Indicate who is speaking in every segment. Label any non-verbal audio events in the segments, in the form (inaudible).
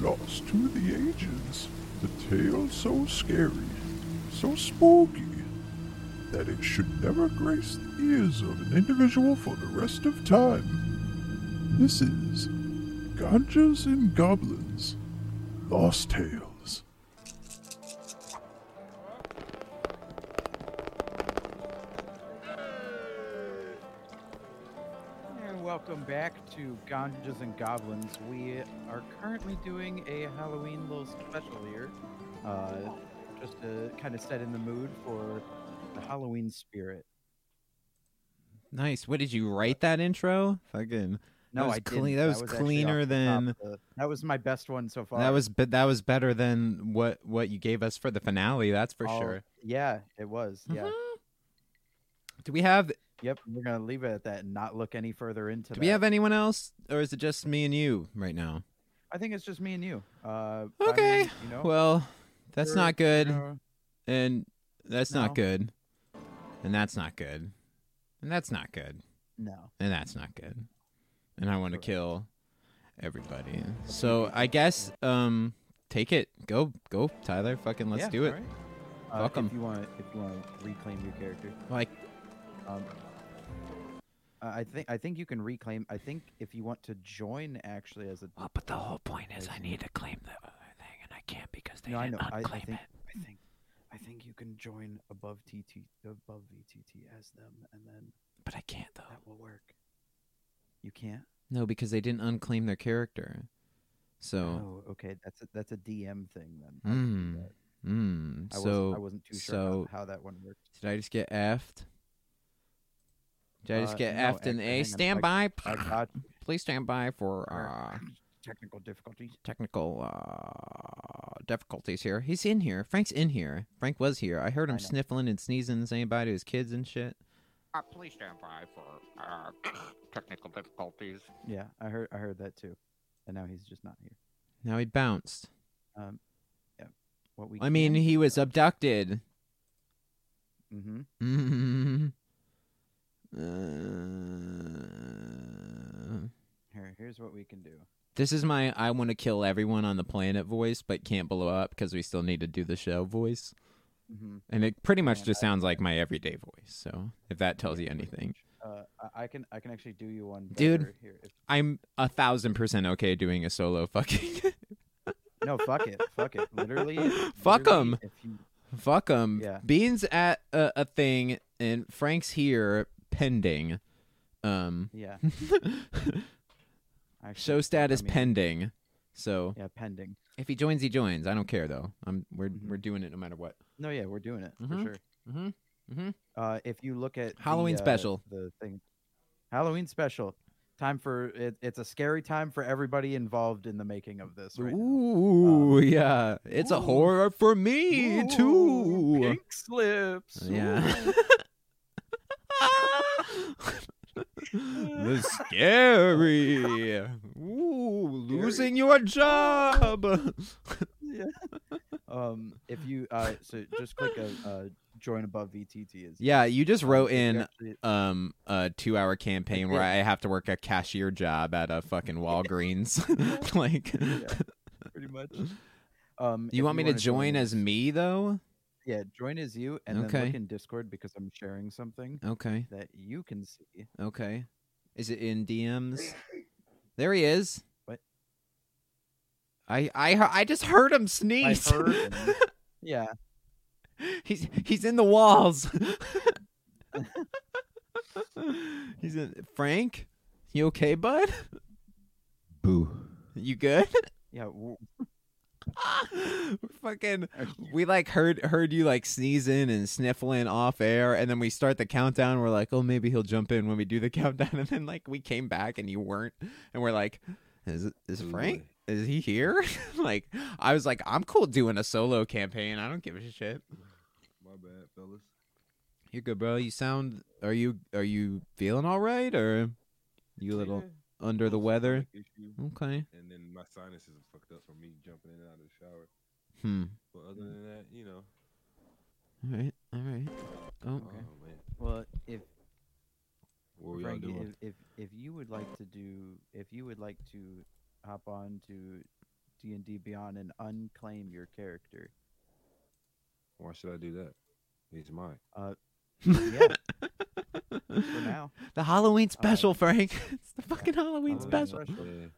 Speaker 1: lost to the ages. The tale so scary, so spooky, that it should never grace the ears of an individual for the rest of time. This is Ganjas and Goblins Lost Tales.
Speaker 2: And welcome back to Ganges and Goblins. We are currently doing a Halloween little special here, uh, just to kind of set in the mood for the Halloween spirit.
Speaker 3: Nice. What did you write that intro? Fucking.
Speaker 2: No,
Speaker 3: was
Speaker 2: I didn't.
Speaker 3: clean- that was
Speaker 2: actually off
Speaker 3: cleaner
Speaker 2: the top.
Speaker 3: than-
Speaker 2: Uh, that was my best one so far.
Speaker 3: That was but that was better than what what you gave us for the finale. That's for
Speaker 2: Oh,
Speaker 3: sure.
Speaker 2: Yeah, it was. Yeah.
Speaker 3: Mhm. Do we have
Speaker 2: Yep. We're gonna leave it at that and not look any further into.
Speaker 3: do
Speaker 2: that.
Speaker 3: we have anyone else or is it just me and you right now?
Speaker 2: I think it's just me and you. Uh, I
Speaker 3: Okay.
Speaker 2: mean, you know.
Speaker 3: Well, that's
Speaker 2: we're-
Speaker 3: not good
Speaker 2: uh,
Speaker 3: and that's
Speaker 2: No.
Speaker 3: not good. And that's not good. And that's not good.
Speaker 2: no.
Speaker 3: and that's not good. And I want to
Speaker 2: Correct.
Speaker 3: kill everybody. So I guess um take it. Go go Tyler, fucking let's
Speaker 2: Yeah,
Speaker 3: do it.
Speaker 2: alright. Uh,
Speaker 3: Welcome.
Speaker 2: If you want, if you want to reclaim your character.
Speaker 3: Like
Speaker 2: Um, uh, I think I think you can reclaim. I think if you want to join, actually, as a
Speaker 3: Oh,
Speaker 4: Well, but the whole point is I need to claim the other thing, and I can't because they
Speaker 2: no, I know.
Speaker 4: didn't
Speaker 2: I, I
Speaker 4: unclaim
Speaker 2: think
Speaker 4: it.
Speaker 2: I think I think you can join above TT above VTT as them, and then
Speaker 4: But I can't
Speaker 3: Oh.
Speaker 4: though.
Speaker 2: that will work. You can't.
Speaker 3: no, because they didn't unclaim their character. So
Speaker 2: Oh, okay. That's a, that's a DM thing then. I can do
Speaker 3: mm,
Speaker 2: that.
Speaker 3: mm,
Speaker 2: I wasn't, I
Speaker 3: so
Speaker 2: wasn't too sure about
Speaker 3: so-
Speaker 2: how that one worked.
Speaker 3: did I just get effed? Did I just
Speaker 2: Uh,
Speaker 3: get
Speaker 2: no,
Speaker 3: effed
Speaker 2: actually, hang
Speaker 3: and A?
Speaker 2: on,
Speaker 3: Stand
Speaker 2: I-
Speaker 3: by.
Speaker 2: I
Speaker 3: (coughs)
Speaker 2: got
Speaker 3: (clears throat) Please stand by for
Speaker 2: Sure.
Speaker 3: uh
Speaker 2: (coughs) technical difficulties.
Speaker 3: technical uh, difficulties here. He's in here. Frank's in here. Frank was here. I heard
Speaker 2: I
Speaker 3: him
Speaker 2: know.
Speaker 3: sniffling and sneezing, saying bye to his kids and shit.
Speaker 5: Uh, please stand by for uh, technical difficulties.
Speaker 2: Yeah, I heard I heard that too, and now he's just not here.
Speaker 3: Now he bounced.
Speaker 2: Um, yeah. What we
Speaker 3: I mean,
Speaker 2: can
Speaker 3: he
Speaker 2: do,
Speaker 3: was
Speaker 2: though-
Speaker 3: abducted.
Speaker 2: Mhm.
Speaker 3: Mm. Uh,
Speaker 2: Here, here's what we can do.
Speaker 3: this is my I want to kill everyone on the planet voice, but can't blow up because we still need to do the show voice.
Speaker 2: Mhm.
Speaker 3: And it pretty much
Speaker 2: Man,
Speaker 3: just
Speaker 2: I-
Speaker 3: sounds like my everyday voice. So if that tells you
Speaker 2: Yeah, pretty
Speaker 3: anything,
Speaker 2: much. Uh, I- I can I can actually do you one,
Speaker 3: Dude.
Speaker 2: better Here. If-
Speaker 3: I'm a thousand percent okay doing a solo fucking. (laughs)
Speaker 2: no, fuck it, fuck it. Literally,
Speaker 3: Fuck
Speaker 2: literally,
Speaker 3: 'em.
Speaker 2: if you-
Speaker 3: Fuck 'em.
Speaker 2: Yeah.
Speaker 3: Beans at a, a thing, and Frank's here pending.
Speaker 2: (laughs)
Speaker 3: Um, (laughs)
Speaker 2: Yeah. Actually,
Speaker 3: show status
Speaker 2: I mean,
Speaker 3: pending. So
Speaker 2: Yeah, pending.
Speaker 3: if he joins, he joins. I don't care though. I'm we're
Speaker 2: Mhm.
Speaker 3: we're doing it no matter what.
Speaker 2: No, yeah, we're doing it for
Speaker 3: Mhm.
Speaker 2: sure.
Speaker 3: Mm-hmm.
Speaker 2: Uh, if you look at the,
Speaker 3: Halloween
Speaker 2: uh,
Speaker 3: special.
Speaker 2: the thing, Halloween special. Time for it, it's a scary time for everybody involved in the making of this. Right now.
Speaker 3: Ooh, yeah, it's a
Speaker 2: Ooh.
Speaker 3: horror for me
Speaker 2: Ooh,
Speaker 3: too.
Speaker 2: Pink slips.
Speaker 3: Yeah.
Speaker 2: Ooh.
Speaker 3: (laughs) the scary. Ooh, losing your job.
Speaker 2: um, if you uh, so just click a uh, join above VTT is
Speaker 3: Yeah, you just wrote
Speaker 2: It's
Speaker 3: in
Speaker 2: actually-
Speaker 3: um a two hour campaign where I have to work a cashier job at a fucking Walgreens. (laughs) like,
Speaker 2: pretty much.
Speaker 3: (laughs)
Speaker 2: Um, if
Speaker 3: you want me to
Speaker 2: wanna
Speaker 3: join
Speaker 2: us-
Speaker 3: as me though?
Speaker 2: yeah, join as you, and then
Speaker 3: Okay.
Speaker 2: look in Discord because I'm sharing something
Speaker 3: Okay,
Speaker 2: that you can see.
Speaker 3: okay. Is it in DMs? There he is.
Speaker 2: What?
Speaker 3: I I he- I just heard him
Speaker 2: I
Speaker 3: sneeze.
Speaker 2: heard and- yeah,
Speaker 3: (laughs) he's he's in
Speaker 2: (laughs)
Speaker 3: the walls. he's in Frank. You okay, bud?
Speaker 1: Boo.
Speaker 3: You good? (laughs)
Speaker 2: yeah. w-
Speaker 3: We're fucking
Speaker 2: are you-
Speaker 3: we like heard heard you like sneezing and sniffling off air and then we start the countdown we're like oh maybe he'll jump in when we do the (laughs) countdown and then like we came back and you weren't and we're like is is frank is he here (laughs) like i was like i'm cool doing a solo campaign i don't give a shit
Speaker 6: My bad, fellas.
Speaker 3: you're good bro you sound are you are you feeling all right or you a little under the weather okay
Speaker 6: And then my sinuses are fucked up from me jumping in and out of the shower.
Speaker 3: hmm
Speaker 6: But other than that, you know.
Speaker 3: all right all right oh
Speaker 6: Oh man.
Speaker 2: Well, if
Speaker 6: What were y'all
Speaker 2: Frankie,
Speaker 6: doing?
Speaker 2: if, if if you would like to do, if you would like to hop on to D&D Beyond and unclaim your character.
Speaker 6: Why should I do that? He's mine.
Speaker 2: Yeah,
Speaker 3: (laughs)
Speaker 2: for now.
Speaker 3: The Halloween special, Frank. (laughs) It's the fucking Halloween
Speaker 2: Halloween
Speaker 3: special.
Speaker 2: special.
Speaker 6: Yeah.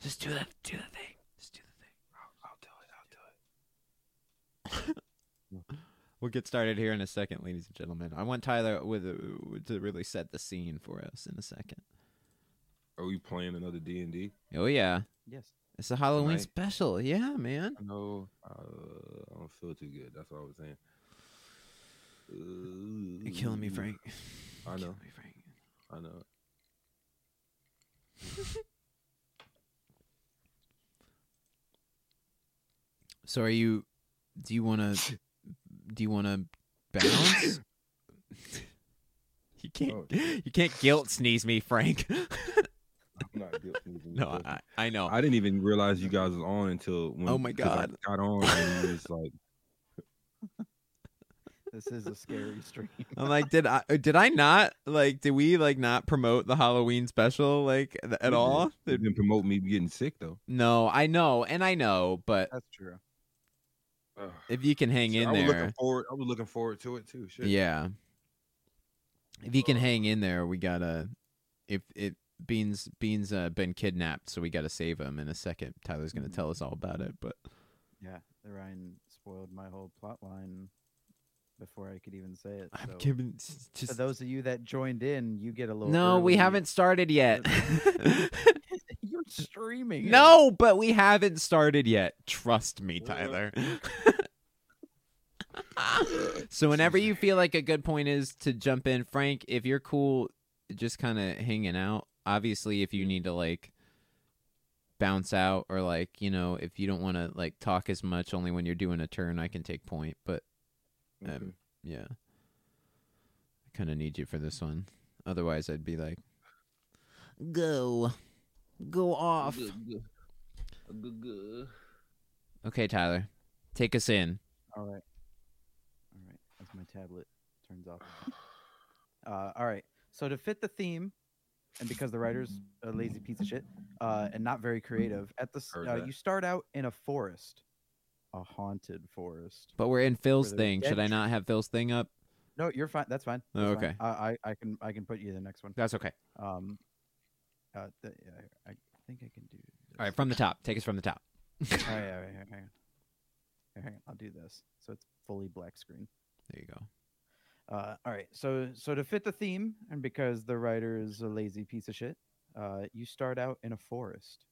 Speaker 4: Just do that. Do the thing. Just do the thing.
Speaker 6: I'll do it. I'll do it.
Speaker 3: We'll get started here in a second, ladies and gentlemen. I want Tyler with to really set the scene for us in a second.
Speaker 6: Are we playing another D and D?
Speaker 3: Oh yeah,
Speaker 2: Yes.
Speaker 3: it's a Halloween
Speaker 6: Tonight?
Speaker 3: special. Yeah, man.
Speaker 2: No.
Speaker 6: Uh, I don't feel too good. That's what I was saying.
Speaker 3: You're killing me, Frank.
Speaker 6: I know.
Speaker 3: Killing me, Frank.
Speaker 6: I know.
Speaker 3: So are you? Do you want to? do you want to (coughs) bounce? you can't.
Speaker 6: Oh.
Speaker 3: You can't guilt sneeze me, Frank. (laughs)
Speaker 6: I'm not guilty.
Speaker 3: no, I, Oh. I know.
Speaker 6: I didn't even realize you guys was on until when.
Speaker 3: Oh my
Speaker 6: 'cause I
Speaker 3: God.
Speaker 6: Got on and it was like,
Speaker 2: This is a scary (laughs) stream.
Speaker 3: I'm like, did I did I not like? Did we like not promote the Halloween special like th- at
Speaker 6: you
Speaker 3: all?
Speaker 6: didn't- you didn't promote me getting sick though.
Speaker 3: No, I know, and I know, but
Speaker 2: That's true.
Speaker 3: if you can hang
Speaker 6: Shit,
Speaker 3: in
Speaker 6: I was looking
Speaker 3: there,
Speaker 6: forward. I was looking forward to it too. Shit.
Speaker 3: yeah. If you can hang in there, we gotta. If it Beans Beans uh, been kidnapped, so we gotta save him in a second. Tyler's gonna
Speaker 2: Mhm.
Speaker 3: tell us all about it, but
Speaker 2: Yeah, Ryan spoiled my whole plot line before I could even say it.
Speaker 3: I'm
Speaker 2: so-
Speaker 3: giving s-
Speaker 2: For
Speaker 3: just.
Speaker 2: those of you that joined in, you get a little.
Speaker 3: No, we
Speaker 2: early-
Speaker 3: haven't started yet. (laughs)
Speaker 2: You're streaming. it.
Speaker 3: no, but we haven't started yet. Trust me,
Speaker 6: Well,
Speaker 3: Tyler. (laughs) so whenever you feel like a good point is to jump in, Frank, if you're cool just kind of hanging out, obviously if you need to like bounce out or like, you know, if you don't want to like talk as much only when you're doing a turn, I can take point, but
Speaker 6: Okay.
Speaker 3: um, yeah. I kind of need you for this one. Otherwise, I'd be like go go off. Okay, Tyler. Take us in.
Speaker 2: All right. All right. As my tablet turns
Speaker 3: (sighs)
Speaker 2: off. Uh, all right. So to fit the theme, and because the writer's a lazy piece of shit uh, and not very creative, at the s-
Speaker 6: Heard
Speaker 2: uh,
Speaker 6: that.
Speaker 2: you start out in a forest, a haunted forest.
Speaker 3: But we're in Phil's
Speaker 2: Where there's
Speaker 3: thing. Should I
Speaker 2: dead
Speaker 3: not have Phil's thing up?
Speaker 2: No, you're fine. That's fine.
Speaker 3: Oh,
Speaker 2: That's fine.
Speaker 3: okay.
Speaker 2: I, I I can I can put you the next one.
Speaker 3: That's okay.
Speaker 2: Um. Uh, th- yeah, I think I can do. Oh,
Speaker 3: All
Speaker 2: this.
Speaker 3: right, from the top. Take us from the top.
Speaker 2: All right, all right, hang on. Here, hang on. I'll do this. So it's fully black screen.
Speaker 3: There you go.
Speaker 2: Uh, all right. So so to fit the theme, and because the writer is a lazy piece of shit, uh, you start out in a forest,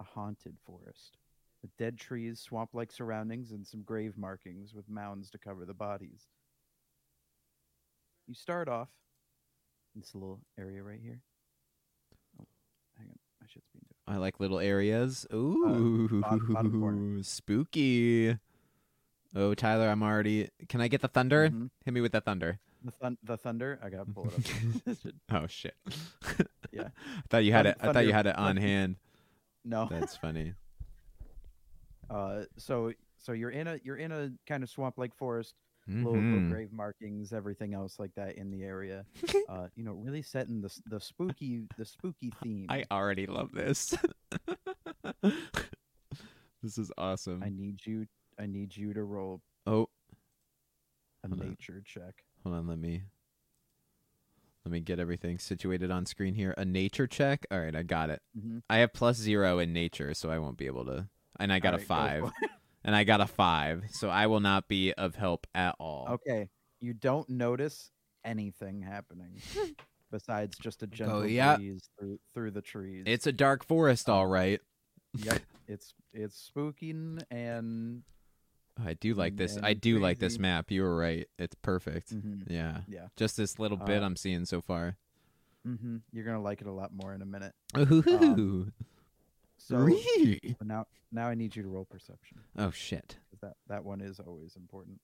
Speaker 2: a haunted forest, with dead trees, swamp-like surroundings, and some grave markings with mounds to cover the bodies. You start off in this little area right here. Oh, hang on. My shit's being different.
Speaker 3: I like little areas. Ooh,
Speaker 2: bottom- Uh, bottom corner.
Speaker 3: spooky. Oh, Tyler, I'm already. Can I get the thunder?
Speaker 2: Mm-hmm.
Speaker 3: Hit me with the thunder.
Speaker 2: The, thun- the thunder. I gotta pull it
Speaker 3: (laughs)
Speaker 2: up. (laughs)
Speaker 3: Oh shit.
Speaker 2: Yeah.
Speaker 3: (laughs) I thought you had
Speaker 2: Thun-
Speaker 3: it. I thought
Speaker 2: thunder.
Speaker 3: you had it on
Speaker 2: Thunder. (laughs)
Speaker 3: hand.
Speaker 2: no.
Speaker 3: That's funny.
Speaker 2: Uh, so so you're in a you're in a kind of swamp like forest, little, little
Speaker 3: Mhm.
Speaker 2: grave markings, everything else like that in the
Speaker 3: (laughs)
Speaker 2: area. uh, you know, really setting the s- the spooky the spooky theme.
Speaker 3: I already love this. (laughs) this is awesome.
Speaker 2: I need you I need you to roll
Speaker 3: Oh,
Speaker 2: a
Speaker 3: Hold on.
Speaker 2: nature check.
Speaker 3: Hold on, let me let me get everything situated on screen here. A nature check. All right, I got it.
Speaker 2: Mhm.
Speaker 3: I have plus zero in nature, so I won't be able to. And I got a
Speaker 2: Alright, go
Speaker 3: five,
Speaker 2: for
Speaker 3: (laughs) and I got a five, so I will not be of help at all.
Speaker 2: Okay, you don't notice anything
Speaker 3: (laughs)
Speaker 2: happening besides just a gentle
Speaker 3: oh, yeah.
Speaker 2: breeze through through the trees.
Speaker 3: It's a dark
Speaker 2: Oh.
Speaker 3: forest, all right.
Speaker 2: yep, it's it's spooking and
Speaker 3: I do like this. I
Speaker 2: And
Speaker 3: do like this
Speaker 2: crazy.
Speaker 3: map. You were right. It's perfect.
Speaker 2: mhm,
Speaker 3: Yeah.
Speaker 2: Yeah.
Speaker 3: Just this little bit
Speaker 2: Uh,
Speaker 3: I'm seeing so far.
Speaker 2: mhm, you're gonna like it a lot more in a minute.
Speaker 3: Ooh.
Speaker 2: So
Speaker 3: Wee.
Speaker 2: But now, now I need you to roll perception.
Speaker 3: oh shit.
Speaker 2: 'cause That that one is always important.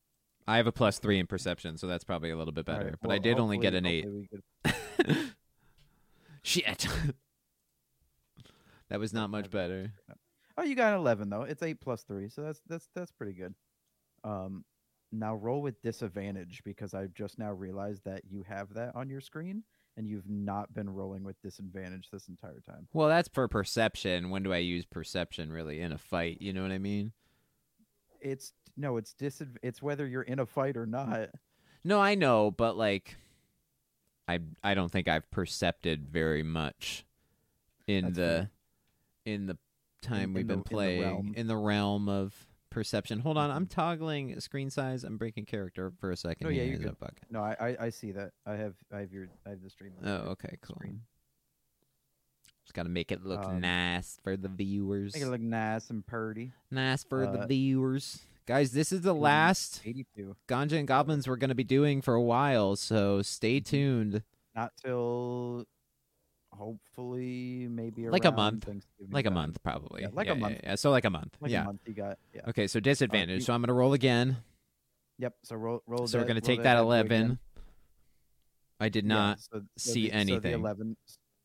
Speaker 3: I have a plus three in perception, so that's probably a little bit
Speaker 2: All
Speaker 3: better.
Speaker 2: right,
Speaker 3: but I
Speaker 2: well,
Speaker 3: did only get
Speaker 2: hopefully-
Speaker 3: an eight.
Speaker 2: hopefully we get-
Speaker 3: Shit. that was not much better.
Speaker 2: oh, you got an eleven though. It's eight plus three, so that's that's that's pretty good. Um, now roll with disadvantage because I've just now realized that you have that on your screen, and you've not been rolling with disadvantage this entire time.
Speaker 3: Well, that's for perception. When do I use perception really in a fight? You know what I mean?
Speaker 2: It's no, it's disadv- It's whether you're in a fight or not.
Speaker 3: No, I know, but like, I I don't think I've percepted very much in
Speaker 2: That's
Speaker 3: the
Speaker 2: fair.
Speaker 3: in the time
Speaker 2: in
Speaker 3: we've
Speaker 2: the-
Speaker 3: been
Speaker 2: in the
Speaker 3: playing
Speaker 2: realm. Mm-hmm.
Speaker 3: in the realm of perception. Hold on, I'm toggling screen size. I'm breaking character for a second.
Speaker 2: Oh, yeah,
Speaker 3: here.
Speaker 2: you're
Speaker 3: Is
Speaker 2: good.
Speaker 3: that bucket?
Speaker 2: No, I, I I see that. I have I have your I have the stream. on
Speaker 3: Oh,
Speaker 2: your
Speaker 3: okay, cool.
Speaker 2: screen.
Speaker 3: Just gotta make it look
Speaker 2: Um,
Speaker 3: nice for the viewers.
Speaker 2: Make it look nice and purdy.
Speaker 3: nice for the
Speaker 2: uh,
Speaker 3: viewers, guys. This is the
Speaker 2: Mm.
Speaker 3: last
Speaker 2: Eighty-two.
Speaker 3: Ganja and Goblins we're going to be doing for a while, so stay
Speaker 2: Mm-hmm.
Speaker 3: tuned.
Speaker 2: Not till hopefully maybe
Speaker 3: Like a
Speaker 2: around
Speaker 3: month.
Speaker 2: Thanksgiving
Speaker 3: Like a
Speaker 2: time.
Speaker 3: month, probably.
Speaker 2: Yeah, like a
Speaker 3: yeah,
Speaker 2: month.
Speaker 3: yeah. So like a month.
Speaker 2: Like
Speaker 3: yeah.
Speaker 2: a month. You got yeah.
Speaker 3: Okay, so disadvantage. so I'm going to roll again.
Speaker 2: Yep. So roll roll.
Speaker 3: so we're
Speaker 2: that-
Speaker 3: going to
Speaker 2: roll
Speaker 3: take that
Speaker 2: bad boy again.
Speaker 3: 11. I did not.
Speaker 2: yeah, so, so
Speaker 3: see
Speaker 2: the, So the
Speaker 3: anything.
Speaker 2: eleven.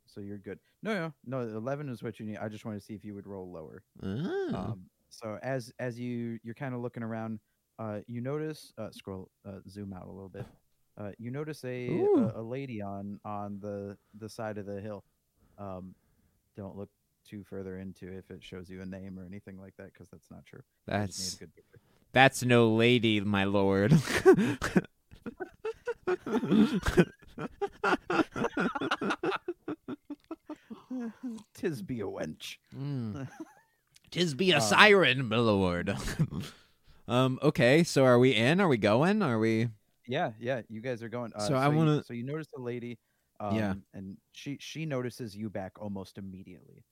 Speaker 2: So you're good. No, no, no. The eleven is what you need. I just want to see if you would roll lower.
Speaker 3: Oh.
Speaker 2: Um, so as as you you're kind of looking around, uh, you notice uh, scroll uh, zoom out a little bit. Uh, you notice a,
Speaker 3: Ooh.
Speaker 2: a a lady on on the the side of the hill. Um, don't look too further into if it shows you a name or anything like that because that's not true. I just need
Speaker 3: that's
Speaker 2: a good picture.
Speaker 3: that's no lady, my lord.
Speaker 2: (laughs) (laughs) Tis be a wench.
Speaker 3: Mm. (laughs) Tis be a
Speaker 2: Um,
Speaker 3: siren, my lord.
Speaker 2: (laughs)
Speaker 3: um okay, so are we in? Are we going? Are we
Speaker 2: Yeah, yeah, you guys are going. Uh,
Speaker 3: So I
Speaker 2: you-
Speaker 3: wanna-
Speaker 2: So you notice the lady. Um,
Speaker 3: Yeah.
Speaker 2: and she she notices you back almost immediately.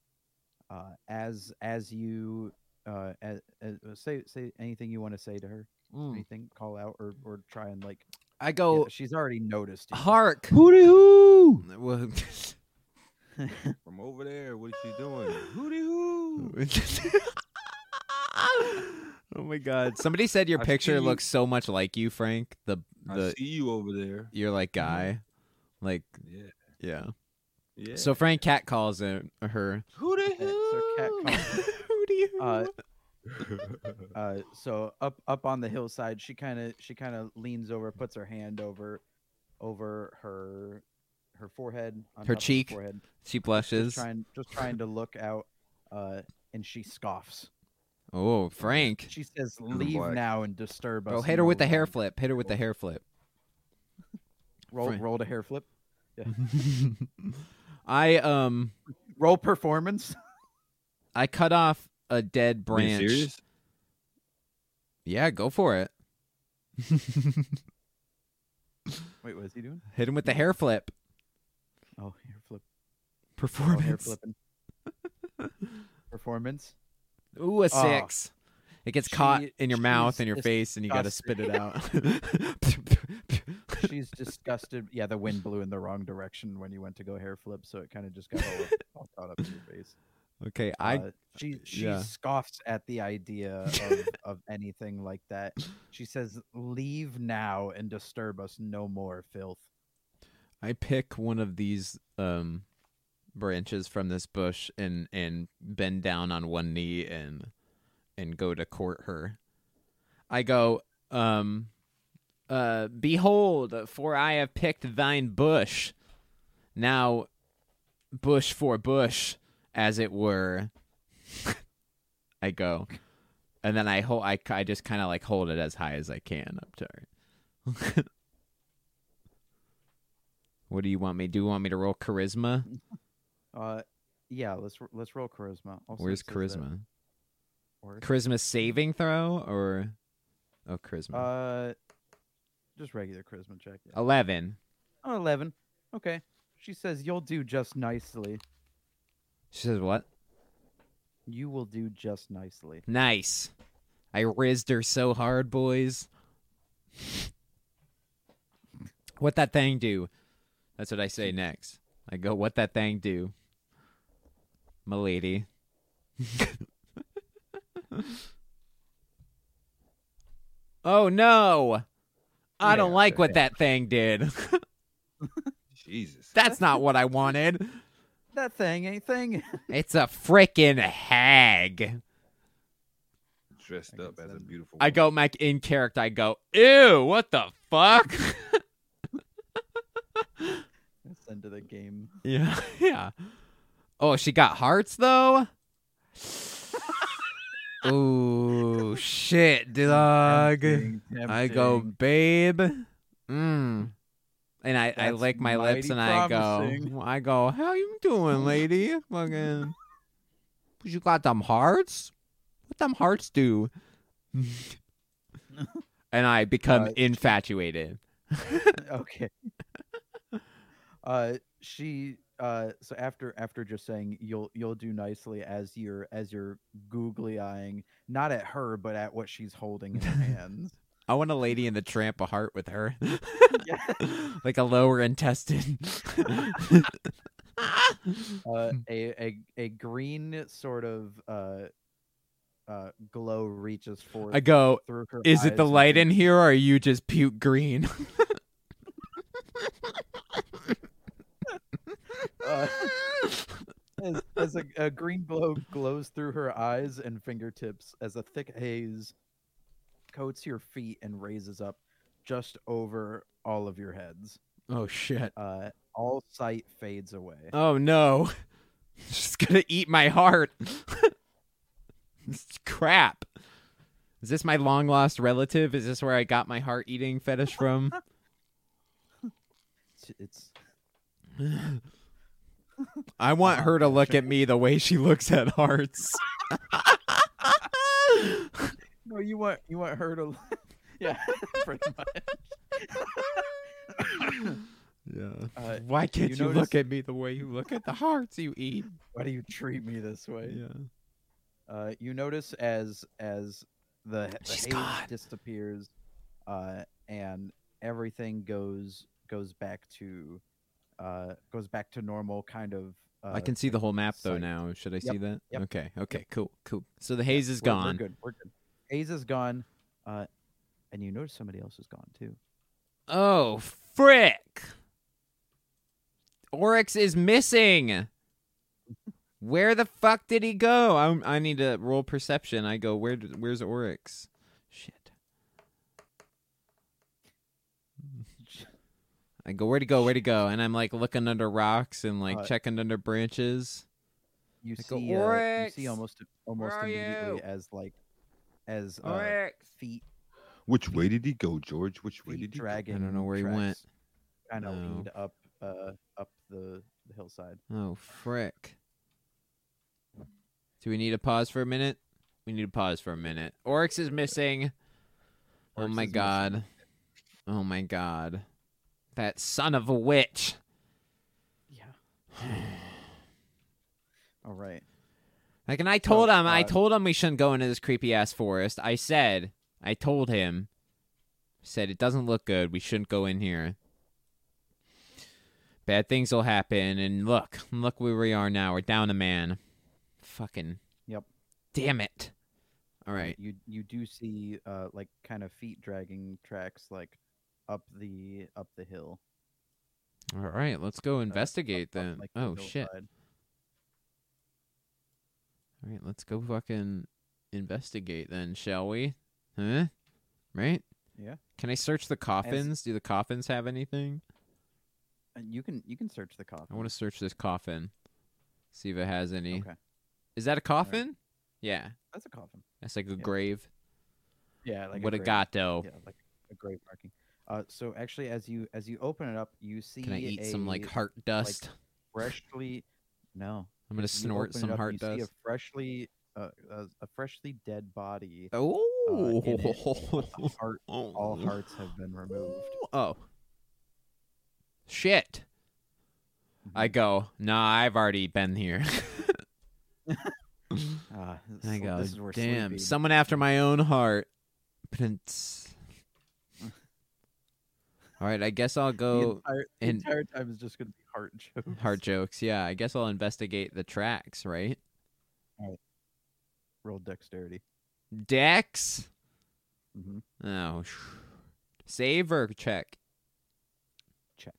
Speaker 2: Uh, as as you uh as, as, say say anything you want to say to her,
Speaker 3: Mm.
Speaker 2: anything call out or or try and like.
Speaker 3: I
Speaker 2: Hmm. yeah,
Speaker 3: go
Speaker 2: she's already noticed. you.
Speaker 3: hark.
Speaker 1: Hooty hoo!
Speaker 3: (laughs) Well, (laughs)
Speaker 6: From over there, what is she
Speaker 3: (sighs)
Speaker 6: doing? Hooty hoo!
Speaker 3: (laughs) oh my god! Somebody said your
Speaker 6: I
Speaker 3: picture
Speaker 6: see you.
Speaker 3: looks so much like you, Frank. The
Speaker 6: I
Speaker 3: the
Speaker 6: see you over there.
Speaker 3: you're like guy, like
Speaker 6: Yeah,
Speaker 3: Mm-hmm. yeah.
Speaker 6: yeah.
Speaker 3: So Frank cat calls him, her.
Speaker 6: hooty
Speaker 2: Okay, Eh, so cat calls.
Speaker 3: (laughs) Who do you? (laughs)
Speaker 2: Uh, Uh, so up up on the hillside, she kind of she kind of leans over, puts her hand over, over her, her forehead, on
Speaker 3: Her
Speaker 2: top of
Speaker 3: cheek.
Speaker 2: forehead.
Speaker 3: she blushes.
Speaker 2: just trying just trying to look out uh and she scoffs
Speaker 3: Oh, Frank!
Speaker 2: she says
Speaker 6: Good
Speaker 2: leave
Speaker 6: boy.
Speaker 2: now and disturb us
Speaker 3: Bro, hit her with
Speaker 2: no
Speaker 3: the hair
Speaker 2: longer."
Speaker 3: flip. Hit her with the hair flip.
Speaker 2: roll
Speaker 3: Frank.
Speaker 2: roll the hair flip
Speaker 3: (laughs)
Speaker 2: (laughs)
Speaker 3: I um
Speaker 2: roll performance (laughs)
Speaker 3: I cut off a dead branch.
Speaker 6: You serious?
Speaker 3: Yeah, go for
Speaker 2: (laughs)
Speaker 3: it.
Speaker 2: wait what is he doing
Speaker 3: Hit him with the hair flip.
Speaker 2: oh hair flip oh,
Speaker 3: Performance.
Speaker 2: hair flipping performance
Speaker 3: Ooh, a
Speaker 2: Ah.
Speaker 3: six. it gets
Speaker 2: She-
Speaker 3: caught in your mouth
Speaker 2: she's
Speaker 3: and your face, and you got to spit it out.
Speaker 2: (laughs) she's disgusted yeah the wind blew in the wrong direction when you went to go hair flip so it kind of just got all, up, all caught up in your face
Speaker 3: (laughs) okay, I
Speaker 2: Uh, she she
Speaker 3: yeah.
Speaker 2: scoffs at the idea
Speaker 3: (laughs)
Speaker 2: of, of anything like that. She says, "Leave now and disturb us no more, filth."
Speaker 3: I pick one of these um branches from this bush and and bend down on one knee and and go to court her. I go, um, uh, behold, for I have picked thine bush. Now, bush for bush, as it were. (laughs) I go, and then I hold. I, I just kind of like hold it as high as I can up to her. what do you want me? Do you want me to roll charisma?
Speaker 2: Uh, yeah, let's r- let's roll charisma. Also
Speaker 3: Where's
Speaker 2: it says that
Speaker 3: charisma?
Speaker 2: word.
Speaker 3: Charisma saving throw or oh charisma
Speaker 2: Uh, just regular charisma check. yeah.
Speaker 3: eleven.
Speaker 2: Oh, 11. Okay. She says, "You'll do just nicely.
Speaker 3: She says what?
Speaker 2: You will do just nicely."
Speaker 3: Nice. I rizzed her so hard, boys. what that thing do? That's what I say next. I go, what that thing do? My lady. (laughs) oh no. I don't
Speaker 6: Yeah,
Speaker 3: like
Speaker 6: okay.
Speaker 3: what that thing did.
Speaker 6: Jesus.
Speaker 3: That's not what I wanted.
Speaker 2: That thing ain't thing.
Speaker 3: It's a frickin' hag.
Speaker 6: Dressed
Speaker 2: I
Speaker 6: up
Speaker 2: guess
Speaker 6: as a
Speaker 2: then-
Speaker 6: beautiful.
Speaker 3: I go, Mac, in character, I go, ew, what the fuck?
Speaker 2: That's into the game.
Speaker 3: (laughs) Yeah, yeah. Oh, she got hearts though. Ooh, shit, dog.
Speaker 2: Tempting,
Speaker 3: I go,
Speaker 2: tempting.
Speaker 3: babe. Mm. And I, I
Speaker 2: That's
Speaker 3: lick my lips
Speaker 2: mighty
Speaker 3: and I
Speaker 2: promising. Mm.
Speaker 3: go, I go, how you doing, lady? Fucking, you got them hearts? What them
Speaker 2: (laughs)
Speaker 3: hearts do? and I become
Speaker 2: Uh,
Speaker 3: infatuated.
Speaker 2: okay. (laughs) Uh, she uh, so after after just saying you'll you'll do nicely as you're as you're googly eyeing not at her but at what she's holding in
Speaker 3: (laughs)
Speaker 2: her hands.
Speaker 3: I want a lady in the tramp a heart with her,
Speaker 2: Yeah.
Speaker 3: (laughs) like a
Speaker 2: (laughs)
Speaker 3: lower intestine.
Speaker 2: Uh,
Speaker 3: Hmm.
Speaker 2: a, a a green sort of uh, uh, glow reaches forth
Speaker 3: I go,
Speaker 2: through her.
Speaker 3: is it the
Speaker 2: eyes and
Speaker 3: light
Speaker 2: she-
Speaker 3: in here or are you just puke
Speaker 2: (laughs)
Speaker 3: green? (laughs)
Speaker 2: Uh, as, as a, a green glow glows through her eyes and fingertips as a thick haze coats your feet and raises up just over all of your heads.
Speaker 3: oh shit.
Speaker 2: Uh, all sight fades away.
Speaker 3: Oh no. (laughs) She's gonna eat my heart. (laughs) This is crap. Is this my long lost relative? Is this where I got my heart eating fetish from? (laughs)
Speaker 2: It's, it's
Speaker 3: I want her
Speaker 2: Oh,
Speaker 3: to look at me the way she looks at hearts. (laughs)
Speaker 2: no, you want you want her to, (laughs) yeah, pretty much.
Speaker 3: yeah.
Speaker 2: Uh,
Speaker 3: Why can't you,
Speaker 2: you notice-
Speaker 3: look at me the way you look at the hearts you eat?
Speaker 2: why do you treat me this way?
Speaker 3: Yeah.
Speaker 2: Uh, you notice as as the, the
Speaker 4: She's
Speaker 2: haze
Speaker 4: gone.
Speaker 2: disappears, uh, and everything goes goes back to uh, goes back to normal kind of. Uh,
Speaker 3: I can see the whole map though
Speaker 2: sight.
Speaker 3: now. Should I
Speaker 2: Yep,
Speaker 3: see that?
Speaker 2: yep,
Speaker 3: Okay. Okay. Cool. Cool. So the haze is
Speaker 2: we're-
Speaker 3: gone.
Speaker 2: We're good. We're good. Haze is gone, uh, and you notice somebody else is gone
Speaker 3: (laughs)
Speaker 2: too.
Speaker 3: Oh, frick. Oryx is missing. Where the fuck did he go? I I need to roll perception. I go, where d- where's Oryx? Shit. I go, where'd he go? Where'd he go? And I'm like looking under rocks and like
Speaker 2: Uh,
Speaker 3: checking under branches.
Speaker 2: You
Speaker 3: I go,
Speaker 2: see, uh, you
Speaker 3: "Oryx,
Speaker 2: see almost almost
Speaker 3: where are
Speaker 2: immediately
Speaker 3: you?"
Speaker 2: as like as uh,
Speaker 3: Oryx.
Speaker 2: feet
Speaker 6: Which way did he go, George? Which way
Speaker 2: feet
Speaker 6: did he
Speaker 2: dragon.
Speaker 3: I don't know where he went.
Speaker 2: Kind of
Speaker 3: No.
Speaker 2: lead up uh, up the, the hillside.
Speaker 3: Oh, frick. Do we need to pause for a minute? We need to pause for a minute. Oryx is missing. oh
Speaker 2: Oryx
Speaker 3: my
Speaker 2: is missing.
Speaker 3: god. Oh my god. That son of a witch.
Speaker 2: Yeah. (sighs) All right.
Speaker 3: Like, and I told him, I
Speaker 2: uh,
Speaker 3: told him we shouldn't go into this creepy ass forest. I said, I told him, said it doesn't look good. We shouldn't go in here. Bad things will happen. And look, look where we are now. We're down a man. Fucking.
Speaker 2: Yep.
Speaker 3: Damn it. All
Speaker 2: y-
Speaker 3: right.
Speaker 2: You you do see uh like kind of feet dragging tracks like up the up the hill.
Speaker 3: All right. Let's go investigate
Speaker 2: up,
Speaker 3: then.
Speaker 2: Uh, like, the
Speaker 3: Oh, shit.
Speaker 2: hillside.
Speaker 3: All right, let's go fucking investigate then, shall we? Huh? Right?
Speaker 2: Yeah.
Speaker 3: Can I search the coffins? Do the coffins have anything?
Speaker 2: And you can you can search the coffin.
Speaker 3: I want to search this coffin. See if it has any.
Speaker 2: Okay.
Speaker 3: Is that a coffin? Yeah.
Speaker 2: That's a coffin.
Speaker 3: That's like a
Speaker 2: Yeah.
Speaker 3: grave.
Speaker 2: Yeah, like
Speaker 3: what
Speaker 2: a
Speaker 3: a
Speaker 2: grave-
Speaker 3: gato.
Speaker 2: Yeah, like a grave marking. Uh so actually as you as you open it up, you see
Speaker 3: Can I eat some like
Speaker 2: a
Speaker 3: heart dust?
Speaker 2: freshly no.
Speaker 3: I'm gonna
Speaker 2: You
Speaker 3: snort
Speaker 2: open it
Speaker 3: some
Speaker 2: up,
Speaker 3: heart
Speaker 2: you See
Speaker 3: dust.
Speaker 2: a freshly uh, a, a freshly dead
Speaker 3: (laughs)
Speaker 2: body.
Speaker 3: Oh,
Speaker 2: uh, in it, with the heart- all
Speaker 3: Oh.
Speaker 2: hearts have been removed.
Speaker 3: Oh. (laughs) Shit.
Speaker 2: Mm.
Speaker 3: I go, nah, I've already
Speaker 2: (laughs)
Speaker 3: been here.
Speaker 2: Ah, this,
Speaker 3: I
Speaker 2: is-
Speaker 3: go,
Speaker 2: this is where
Speaker 3: damn,
Speaker 2: sleepy-
Speaker 3: someone after my own heart. Prince.
Speaker 2: (laughs)
Speaker 3: All right, I guess I'll
Speaker 2: the
Speaker 3: go
Speaker 2: entire, the
Speaker 3: and-
Speaker 2: entire time is just going to be heart (laughs) jokes.
Speaker 3: heart jokes. Yeah, I guess I'll investigate the tracks, right?
Speaker 2: Roll dexterity.
Speaker 3: Dex?
Speaker 2: hmm
Speaker 3: Oh, sh- save or check?
Speaker 2: Check.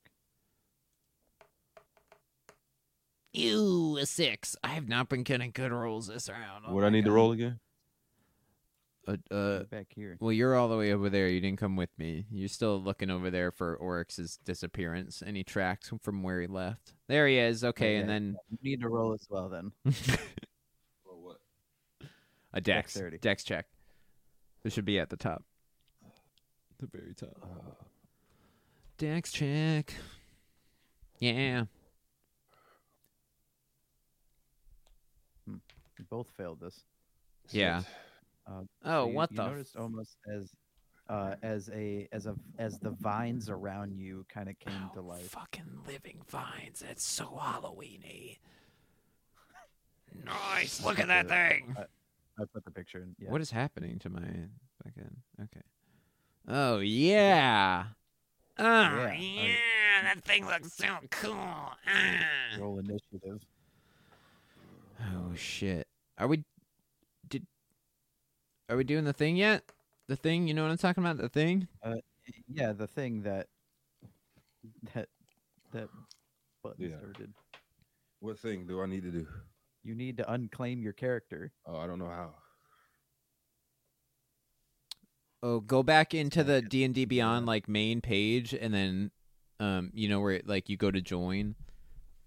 Speaker 3: Ew, a six. I have not been getting good rolls this round. Oh
Speaker 6: Oh, do? What I need to roll again?
Speaker 3: Uh, uh,
Speaker 2: back here.
Speaker 3: well, you're all the way over there. You didn't come with me. You're still looking over there for Oryx's disappearance. Any tracks from where he left? There he is. Okay, and
Speaker 2: Okay.
Speaker 3: then
Speaker 2: You need to roll as well then.
Speaker 6: Or what?
Speaker 3: a dex
Speaker 2: Dexterity.
Speaker 3: dex check. This should be at the top. The very top.
Speaker 6: Oh,
Speaker 3: Dex check. Yeah.
Speaker 2: You both failed this.
Speaker 3: Yeah. Oh,
Speaker 2: So you-
Speaker 3: what
Speaker 2: you
Speaker 3: the f-
Speaker 2: noticed almost as uh, as a as a as the vines around you kind of came to
Speaker 4: Oh,
Speaker 2: life.
Speaker 4: Fucking living vines. That's so Halloweeny. Nice. Look at that thing.
Speaker 2: I put the picture in. Yeah.
Speaker 3: What is happening to my fucking okay? Oh yeah.
Speaker 4: Oh,
Speaker 2: Yeah,
Speaker 4: yeah.
Speaker 2: I-
Speaker 4: that thing looks so cool. Ah.
Speaker 2: roll initiative?
Speaker 3: Oh shit. Are we did Are we doing the thing yet? The thing, you know what I'm talking about? The thing?
Speaker 2: Yeah, the thing that that that button
Speaker 6: Yeah.
Speaker 2: server did.
Speaker 6: What thing do I need to do?
Speaker 2: You need to unclaim your character.
Speaker 6: Oh, I don't know how.
Speaker 3: Oh, go back into
Speaker 2: not
Speaker 3: the
Speaker 2: good.
Speaker 3: D&D Beyond like main page and then um you know where it, like you go to join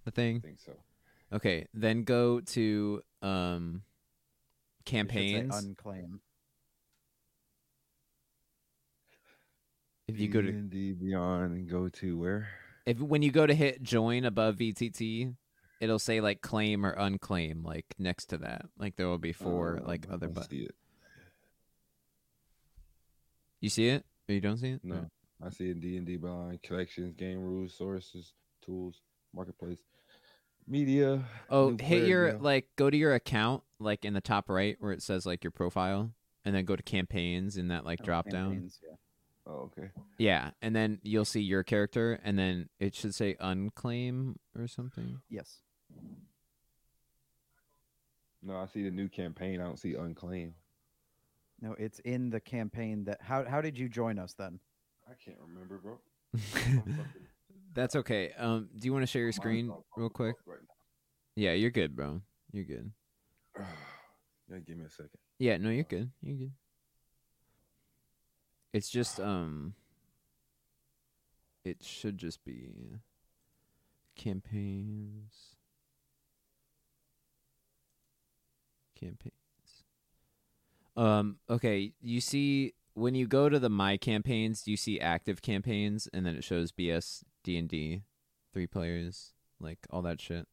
Speaker 3: the
Speaker 6: I
Speaker 3: thing.
Speaker 6: think so.
Speaker 3: Okay, then go to um
Speaker 2: It should say
Speaker 3: campaigns.
Speaker 2: Unclaim.
Speaker 3: if you go to
Speaker 6: D&D Beyond and go to where?
Speaker 3: if when you go to hit join above VTT, it'll say like claim or unclaim like next to that. Like there will be four
Speaker 6: Um,
Speaker 3: like
Speaker 6: I
Speaker 3: other
Speaker 6: don't
Speaker 3: buttons.
Speaker 6: see it.
Speaker 3: You see it? Or you don't see it?
Speaker 6: No, I see it. D and D Beyond collections, game rules, sources, tools, marketplace, media.
Speaker 3: Oh,
Speaker 6: new
Speaker 3: hit
Speaker 6: player
Speaker 3: your
Speaker 6: deal.
Speaker 3: like go to your account like in the top right where it says like your profile and then go to campaigns in that like
Speaker 2: Oh,
Speaker 3: drop down.
Speaker 2: campaigns, yeah.
Speaker 6: Oh, okay.
Speaker 3: Yeah, and then you'll see your character and then it should say unclaim or something. (laughs)
Speaker 2: Yes.
Speaker 6: No, I see the new campaign. I don't see unclaimed.
Speaker 2: No, it's in the campaign that how how did you join us then?
Speaker 6: I can't remember, bro.
Speaker 3: (laughs)
Speaker 6: I'm fucking-
Speaker 3: That's okay. Um do you want to share your
Speaker 6: mine's
Speaker 3: screen
Speaker 6: all
Speaker 3: real
Speaker 6: fucked
Speaker 3: quick?
Speaker 6: up right now.
Speaker 3: Yeah, you're good, bro. You're good.
Speaker 6: (sighs) yeah, give me a second.
Speaker 3: Yeah, no, you're good. You're good. It's just um it should just be campaigns campaigns. Um okay, you see when you go to the my campaigns, you see active campaigns and then it shows BS D&D, three players, like all that shit.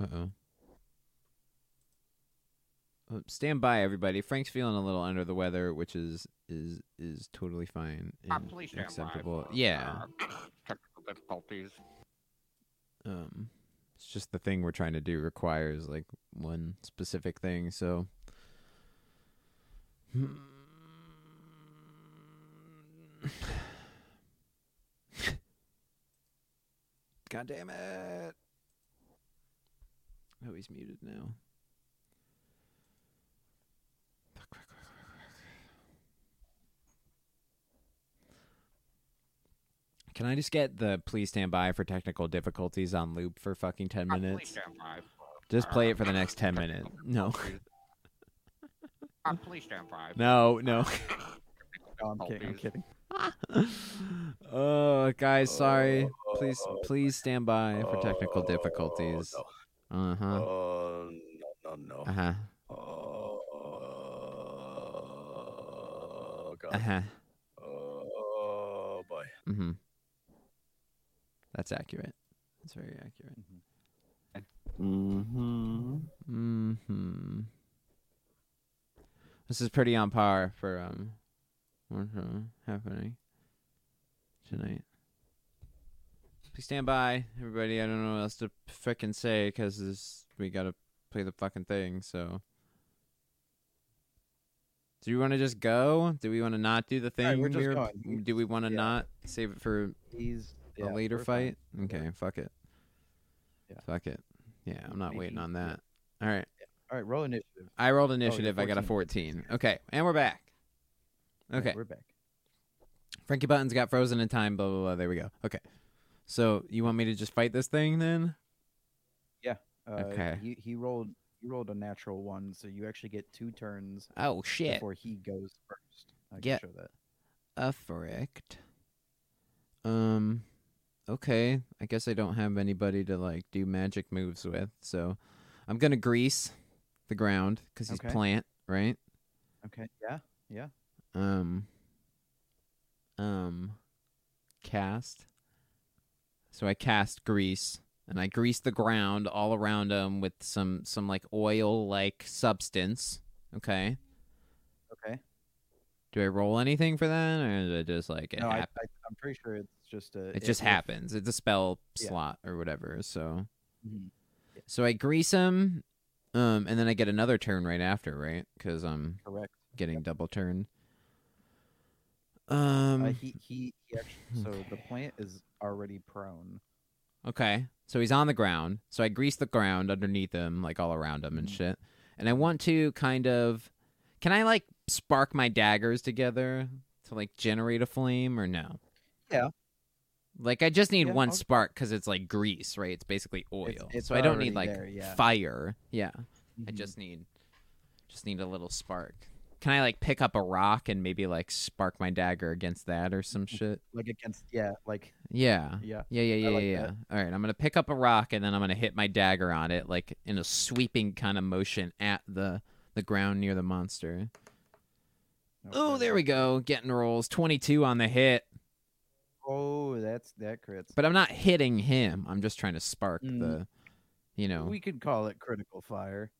Speaker 3: Uh oh. Uh, Stand by, everybody. Frank's feeling a little under the weather, which is is is totally fine and
Speaker 5: Uh, please stand by
Speaker 3: acceptable.
Speaker 5: for,
Speaker 3: Yeah.
Speaker 5: uh, technical difficulties.
Speaker 3: um it's just the thing we're trying to do requires like one specific thing so (sighs) god damn it oh he's muted now Fuck, fuck, fuck, fuck, fuck. Can I just get the please stand by for technical difficulties on loop for fucking 10
Speaker 5: Uh, please
Speaker 3: minutes?
Speaker 5: stand by for,
Speaker 3: Just play it for the
Speaker 5: uh,
Speaker 3: next 10
Speaker 5: technical
Speaker 3: minutes. No. (laughs)
Speaker 5: difficulties. Uh, please stand by.
Speaker 3: No, no. (laughs)
Speaker 2: No, I'm kidding. I'm
Speaker 5: Difficulties.
Speaker 2: kidding.
Speaker 3: oh, guys, sorry. Please, please stand by for technical difficulties. Uh huh.
Speaker 7: Oh, no, no, no.
Speaker 3: Uh huh.
Speaker 7: Oh, God.
Speaker 3: Uh huh.
Speaker 7: Oh, boy.
Speaker 3: Mm-hmm. That's accurate. That's very accurate.
Speaker 6: Mm-hmm.
Speaker 3: Mm-hmm. This is pretty on par for um what's uh, happening tonight. Please stand by, everybody. I don't know what else to frickin' say because this we gotta play the fucking thing. So, do you want to just go? Do we want to not do the thing?
Speaker 2: right, we're just
Speaker 3: were-
Speaker 2: going.
Speaker 3: Do we want to
Speaker 2: Yeah.
Speaker 3: not save it for
Speaker 2: These
Speaker 3: a
Speaker 2: yeah,
Speaker 3: later
Speaker 2: we're fine.
Speaker 3: fight? Okay, fuck it.
Speaker 2: Yeah.
Speaker 3: Fuck it. Yeah, I'm not waiting
Speaker 2: Maybe-
Speaker 3: on that. All right.
Speaker 2: All right, roll initiative.
Speaker 3: I rolled
Speaker 2: yeah,
Speaker 3: initiative. I got a 14. Okay, and we're back.
Speaker 2: All right,
Speaker 3: Okay.
Speaker 2: we're back.
Speaker 3: Frankie Buttons got frozen in time, blah, blah, blah. There we go. Okay. So you want me to just fight this thing then?
Speaker 2: Yeah. Uh,
Speaker 3: Okay.
Speaker 2: He, he rolled he rolled a natural one, so you actually get two turns
Speaker 3: Oh shit.
Speaker 2: before he goes first. I
Speaker 3: Get-
Speaker 2: can show that.
Speaker 3: A frict. Um okay. I guess I don't have anybody to like do magic moves with, so I'm gonna grease the ground because he's
Speaker 2: Okay.
Speaker 3: plant, right?
Speaker 2: Okay. Yeah.
Speaker 3: Um um cast. So I cast grease and I grease the ground all around him with some some like oil like substance. Okay.
Speaker 2: Okay.
Speaker 3: Do I roll anything for that, or is it just like it
Speaker 2: no, I, I,
Speaker 3: happens?
Speaker 2: I'm pretty sure it's just a.
Speaker 3: it just
Speaker 2: if-
Speaker 3: happens. It's a spell
Speaker 2: Yeah.
Speaker 3: slot or whatever. So,
Speaker 2: Mhm.
Speaker 3: so I grease him, um, and then I get another turn right after, right? um, Because I'm
Speaker 2: Correct.
Speaker 3: getting double turn. Um.
Speaker 2: uh, he he, he
Speaker 3: hmm.
Speaker 2: actually, so the
Speaker 3: okay.
Speaker 2: plant is already prone.
Speaker 3: okay. So he's on the ground. So I grease the ground underneath him, like all around him and
Speaker 2: Mhm.
Speaker 3: shit. And I want to kind of, can I like spark my daggers together to like generate a flame or no?
Speaker 2: Yeah.
Speaker 3: Like I just need
Speaker 2: Yeah,
Speaker 3: one
Speaker 2: I'll-
Speaker 3: spark because it's like grease, right? It's basically oil,
Speaker 2: it's
Speaker 3: so I don't
Speaker 2: already
Speaker 3: need like
Speaker 2: there, yeah.
Speaker 3: fire. Yeah, I
Speaker 2: Mhm.
Speaker 3: just need just need a little spark. Can I like pick up a rock and maybe like spark my dagger against that or
Speaker 2: Mm-hmm.
Speaker 3: some shit?
Speaker 2: like against yeah like
Speaker 3: Yeah,
Speaker 2: yeah
Speaker 3: yeah, yeah, yeah,
Speaker 2: like
Speaker 3: yeah.
Speaker 2: that.
Speaker 3: yeah. All right, I'm gonna pick up a rock and then I'm gonna hit my dagger on it, like in a sweeping kind of motion at the the ground near the monster. Oh, there we go, getting rolls. Twenty two on the hit,
Speaker 2: oh that's that crits
Speaker 3: but I'm not hitting him. I'm just trying to spark
Speaker 2: Mm.
Speaker 3: the, you know.
Speaker 2: we could call it critical fire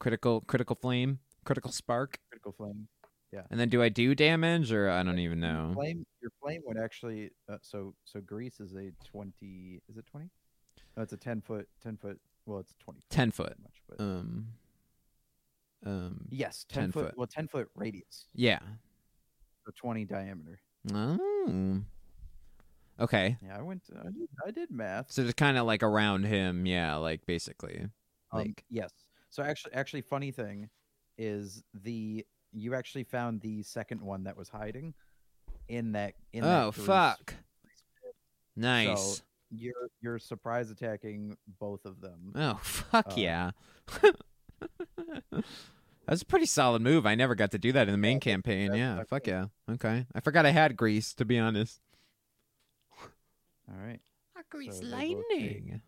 Speaker 3: critical critical flame critical spark
Speaker 2: critical flame
Speaker 3: and then do i do damage or i don't even know
Speaker 2: flame your flame would actually uh, so so grease is a 20 is it 20 no it's a 10 foot 10 foot well it's 20
Speaker 3: 10 foot
Speaker 2: much, but
Speaker 3: um um
Speaker 2: yes 10,
Speaker 3: 10
Speaker 2: foot,
Speaker 3: foot.
Speaker 2: well 10 foot radius
Speaker 3: yeah
Speaker 2: so 20 diameter
Speaker 3: oh okay
Speaker 2: yeah i went i did, I did math
Speaker 3: so just kind of like around him yeah like basically
Speaker 2: Um,
Speaker 3: like-
Speaker 2: yes. So actually, actually, funny thing is the you actually found the second one that was hiding in that. In that
Speaker 3: oh
Speaker 2: grease.
Speaker 3: fuck nice
Speaker 2: So you're you're surprise attacking both of them.
Speaker 3: oh fuck
Speaker 2: uh,
Speaker 3: yeah (laughs) That's a pretty solid move. I never got to do that in the main campaign.
Speaker 2: that's
Speaker 3: Yeah,
Speaker 2: my
Speaker 3: fuck yeah. Okay. I forgot I had grease, to be honest.
Speaker 2: All right.
Speaker 4: Grease
Speaker 2: So they both take-
Speaker 4: lightning.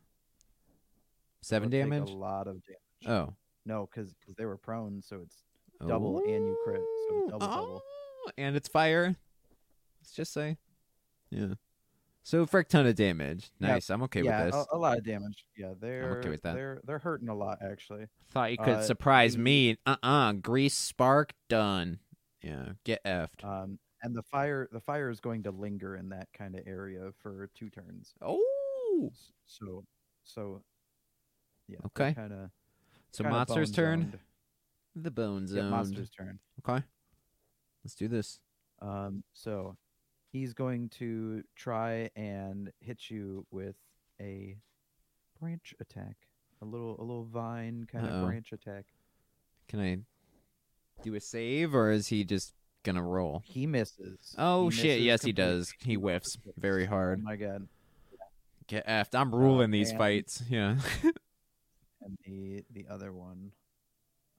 Speaker 3: Seven
Speaker 2: They'll take
Speaker 3: damage?
Speaker 2: A lot of damage.
Speaker 3: Oh.
Speaker 2: No, because they were prone, so it's double and you crit, so
Speaker 3: Ooh,
Speaker 2: double, double.
Speaker 3: oh, And it's fire. Let's just say. Yeah. So a frick ton of damage.
Speaker 2: Yeah,
Speaker 3: Nice. I'm okay
Speaker 2: yeah, uh,
Speaker 3: with this.
Speaker 2: A, a lot of damage. Yeah, they're
Speaker 3: with that.
Speaker 2: they're they're hurting a lot actually.
Speaker 3: Thought you could
Speaker 2: uh,
Speaker 3: surprise
Speaker 2: the-
Speaker 3: me. Uh uh Grease spark done. Yeah. Get effed.
Speaker 2: Um, and the fire the fire is going to linger in that kind of area for two turns.
Speaker 3: oh.
Speaker 2: S- So, so, yeah.
Speaker 3: Okay.
Speaker 2: Kind of.
Speaker 3: So monster's turn. The bone zone.
Speaker 2: Yeah, monster's turn.
Speaker 3: Okay. Let's do this.
Speaker 2: Um, so he's going to try and hit you with a branch attack, a little, a little vine kind
Speaker 3: Uh-oh.
Speaker 2: of branch attack.
Speaker 3: Can I do a save or is he just gonna roll?
Speaker 2: He misses.
Speaker 3: Oh
Speaker 2: He
Speaker 3: shit,
Speaker 2: misses
Speaker 3: yes he
Speaker 2: completely.
Speaker 3: does. He whiffs very
Speaker 2: Oh
Speaker 3: hard.
Speaker 2: my god!
Speaker 3: Get effed. I'm ruling these
Speaker 2: Uh, and-
Speaker 3: fights. Yeah.
Speaker 2: And the the other one.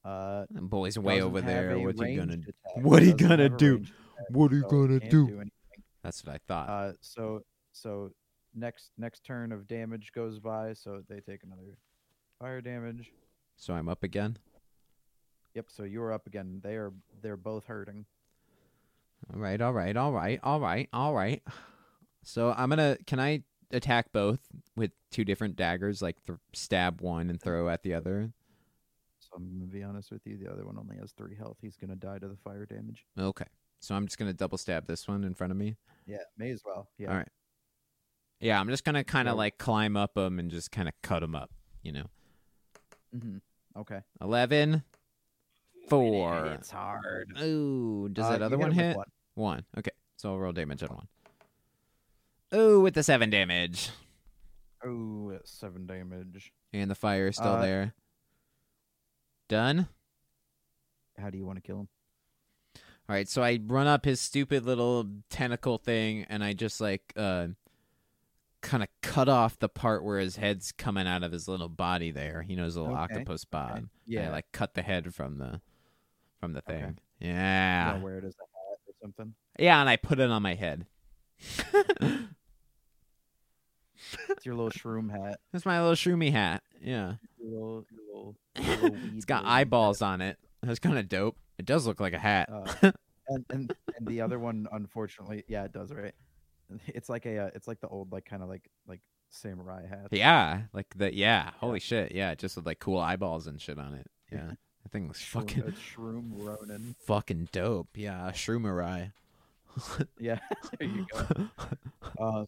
Speaker 2: Uh,
Speaker 3: That boy's way
Speaker 2: doesn't
Speaker 3: over
Speaker 2: have
Speaker 3: there.
Speaker 2: a
Speaker 3: What you
Speaker 2: ranged
Speaker 3: gonna?
Speaker 2: attack,
Speaker 3: what he
Speaker 2: doesn't
Speaker 3: gonna
Speaker 2: have a
Speaker 3: do?
Speaker 2: ranged attack,
Speaker 3: What he
Speaker 2: so
Speaker 3: gonna
Speaker 2: can't
Speaker 3: do?
Speaker 2: anything.
Speaker 3: That's what I thought.
Speaker 2: Uh, so so next next turn of damage goes by, so they take another fire damage.
Speaker 3: so I'm up again.
Speaker 2: Yep. So you're up again. They are they're both hurting.
Speaker 3: All right, all right, all right, all right, all right. So I'm gonna. Can I attack both with two different daggers? Like th- stab one and throw at the other.
Speaker 2: So I'm gonna be honest with you. The other one only has three health. He's gonna die to the fire damage.
Speaker 3: Okay. So I'm just gonna double stab this one in front of me.
Speaker 2: Yeah. May as well. Yeah.
Speaker 3: Alright. Yeah, I'm just gonna kind of
Speaker 2: Yeah.
Speaker 3: like climb up them and just kind of cut them up. You know,
Speaker 2: hmm Okay.
Speaker 3: eleven. Four.
Speaker 2: It's hard.
Speaker 3: Ooh, does
Speaker 2: Uh,
Speaker 3: that
Speaker 2: you
Speaker 3: other
Speaker 2: hit
Speaker 3: one
Speaker 2: him with
Speaker 3: hit? One. Okay. So I'll roll damage on one. Ooh, with the seven damage.
Speaker 2: Oh, that's seven damage.
Speaker 3: And the fire is still
Speaker 2: Uh,
Speaker 3: there. Done?
Speaker 2: How do you want to kill him?
Speaker 3: Alright, so I run up his stupid little tentacle thing and I just like uh kind of cut off the part where his head's coming out of his little body there. You know, his little
Speaker 2: Okay.
Speaker 3: octopus bod. And I,
Speaker 2: Yeah,
Speaker 3: like cut the head from the from the
Speaker 2: Okay.
Speaker 3: thing.
Speaker 2: yeah.
Speaker 3: Yeah.
Speaker 2: wear it as a hat or something.
Speaker 3: Yeah, and I put it on my head.
Speaker 2: It's your little shroom hat.
Speaker 3: That's my little shroomy hat. Yeah.
Speaker 2: Your little, your little,
Speaker 3: (laughs)
Speaker 2: your little
Speaker 3: it's
Speaker 2: weed
Speaker 3: got
Speaker 2: little
Speaker 3: eyeballs on it. That's kind of dope. It does look like a hat. (laughs)
Speaker 2: Uh, and, and and the other one, unfortunately, yeah, it does, right? It's like a, uh, it's like the old, like kind of like like samurai hat.
Speaker 3: yeah, like the yeah. Holy shit. Yeah, it just with like cool eyeballs and shit
Speaker 2: (laughs)
Speaker 3: on it. Yeah. That thing looks
Speaker 2: Shroom-
Speaker 3: fucking
Speaker 2: a shroom Ronin.
Speaker 3: (laughs) fucking dope. Yeah, a shroomerai.
Speaker 2: Yeah, there you
Speaker 8: (laughs)
Speaker 2: go. Um,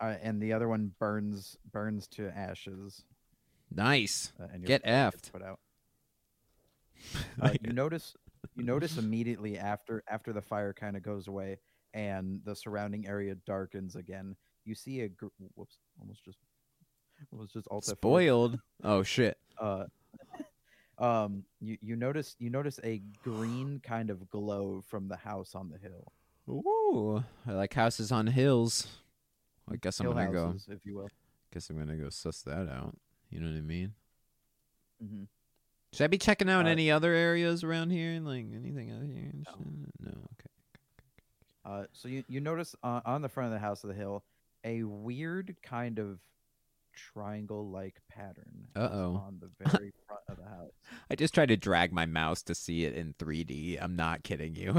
Speaker 2: uh, and the other one burns burns to ashes. (laughs)
Speaker 3: nice. (laughs)
Speaker 2: Uh, and your
Speaker 3: Get
Speaker 2: flag gets
Speaker 3: effed.
Speaker 2: Put out. Uh, you notice you
Speaker 3: (laughs)
Speaker 2: notice immediately after after the fire kind of goes away and the surrounding area darkens again. You see a gr- whoops, almost just almost just alt F4.
Speaker 3: Spoiled. Oh shit.
Speaker 2: Uh, um, you you notice you notice a green kind of glow from the house on the hill.
Speaker 3: Ooh, I like houses on hills. I guess I'm
Speaker 2: hill
Speaker 3: gonna go.
Speaker 2: houses, if you will.
Speaker 3: Guess I'm gonna go suss that out. You know what I mean?
Speaker 2: hmm
Speaker 3: Should I be checking out
Speaker 2: Uh,
Speaker 3: any other areas around here? Like anything out here? and
Speaker 2: No.
Speaker 3: shit? no. Okay.
Speaker 2: Uh, so you, you notice uh, on the front of the house of the hill a weird kind of triangle like pattern is
Speaker 3: Uh-oh.
Speaker 2: on the very front of the house.
Speaker 3: I just tried to drag my mouse to see it in 3D. I'm not kidding you.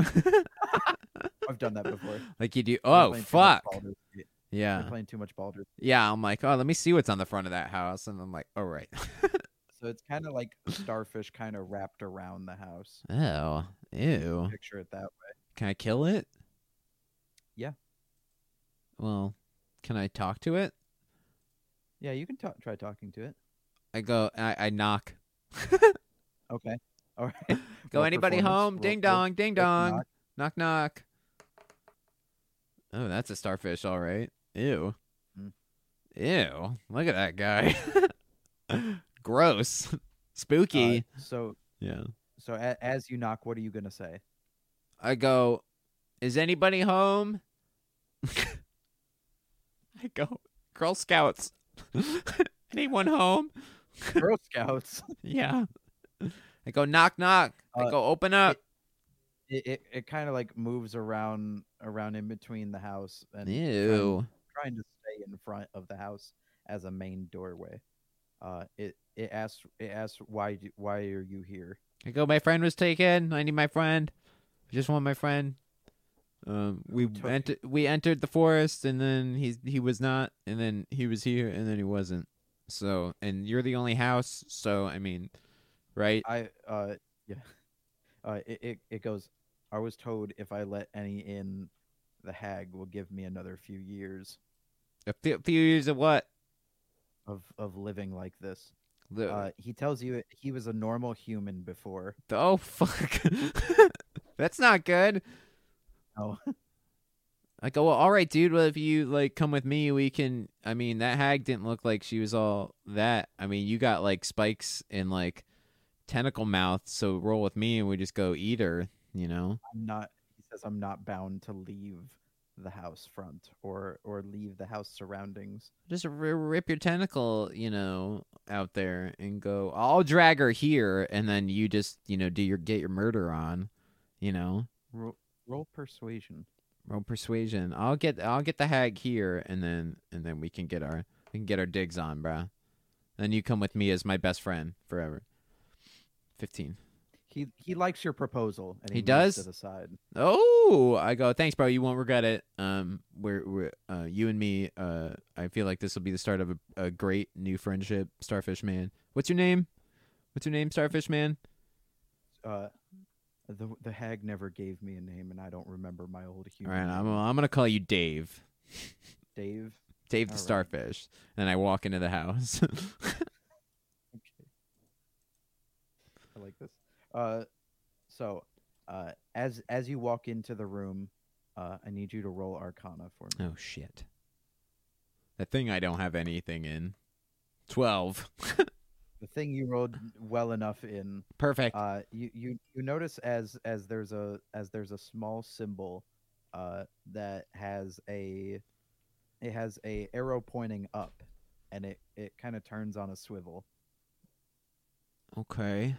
Speaker 2: I've done that before.
Speaker 3: (laughs) like you do.
Speaker 2: We're
Speaker 3: Oh
Speaker 2: playing too much
Speaker 3: fuck.
Speaker 2: Baldur's Gate- we're
Speaker 3: Yeah.
Speaker 2: playing too much Baldur's.
Speaker 3: Yeah. I'm like, oh, let me see what's on the front of that house, and I'm like, all right. (laughs)
Speaker 2: So it's kind of like starfish kind of wrapped around the house.
Speaker 3: oh. Ew.
Speaker 2: Picture it that way.
Speaker 3: Can I kill it?
Speaker 2: Yeah.
Speaker 3: Well, can I talk to it?
Speaker 2: Yeah, you can ta- try talking to it.
Speaker 3: I go. I,
Speaker 2: (laughs)
Speaker 3: I knock.
Speaker 2: Okay. (laughs) All right.
Speaker 3: (laughs) Go
Speaker 2: Roll
Speaker 3: anybody
Speaker 2: performance,
Speaker 3: home?
Speaker 2: roll- roll-
Speaker 3: Ding dong, ding
Speaker 2: roll
Speaker 3: dong.
Speaker 2: knock. uh,
Speaker 3: Knock knock. Oh, that's a starfish, all right. Ew.
Speaker 2: Mm.
Speaker 3: Ew. Look at that guy. (laughs) Gross.
Speaker 2: Uh,
Speaker 3: Spooky.
Speaker 2: so
Speaker 3: yeah.
Speaker 2: so a- as you knock, what are you gonna say?
Speaker 3: I go, is anybody home? (laughs) I go, Girl Scouts. (laughs) Anyone home? (laughs)
Speaker 2: Girl Scouts. (laughs)
Speaker 3: Yeah. I go, knock knock. I
Speaker 2: Uh,
Speaker 3: go, open up.
Speaker 2: it, it, it kind of like moves around around in between the house and trying-
Speaker 3: Ew.
Speaker 2: trying to stay in front of the house as a main doorway uh it it asks it asks why do, why are you here
Speaker 3: I go, my friend was taken. I need my friend. I just want my friend. Um, we
Speaker 2: Took-
Speaker 3: entered we entered the forest, and then he he was not, and then he was here, and then he wasn't. So, and you're the only house. So, I mean, right?
Speaker 2: i uh yeah uh it, it, it goes i was told if i let any in the hag will give me another few years
Speaker 3: A few, few years of what?
Speaker 2: of of living like this
Speaker 3: The,
Speaker 2: uh he tells you he was a normal human before
Speaker 3: the- oh (laughs) fuck, that's not good.
Speaker 2: No.
Speaker 3: I go, well, all right, dude. Well, if you like come with me, we can. I mean, that hag didn't look like she was all that. I mean, you got like spikes and like tentacle mouth, so roll with me and we just go eat her, you know?
Speaker 2: I'm not he says I'm not bound to leave the house front or or leave the house surroundings.
Speaker 3: Just r- rip your tentacle, you know, out there and go, I'll drag her here and then you just, you know, do your get your murder on, you know?
Speaker 2: Roll, roll persuasion.
Speaker 3: Roll persuasion. I'll get I'll get the hag here and then and then we can get our we can get our digs on, bruh. Then you come with me as my best friend forever. Fifteen.
Speaker 2: He he likes your proposal and
Speaker 3: He
Speaker 2: he, moves
Speaker 3: does?
Speaker 2: it aside.
Speaker 3: Oh, I go. Thanks, bro. You won't regret it. Um, we're we're uh, you and me. Uh, I feel like this will be the start of a, a great new friendship, Starfish Man. What's your name? What's your name, Starfish Man?
Speaker 2: Uh the the hag never gave me a name and I don't remember my old
Speaker 3: All
Speaker 2: human.
Speaker 3: right, I'm
Speaker 2: name.
Speaker 3: I'm gonna call you Dave. (laughs)
Speaker 2: Dave.
Speaker 3: Dave the
Speaker 2: All right.
Speaker 3: Starfish. And I walk into the house. (laughs)
Speaker 2: Okay. I like this. Uh so uh as as you walk into the room, uh I need you to roll arcana for me.
Speaker 3: oh shit. That thing I don't have anything in. Twelve. (laughs)
Speaker 2: The thing you rolled well enough in
Speaker 3: Perfect.
Speaker 2: Uh, you, you you notice as as there's a as there's a small symbol uh, that has a It has a arrow pointing up, and it it kind of turns on a swivel.
Speaker 3: Okay.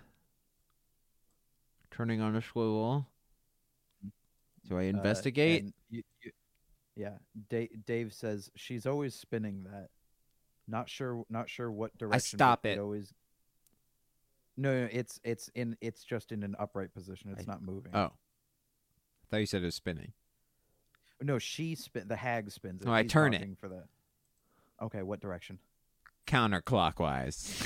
Speaker 3: Turning on a swivel. Do I
Speaker 2: Uh,
Speaker 3: investigate?
Speaker 2: and you- you- yeah, Da- Dave says she's always spinning that. Not sure. Not sure what direction. but
Speaker 3: stop it.
Speaker 2: Always. No, no, it's it's in it's just in an upright position. It's
Speaker 3: I-
Speaker 2: not moving.
Speaker 3: oh. I thought you said it was spinning.
Speaker 2: No, she spin. The hag spins it.
Speaker 3: No, I
Speaker 2: He's
Speaker 3: turn it.
Speaker 2: talking for the. Okay, what direction?
Speaker 3: Counterclockwise.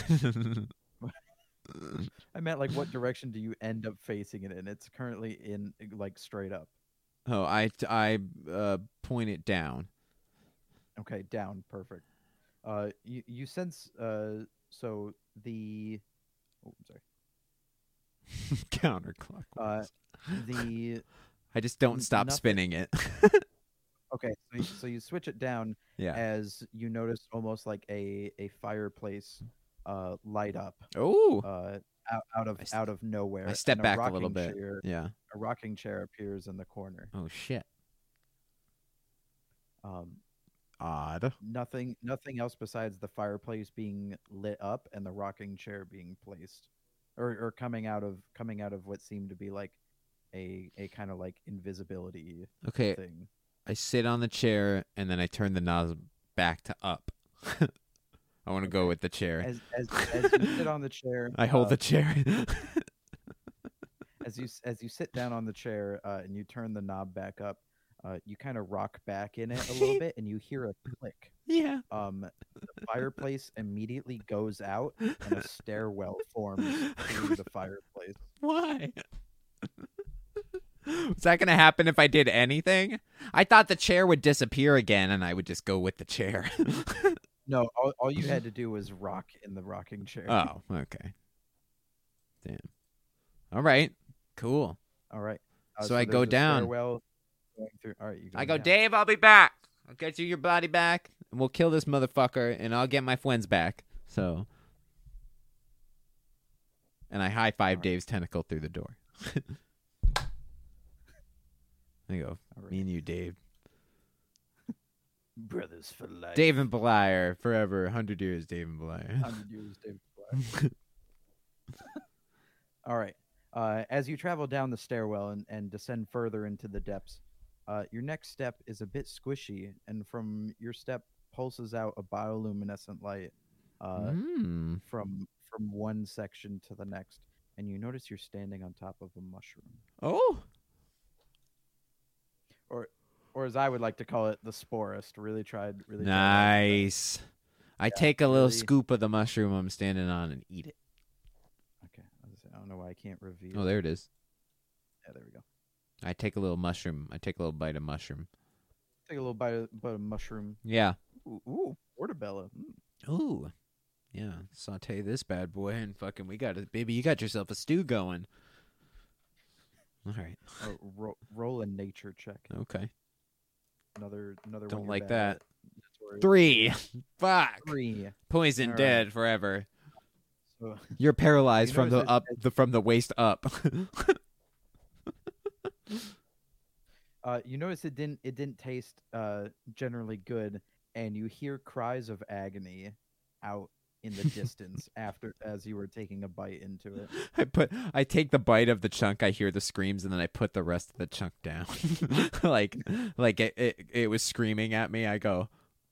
Speaker 3: (laughs)
Speaker 2: I meant like what direction do you end up facing it in? It's currently in like straight up.
Speaker 3: oh, I I uh, point it down. (laughs)
Speaker 2: Okay, down. Perfect. Uh, you you sense uh so the oh I'm sorry
Speaker 3: Counterclockwise.
Speaker 2: the
Speaker 3: I just don't
Speaker 2: Uh, n-
Speaker 3: stop
Speaker 2: nothing.
Speaker 3: spinning it. (laughs)
Speaker 2: okay so you, so you switch it down
Speaker 3: yeah.
Speaker 2: as you notice almost like a a fireplace uh light up
Speaker 3: Oh.
Speaker 2: uh out, out of
Speaker 3: I s-
Speaker 2: out of nowhere.
Speaker 3: I step
Speaker 2: and
Speaker 3: back a little
Speaker 2: rocking
Speaker 3: bit.
Speaker 2: Chair,
Speaker 3: Yeah.
Speaker 2: a rocking chair appears in the corner.
Speaker 3: Oh shit.
Speaker 2: Um,
Speaker 3: Odd.
Speaker 2: nothing nothing else besides the fireplace being lit up and the rocking chair being placed or, or coming out of coming out of what seemed to be like a a kind of like invisibility
Speaker 3: Okay.
Speaker 2: thing
Speaker 3: (laughs) I sit on the chair and then I turn the knob back to up. (laughs) I want to go with the chair.
Speaker 2: as as, as you sit on the chair
Speaker 3: I hold
Speaker 2: uh,
Speaker 3: the chair.
Speaker 2: as you s- as you sit down on the chair uh, and you turn the knob back up uh, you kind of rock back in it a
Speaker 3: (laughs)
Speaker 2: little bit and you hear a click
Speaker 3: (laughs) yeah.
Speaker 2: um the fireplace immediately goes out and a stairwell forms through the fireplace
Speaker 3: Why? (laughs) Is that going to happen if I did anything? I thought the chair would disappear again and I would just go with the chair. (laughs)
Speaker 2: No, all, all you had to do was rock in the rocking chair.
Speaker 3: oh, okay. Damn. All right. Cool.
Speaker 2: all right. Uh,
Speaker 3: so I go
Speaker 2: there's a
Speaker 3: down.
Speaker 2: stairwell going through. All right, you
Speaker 3: I go,
Speaker 2: down.
Speaker 3: Dave, I'll be back. I'll get you your body back, and we'll kill this motherfucker, and I'll get my friends back. So, and I high five
Speaker 2: Alright.
Speaker 3: Dave's tentacle through the door. (laughs) I go,
Speaker 2: Alright.
Speaker 3: me and you, Dave.
Speaker 2: brothers for life.
Speaker 3: Dave and Beliar forever, hundred years, Dave and Beliar.
Speaker 2: Hundred years, David Black. all right. Uh, as you travel down the stairwell and, and descend further into the depths, uh, your next step is a bit squishy, and from your step pulses out a bioluminescent light. Uh,
Speaker 3: Mm.
Speaker 2: From from one section to the next, and you notice you're standing on top of a mushroom.
Speaker 3: Oh,
Speaker 2: or as I would like to call it, the sporist. Really tried, really tried hard with that.
Speaker 3: nice. I take a little
Speaker 2: really-
Speaker 3: scoop of the mushroom I'm standing on and eat it.
Speaker 2: Okay, I, was gonna say, I don't know why I can't reveal.
Speaker 3: Oh, there it is.
Speaker 2: yeah, there we go.
Speaker 3: I take a little mushroom. I take a little bite of mushroom.
Speaker 2: Take a little bite of, bite of mushroom.
Speaker 3: Yeah.
Speaker 2: Ooh, ooh portobello. Mm.
Speaker 3: Ooh. Yeah. Saute this bad boy and fucking we got it. Baby, you got yourself a stew going. All right.
Speaker 2: Oh,
Speaker 3: (laughs)
Speaker 2: ro- roll a nature check.
Speaker 3: Okay.
Speaker 2: Another, another.
Speaker 3: Don't
Speaker 2: one you're
Speaker 3: like
Speaker 2: bad at.
Speaker 3: that.
Speaker 2: That's where-
Speaker 3: Three. (laughs) Fuck.
Speaker 2: Three.
Speaker 3: Poison
Speaker 2: All right. (laughs)
Speaker 3: dead forever.
Speaker 2: So,
Speaker 3: You're paralyzed
Speaker 2: You
Speaker 3: from the
Speaker 2: notice
Speaker 3: up the from the waist up. (laughs)
Speaker 2: uh, you notice it didn't, it didn't taste uh, generally good, and you hear cries of agony out in the distance
Speaker 3: (laughs)
Speaker 2: after as you were taking a bite into it.
Speaker 3: I put I take the bite of the chunk, I hear the screams, and then I put the rest of the chunk down. (laughs) like like it, it it was screaming at me. I go,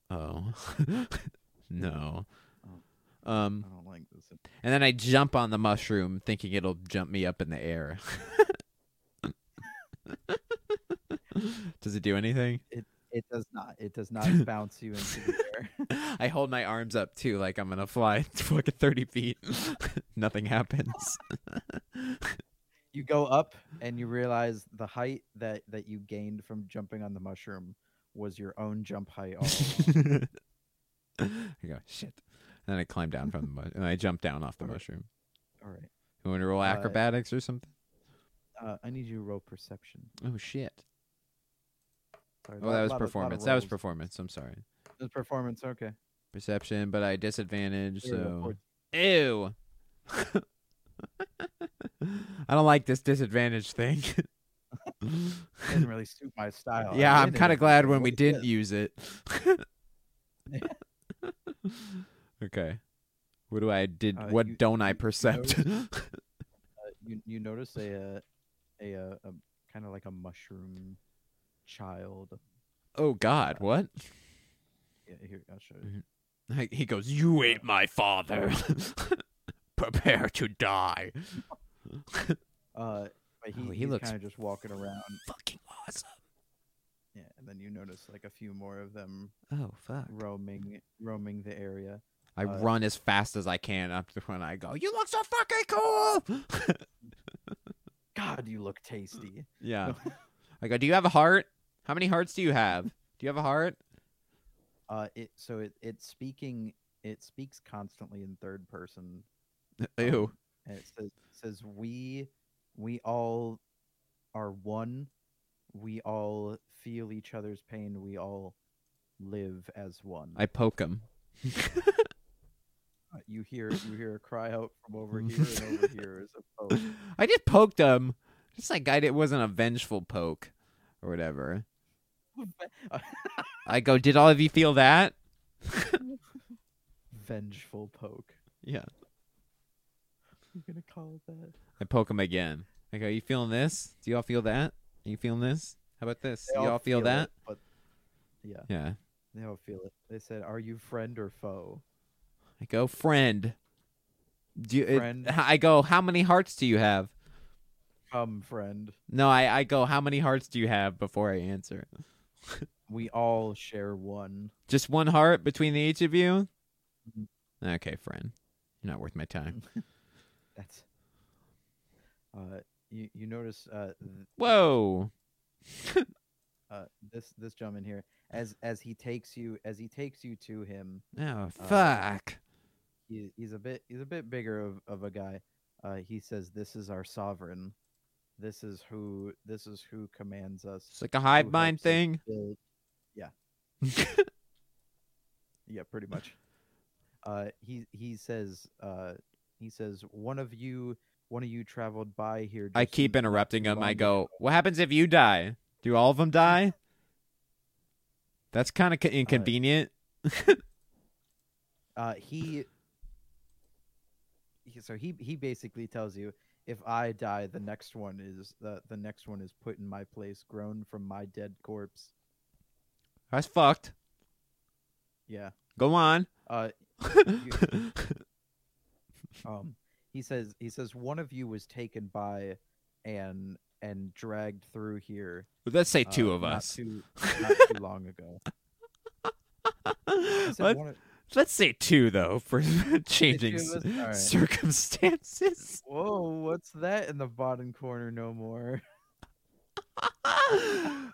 Speaker 3: Oh (laughs) no.
Speaker 2: Oh.
Speaker 3: Um
Speaker 2: I don't like this.
Speaker 3: And then I jump on the mushroom thinking it'll jump me up in the air. Does it do anything?
Speaker 2: It does not. It does
Speaker 3: (laughs)
Speaker 2: not bounce you into the air.
Speaker 3: I hold my arms up too, like I'm gonna fly (laughs) fucking 30 feet. (laughs) Nothing happens. (laughs)
Speaker 2: you go up and you realize the height that that you gained from jumping on the mushroom was your own jump height
Speaker 3: (laughs)
Speaker 2: all along.
Speaker 3: I go, shit. And then I climb down from the mushroom and I jump down off the
Speaker 2: Alright.
Speaker 3: mushroom.
Speaker 2: all right
Speaker 3: You want to roll
Speaker 2: Uh,
Speaker 3: acrobatics or something?
Speaker 2: uh, i need you to roll perception
Speaker 3: Oh, shit.
Speaker 2: Sorry,
Speaker 3: Oh,
Speaker 2: lot-
Speaker 3: that was
Speaker 2: lot of- lot of
Speaker 3: performance. That was
Speaker 2: rolls.
Speaker 3: performance. I'm sorry.
Speaker 2: It was performance okay
Speaker 3: Perception, but I disadvantage,
Speaker 2: There we go,
Speaker 3: so.
Speaker 2: fourteen.
Speaker 3: Ew. I don't like this disadvantage thing.
Speaker 2: It didn't really suit my style I
Speaker 3: yeah, I'm
Speaker 2: did it again.
Speaker 3: kind of glad when we
Speaker 2: What is (laughs)
Speaker 3: didn't
Speaker 2: this?
Speaker 3: use it. okay. What do I did?
Speaker 2: Uh,
Speaker 3: what
Speaker 2: you-
Speaker 3: don't I
Speaker 2: you
Speaker 3: percept?
Speaker 2: Uh, you you notice a uh, a, uh a kind of like a mushroom child.
Speaker 3: (laughs) oh God! What?
Speaker 2: Yeah, here I'll show
Speaker 3: Mhm.
Speaker 2: you.
Speaker 3: Like, He goes, "You ate my father.
Speaker 2: Oh.
Speaker 3: (laughs) Prepare to die."
Speaker 2: Uh, but he,
Speaker 3: Oh, he
Speaker 2: he's
Speaker 3: looks
Speaker 2: kind of just walking around.
Speaker 3: Fucking awesome.
Speaker 2: Yeah, and then you notice like a few more of them
Speaker 3: Oh fuck!
Speaker 2: roaming roaming the area.
Speaker 3: I
Speaker 2: Uh,
Speaker 3: run as fast as I can up to when I go. You look so fucking cool. (laughs)
Speaker 2: God, you look tasty.
Speaker 3: yeah. I go. Do you have a heart? How many hearts do you have? Do you have a heart? (laughs)
Speaker 2: Uh, it so it it's speaking. It speaks constantly in third person,
Speaker 3: Ew.
Speaker 2: and it says says we we all are one. We all feel each other's pain. We all live as one.
Speaker 3: I poke him.
Speaker 2: Uh, you hear you hear a cry out from
Speaker 3: (laughs)
Speaker 2: over here and over here as a foe.
Speaker 3: (laughs) I just poked him. Just like I, it wasn't a vengeful poke or whatever. I go, did all of you feel that?
Speaker 2: Vengeful poke.
Speaker 3: Yeah.
Speaker 2: You're gonna call it that.
Speaker 3: I poke him again. I go, you feeling this? Do you all feel that? Are you feeling this? How about this?
Speaker 2: They
Speaker 3: you all feel,
Speaker 2: it,
Speaker 3: that?
Speaker 2: but yeah,
Speaker 3: Yeah.
Speaker 2: they all feel it. They said, "Are you friend or foe?"
Speaker 3: I go, friend. Do you, it-
Speaker 2: Friend.
Speaker 3: I go, how many hearts do you have?
Speaker 2: Come, friend.
Speaker 3: No, I, I go, how many hearts do you have before I answer?
Speaker 2: We all share one.
Speaker 3: Just one heart between the each of you?
Speaker 2: Mhm.
Speaker 3: Okay, friend. You're not worth my time.
Speaker 2: That's. Uh, you you notice uh th-
Speaker 3: Whoa.
Speaker 2: uh this this gentleman here as as he takes you as he takes you to him
Speaker 3: Oh,
Speaker 2: Uh,
Speaker 3: fuck.
Speaker 2: he, he's a bit he's a bit bigger of, of a guy. Uh, he says, "This is our sovereign. This is who this is who commands us."
Speaker 3: It's like a
Speaker 2: who
Speaker 3: hive mind
Speaker 2: helps us
Speaker 3: thing.
Speaker 2: build- Yeah.
Speaker 3: (laughs)
Speaker 2: yeah, pretty much. Uh, he he says uh, he says one of you one of you traveled by here.
Speaker 3: I
Speaker 2: just
Speaker 3: keep
Speaker 2: n-
Speaker 3: interrupting him. I
Speaker 2: long
Speaker 3: go, "What happens if you die? Do all of
Speaker 2: (laughs)
Speaker 3: them die?" That's kind of inconvenient.
Speaker 2: Uh, he, he so he he basically tells you if I die, the next one is the the next one is put in my place, grown from my dead corpse.
Speaker 3: That's fucked.
Speaker 2: Yeah.
Speaker 3: Go on.
Speaker 2: Uh,
Speaker 3: (laughs)
Speaker 2: um, he says he says one of you was taken by and and dragged through here.
Speaker 3: Let's say
Speaker 2: uh,
Speaker 3: two of
Speaker 2: not
Speaker 3: (laughs) us.
Speaker 2: too- not too long ago. He said
Speaker 3: Let,
Speaker 2: one of-
Speaker 3: us say two though for (laughs) changing
Speaker 2: two of
Speaker 3: (laughs) s-
Speaker 2: us? All right.
Speaker 3: circumstances.
Speaker 2: Whoa, what's that in the bottom corner? No more.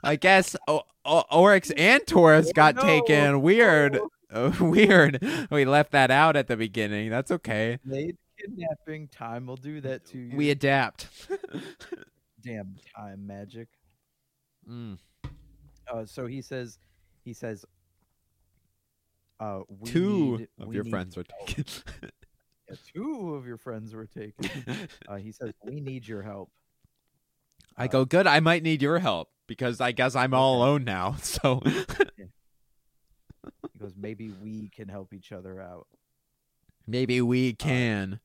Speaker 3: I guess o- o- Oryx and Taurus got
Speaker 2: no.
Speaker 3: taken. Weird. Oh, (laughs) weird. We left that out at the beginning. That's okay.
Speaker 2: Late kidnapping. Time will do that to you.
Speaker 3: We
Speaker 2: (laughs)
Speaker 3: adapt.
Speaker 2: damn time magic.
Speaker 3: Mm.
Speaker 2: Uh, so he says, he says, uh, we
Speaker 3: Two
Speaker 2: need-
Speaker 3: of
Speaker 2: we
Speaker 3: your
Speaker 2: need-
Speaker 3: friends were taken. (laughs)
Speaker 2: yeah, Two of your friends were taken.
Speaker 3: (laughs)
Speaker 2: uh, he says, we need your help.
Speaker 3: I
Speaker 2: Uh,
Speaker 3: go, good. I might need your help because I guess I'm all alone now. (laughs) So
Speaker 2: He goes, maybe we can help each other out.
Speaker 3: maybe we can.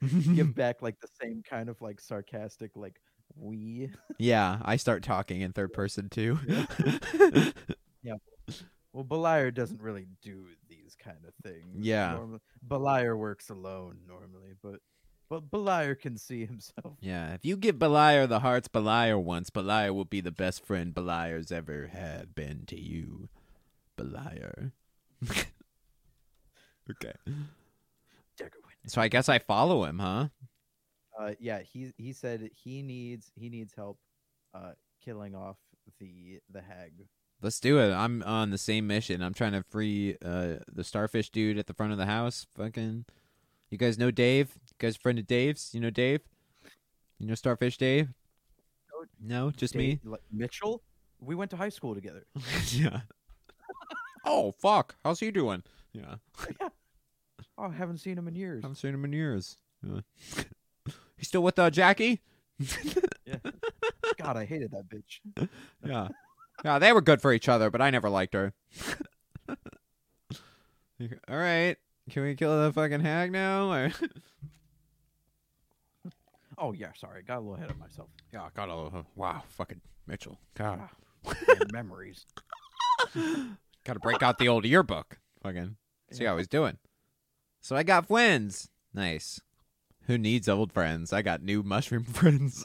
Speaker 3: (laughs)
Speaker 2: Give back like the same kind of like sarcastic, like we.
Speaker 3: yeah, I start talking in third person too. (laughs)
Speaker 2: Well, Beliar doesn't really do these kind of things.
Speaker 3: Yeah.
Speaker 2: Normally, Beliar works alone normally, but but Beliar can see himself. (laughs)
Speaker 3: yeah, if you give Beliar the hearts Beliar wants, Beliar will be the best friend Beliar's ever had been to you. Beliar. (laughs) okay. So I guess I follow him, huh?
Speaker 2: uh, yeah, he he said he needs he needs help uh, killing off the the hag.
Speaker 3: Let's do it. I'm on the same mission. I'm trying to free uh, the starfish dude at the front of the house. Fucking, you guys know Dave? You guys friend of Dave's? You know Dave? You know Starfish Dave? No, just me.
Speaker 2: Dave- like, Mitchell. We went to high school together.
Speaker 3: (laughs) yeah. oh fuck! How's he doing? Yeah,
Speaker 2: Oh, I haven't seen him in years.
Speaker 3: haven't seen him in years. Yeah. (laughs) He's still with uh, Jackie?
Speaker 2: God, I hated that bitch.
Speaker 3: (laughs) Yeah. Yeah, they were good for each other, but I never liked her. Like, All right, can we kill the fucking hag now? (laughs) Or...
Speaker 2: Oh yeah, sorry, got a little ahead of myself.
Speaker 3: Yeah, God, oh, wow, fucking Mitchell. God,
Speaker 2: Damn memories.
Speaker 3: gotta break out the old yearbook. Fucking see how he's doing. So I got friends. Nice. Who needs old friends? I got new mushroom (laughs) friends.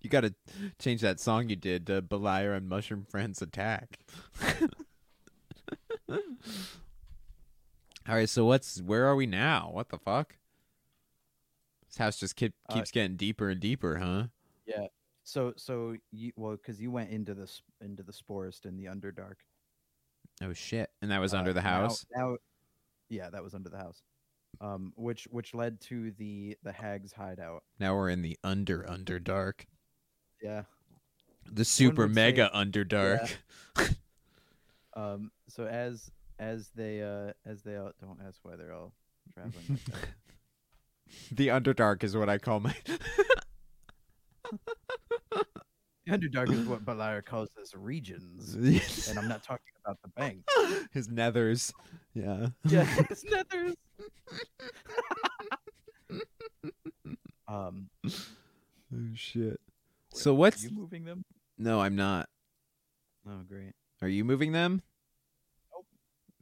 Speaker 3: you gotta change that song you did to Belier and Mushroom Friends Attack. (laughs) All right, so what's where are we now? What the fuck? This house just keep,
Speaker 2: Uh,
Speaker 3: keeps getting deeper and deeper, huh?
Speaker 2: So so you well because you went into this into the forest in the underdark.
Speaker 3: Oh shit! And that was under
Speaker 2: uh,
Speaker 3: the
Speaker 2: now-
Speaker 3: house.
Speaker 2: now- yeah, that was under the house. Um, which which led to the the hag's hideout.
Speaker 3: Now we're in the under underdark,
Speaker 2: Yeah.
Speaker 3: the super
Speaker 2: would say-
Speaker 3: mega underdark.
Speaker 2: Um. So as as they uh as they all don't ask why they're all traveling. Like that.
Speaker 3: (laughs) The underdark is what I call my.
Speaker 2: (laughs)
Speaker 3: (laughs)
Speaker 2: The underdark is what Beliar calls his regions,
Speaker 3: His
Speaker 2: and I'm not talking about the bank.
Speaker 3: nethers. Yeah.
Speaker 2: (laughs) Yeah, it's nethers. um.
Speaker 3: (laughs) Oh shit.
Speaker 2: wait,
Speaker 3: So
Speaker 2: are
Speaker 3: what's-
Speaker 2: you moving them?
Speaker 3: No, I'm not.
Speaker 2: Oh, great.
Speaker 3: Are you moving them?
Speaker 2: Nope.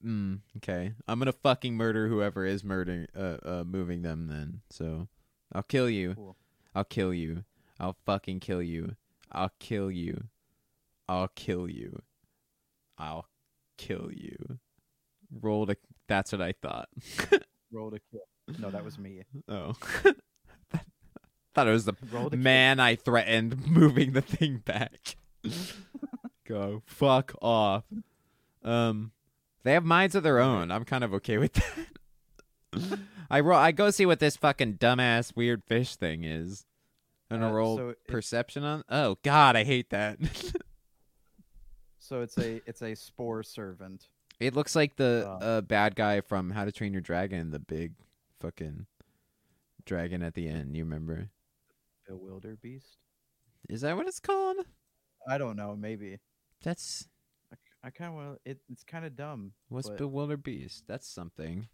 Speaker 3: Mm, okay. I'm gonna fucking murder whoever is murdering, uh, uh, moving them then. So, I'll kill you.
Speaker 2: Cool.
Speaker 3: I'll kill you. I'll fucking kill you. I'll kill you. I'll kill you. I'll kill you. Roll to. That's what I thought.
Speaker 2: Roll to kill. No, that was me.
Speaker 3: oh. (laughs) thought it was the
Speaker 2: Roll to kill.
Speaker 3: man I threatened (laughs) moving the thing back. (laughs) Go fuck off. Um, they have minds of their own. I'm kind of okay with that. (laughs) I roll. I go see what this fucking dumbass weird fish thing is. And I
Speaker 2: Uh,
Speaker 3: roll
Speaker 2: so it-
Speaker 3: perception on. Oh God, I hate that. (laughs)
Speaker 2: So it's a it's a spore servant.
Speaker 3: it looks like the
Speaker 2: Uh.
Speaker 3: uh, bad guy from How to Train Your Dragon, the big fucking dragon at the end. You remember?
Speaker 2: A wilder beast?
Speaker 3: Is that what it's called?
Speaker 2: I don't know. Maybe
Speaker 3: That's
Speaker 2: I kind of want it. It's kind of dumb.
Speaker 3: What's
Speaker 2: but
Speaker 3: Bewildered Beast? That's something.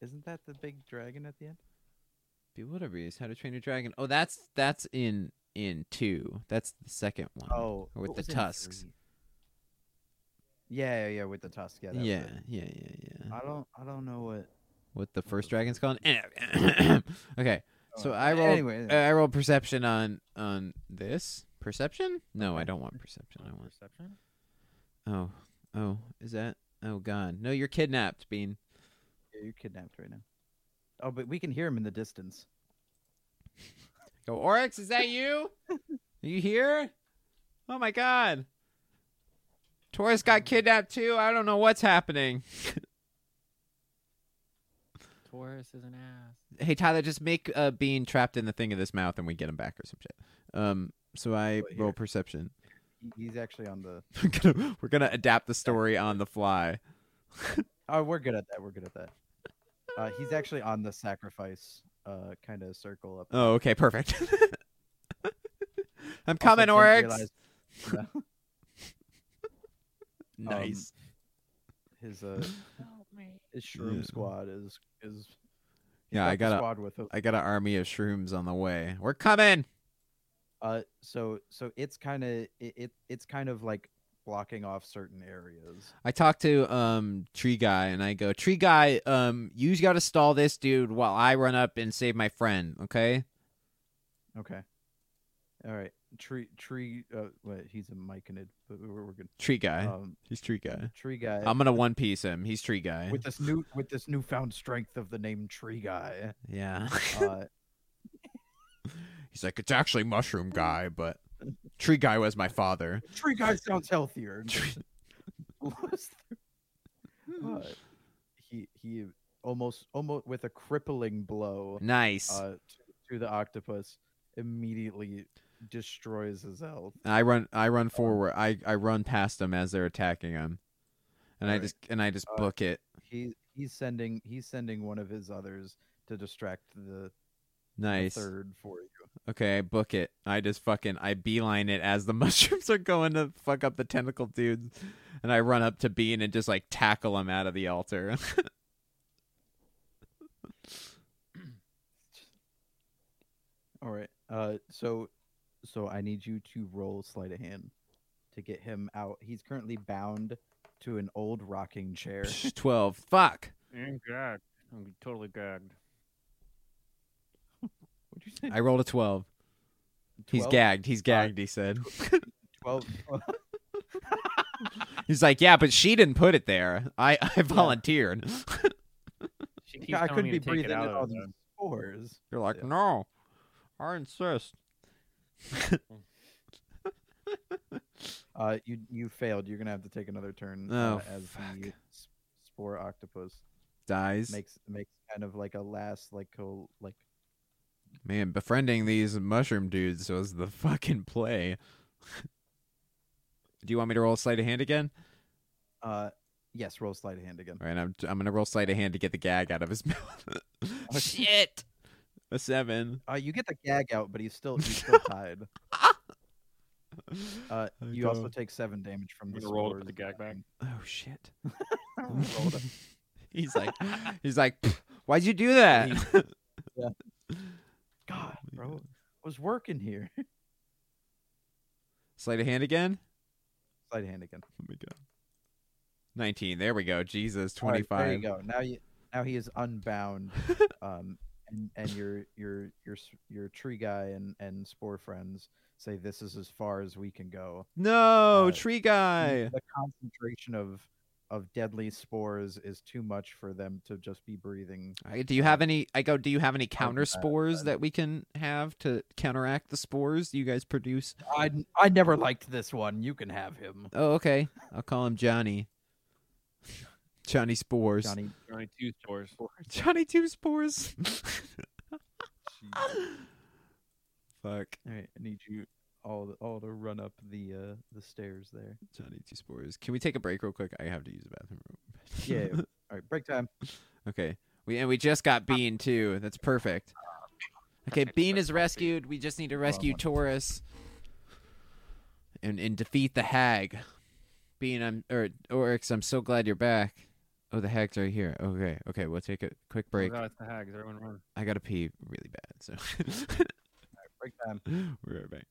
Speaker 2: Isn't that the big dragon at the end?
Speaker 3: Bewildered Beast, How to Train Your Dragon. Oh, that's that's in in two. That's the second one.
Speaker 2: Oh,
Speaker 3: with
Speaker 2: what
Speaker 3: the
Speaker 2: was in
Speaker 3: tusks.
Speaker 2: three? Yeah, yeah, yeah, with the tusks. Yeah, that was
Speaker 3: yeah,
Speaker 2: it.
Speaker 3: yeah, yeah, yeah.
Speaker 2: I don't, I don't know what.
Speaker 3: What the
Speaker 2: the
Speaker 3: first
Speaker 2: fuck
Speaker 3: dragon's
Speaker 2: is
Speaker 3: called? Eh, (coughs) okay, so
Speaker 2: oh,
Speaker 3: I
Speaker 2: a-
Speaker 3: uh, rolled.
Speaker 2: Anyway,
Speaker 3: I rolled perception on on this perception. No, I
Speaker 2: Okay.
Speaker 3: don't want perception. I want.
Speaker 5: Perception?
Speaker 3: Oh, oh, is that? Oh God, no! You're kidnapped, Bean.
Speaker 2: yeah, you're kidnapped right now. Oh, but we can hear him in the distance.
Speaker 3: Go, Oryx, is that you? Are you here? Oh my god. Taurus got kidnapped too. I don't know what's happening.
Speaker 4: Taurus is an ass.
Speaker 3: Hey Tyler, just make uh, Bean trapped in the thing of this mouth and we get him back or some shit. Um so I
Speaker 2: Wait,
Speaker 3: roll
Speaker 2: here.
Speaker 3: perception. (laughs)
Speaker 2: He, he's actually on the.
Speaker 3: we're gonna we're gonna adapt the story on the fly.
Speaker 2: Oh, we're good at that. We're good at that. Uh, he's actually on the sacrifice, uh, kind of circle up.
Speaker 3: Oh, okay, perfect. (laughs) I'm
Speaker 2: Also,
Speaker 3: coming,
Speaker 2: didn't
Speaker 3: Oryx.
Speaker 2: realize
Speaker 3: nice.
Speaker 2: His uh,
Speaker 4: Help me.
Speaker 2: his shroom
Speaker 3: Yeah.
Speaker 2: squad is is. he's
Speaker 3: yeah, I
Speaker 2: the
Speaker 3: got a
Speaker 2: squad with him.
Speaker 3: I got an army of shrooms on the way. We're coming.
Speaker 2: Uh, so so it's kind of it, it it's kind of like blocking off certain areas.
Speaker 3: I talked to um Tree Guy and I go, Tree Guy, um, you gotta stall this dude while I run up and save my friend, okay?
Speaker 2: Okay. All right. Tree tree. Uh, wait, he's a myconid, but we're, we're good.
Speaker 3: Tree Guy.
Speaker 2: Um,
Speaker 3: He's Tree Guy.
Speaker 2: tree guy.
Speaker 3: I'm gonna one piece him. He's Tree Guy.
Speaker 2: with this new with this newfound strength of the name Tree
Speaker 3: (laughs)
Speaker 2: Guy. (laughs)
Speaker 3: yeah.
Speaker 2: Uh,
Speaker 3: He's like, it's
Speaker 2: (laughs)
Speaker 3: actually Mushroom Guy, but Tree Guy was my father.
Speaker 2: tree Guy sounds healthier. (laughs)
Speaker 3: (laughs) Tree- Hmm.
Speaker 2: uh, he he almost almost with a crippling blow.
Speaker 3: Nice.
Speaker 2: uh, to, to the octopus immediately destroys his health.
Speaker 3: I run I
Speaker 2: um,
Speaker 3: run forward. I, I run past them as they're attacking him. And I
Speaker 2: Alright.
Speaker 3: just and I just
Speaker 2: Uh,
Speaker 3: book it.
Speaker 2: He he's sending he's sending one of his others to distract the, the
Speaker 3: Nice.
Speaker 2: third for you.
Speaker 3: Okay, I book it. I just fucking I beeline it as the (laughs) mushrooms are going to fuck up the tentacle dudes, and I run up to Bean and just like tackle him out of the altar. (laughs)
Speaker 2: All right. Uh, so, so I need you to roll sleight of hand to get him out. He's currently bound to an old rocking
Speaker 8: (laughs)
Speaker 2: chair.
Speaker 3: Psh, Twelve. Fuck.
Speaker 5: I'm gagged. I'm totally gagged.
Speaker 2: What'd you say? (laughs)
Speaker 3: I rolled a twelve. He's
Speaker 2: 12?
Speaker 3: gagged. He's gagged. He said.
Speaker 2: Twelve.
Speaker 3: He's like, yeah, but she didn't put it there. I I volunteered.
Speaker 8: She keeps
Speaker 2: I
Speaker 8: telling
Speaker 2: couldn't
Speaker 8: me
Speaker 2: be
Speaker 8: to take it
Speaker 2: breathing in
Speaker 8: out of
Speaker 2: all
Speaker 8: the-
Speaker 2: these spores.
Speaker 3: You're like,
Speaker 2: Yeah.
Speaker 3: no, I insist.
Speaker 2: Uh, you you failed. You're gonna have to take another turn
Speaker 3: Oh,
Speaker 2: uh, as the
Speaker 3: fuck.
Speaker 2: s- spore octopus
Speaker 3: Dies.
Speaker 2: makes makes kind of like a last like co like
Speaker 3: Man, befriending these mushroom dudes was the fucking play. (laughs) Do you want me to roll sleight of hand again?
Speaker 2: uh yes roll sleight of hand again.
Speaker 3: All right, I'm I'm gonna roll sleight of hand to get the gag out of his (laughs) mouth. Shit, a seven.
Speaker 2: Uh, you get the gag out, but he's still he's
Speaker 8: (laughs)
Speaker 2: still tied. Uh, you also take seven damage from
Speaker 8: I'm
Speaker 2: the
Speaker 8: gonna roll to put
Speaker 2: spores
Speaker 8: the gag back.
Speaker 2: (laughs)
Speaker 3: oh shit.
Speaker 2: Roll it up.
Speaker 3: (laughs) he's like, he's like, "Pff, why'd you do that?
Speaker 2: God, bro, I was working here. (laughs)
Speaker 3: sleight of hand again.
Speaker 2: Sleight of hand again.
Speaker 3: Let me go. Nineteen. There we go. Jesus,
Speaker 2: All right,
Speaker 3: twenty-five.
Speaker 2: there you go. Now you now he is unbound. um, and, and your your your s- your tree guy and and spore friends say this is as far as we can go.
Speaker 3: No,
Speaker 2: Uh,
Speaker 3: tree guy.
Speaker 2: The concentration of of deadly spores is too much for them to just be breathing.
Speaker 3: I, do you have any? I go. Do you have any counter
Speaker 2: bad,
Speaker 3: spores
Speaker 2: bad.
Speaker 3: that we can have to counteract the spores you guys produce?
Speaker 2: I I never liked this one. You can have him,
Speaker 3: Oh, okay. I'll call him Johnny. (laughs) Johnny spores.
Speaker 2: Johnny.
Speaker 8: Only two spores.
Speaker 3: Johnny two spores. (laughs) Fuck.
Speaker 2: All right, I need you all to- all to run up the uh the stairs there.
Speaker 3: Johnny two spores. Can we take a break real quick? I have to use the bathroom.
Speaker 2: Yeah. yeah. all right, break time.
Speaker 3: (laughs) Okay. We and we just got Bean too. That's perfect. Okay,
Speaker 5: Technical
Speaker 3: Bean is
Speaker 5: difficulty.
Speaker 3: rescued. We just need to rescue Taurus and and defeat the hag. Bean, I'm or Oryx, I'm so glad you're back. Oh, the hag's right here. Okay, okay, we'll take a quick
Speaker 8: Oh,
Speaker 3: break.
Speaker 8: God, it's the hags. Everyone run.
Speaker 3: I gotta pee really bad, so (laughs)
Speaker 2: Break time.
Speaker 3: we're right back.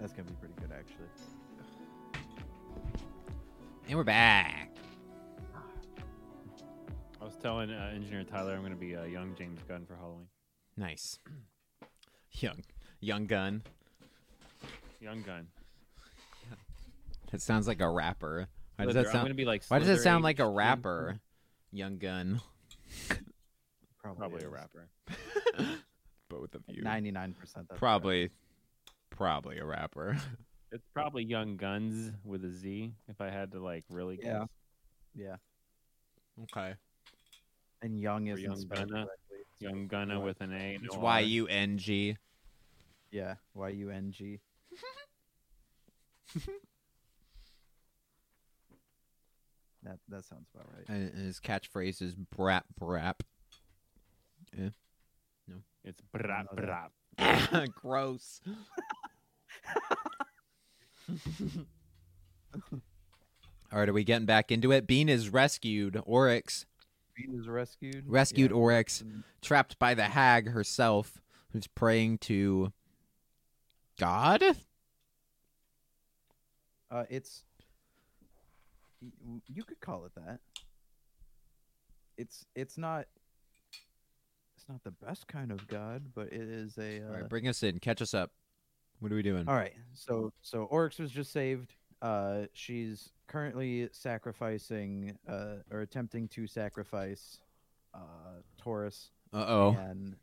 Speaker 2: That's gonna be pretty good actually.
Speaker 3: And we're back.
Speaker 8: I was telling uh, engineer Tyler I'm gonna be a young James Gunn for Halloween.
Speaker 3: Nice. (clears throat) Young young gun.
Speaker 8: Young Gunn.
Speaker 3: That sounds like a rapper. Why does
Speaker 8: Slither.
Speaker 3: that
Speaker 8: I'm
Speaker 3: sound
Speaker 8: gonna be like.
Speaker 3: why does that
Speaker 8: Slither
Speaker 3: sound like a
Speaker 8: H2.
Speaker 3: rapper? Young gun.
Speaker 2: Probably,
Speaker 8: Probably a rapper.
Speaker 3: (laughs) Both of you.
Speaker 2: Ninety nine percent.
Speaker 3: probably probably a rapper (laughs)
Speaker 8: It's probably Young Guns with a Z. If I had to like really
Speaker 2: Yeah.
Speaker 8: guess.
Speaker 2: Yeah,
Speaker 3: okay
Speaker 2: and young
Speaker 8: Or
Speaker 2: is
Speaker 8: young
Speaker 2: spelled
Speaker 8: Gunna.
Speaker 2: correctly.
Speaker 8: Young Gunna with an A.
Speaker 3: it's
Speaker 8: no
Speaker 3: y
Speaker 8: R.
Speaker 3: u n g
Speaker 2: Yeah, Y U N (laughs) G. That that sounds about right.
Speaker 3: and and his catchphrase is brap brap
Speaker 8: It's brap
Speaker 2: know that.
Speaker 8: brap.
Speaker 2: (laughs)
Speaker 3: gross all right are we getting back into it bean is rescued oryx
Speaker 2: Bean is rescued.
Speaker 3: rescued
Speaker 2: Yeah.
Speaker 3: oryx
Speaker 2: Mm.
Speaker 3: trapped by the hag herself who's praying to god
Speaker 2: Uh, it's y- w- you could call it that. It's it's not it's not the best kind of god, but it is a. Uh,
Speaker 3: all right bring us in catch us up what are we doing
Speaker 2: All right. So so Oryx was just saved. Uh, she's currently sacrificing uh, or attempting to sacrifice uh, Taurus,
Speaker 8: Oh.
Speaker 3: uh-oh
Speaker 2: and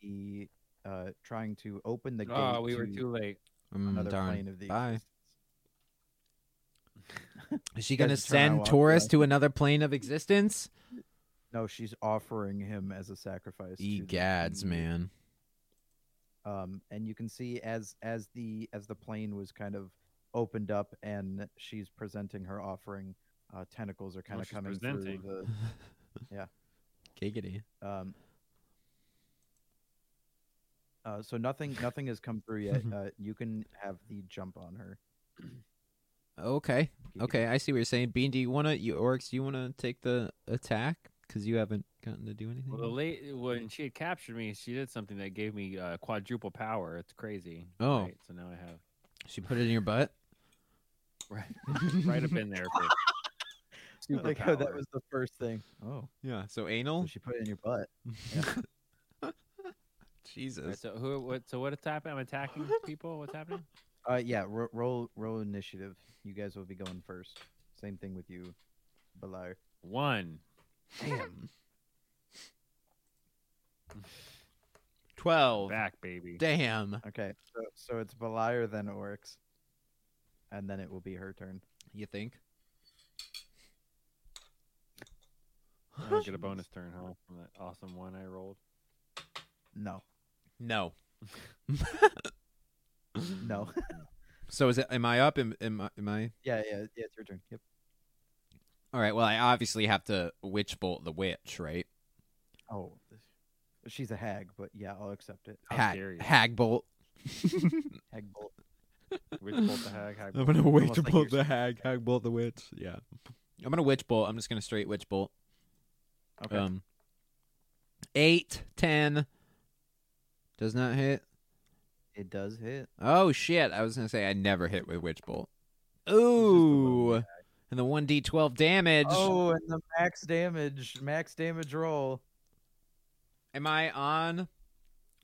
Speaker 2: he uh, trying to open the gate.
Speaker 8: Oh, we
Speaker 2: to
Speaker 8: were too late.
Speaker 3: Mm,
Speaker 2: another
Speaker 3: darn.
Speaker 2: plane of the
Speaker 3: Bye.
Speaker 2: existence.
Speaker 3: Is she
Speaker 2: guys
Speaker 3: gonna
Speaker 2: just turn around and
Speaker 3: send
Speaker 2: walk
Speaker 3: Taurus
Speaker 2: away.
Speaker 3: to another plane of existence?
Speaker 2: No, she's offering him as a sacrifice. to the
Speaker 3: Egads,
Speaker 2: Hindu.
Speaker 3: man.
Speaker 2: Um, and you can see as as the as the plane was kind of opened up and she's presenting her offering, uh, tentacles are kind of
Speaker 8: she's
Speaker 2: coming
Speaker 8: presenting.
Speaker 2: through the (laughs) Yeah.
Speaker 3: Giggity.
Speaker 2: Um, Uh, so nothing, nothing has come through
Speaker 8: (laughs)
Speaker 2: yet. Uh, you can have the jump on her. (laughs)
Speaker 3: Okay. Okay, I see what you're saying. Bean, do you wanna you orcs, do you wanna take the attack? Because you haven't gotten to do anything.
Speaker 8: Well, the
Speaker 3: yet.
Speaker 8: late when she had captured me, she did something that gave me uh, quadruple power. It's crazy.
Speaker 3: Oh.
Speaker 8: right? so now I have
Speaker 3: She put it in your butt.
Speaker 8: right, right up in there. For
Speaker 2: I like how that
Speaker 8: superpower.
Speaker 2: was the first thing. Oh,
Speaker 3: Yeah. So
Speaker 2: so
Speaker 3: anal.
Speaker 2: she put it in your butt.
Speaker 8: All right,
Speaker 3: Jesus.
Speaker 8: so who? What? So what's happening?
Speaker 2: (laughs)
Speaker 8: I'm attacking people. What's happening?
Speaker 2: Uh, yeah. Ro- roll, roll initiative. You guys will be going first. Same thing with you, Belar.
Speaker 8: One.
Speaker 3: Damn. Twelve.
Speaker 8: Back,
Speaker 2: (laughs)
Speaker 8: baby.
Speaker 3: Damn.
Speaker 2: Okay. So, so it's Belar then Oryx, and then it will be her
Speaker 8: (gasps)
Speaker 2: turn.
Speaker 3: You think?
Speaker 2: Uh,
Speaker 8: I don't get a bonus turn huh, from that awesome one I
Speaker 2: (laughs)
Speaker 8: rolled.
Speaker 2: No,
Speaker 3: No.
Speaker 2: no. (laughs)
Speaker 3: So is it? Am I up? Am, am I? Am I?
Speaker 2: yeah, yeah, yeah. It's your turn. Yep.
Speaker 3: All right. Well, I obviously have to witch bolt the witch, right?
Speaker 2: Oh, she's a hag, but yeah, I'll accept it.
Speaker 8: How
Speaker 3: hag,
Speaker 8: dare you.
Speaker 3: hag bolt.
Speaker 2: Hag bolt.
Speaker 8: Which bolt the hag? hag
Speaker 3: (laughs) I'm
Speaker 8: bolt.
Speaker 3: gonna witch
Speaker 2: Almost like
Speaker 3: bolt
Speaker 2: you're-
Speaker 3: the hag, hag bolt the witch. Yeah. I'm gonna witch bolt. I'm just gonna straight witch bolt.
Speaker 2: Okay.
Speaker 3: Um. Eight, ten. Does not hit.
Speaker 2: it does hit.
Speaker 3: Oh shit! I was gonna say I never hit with witch bolt.
Speaker 2: little
Speaker 3: Ooh, and the one d twelve damage.
Speaker 2: Oh, and the max damage, max damage roll.
Speaker 3: Am I on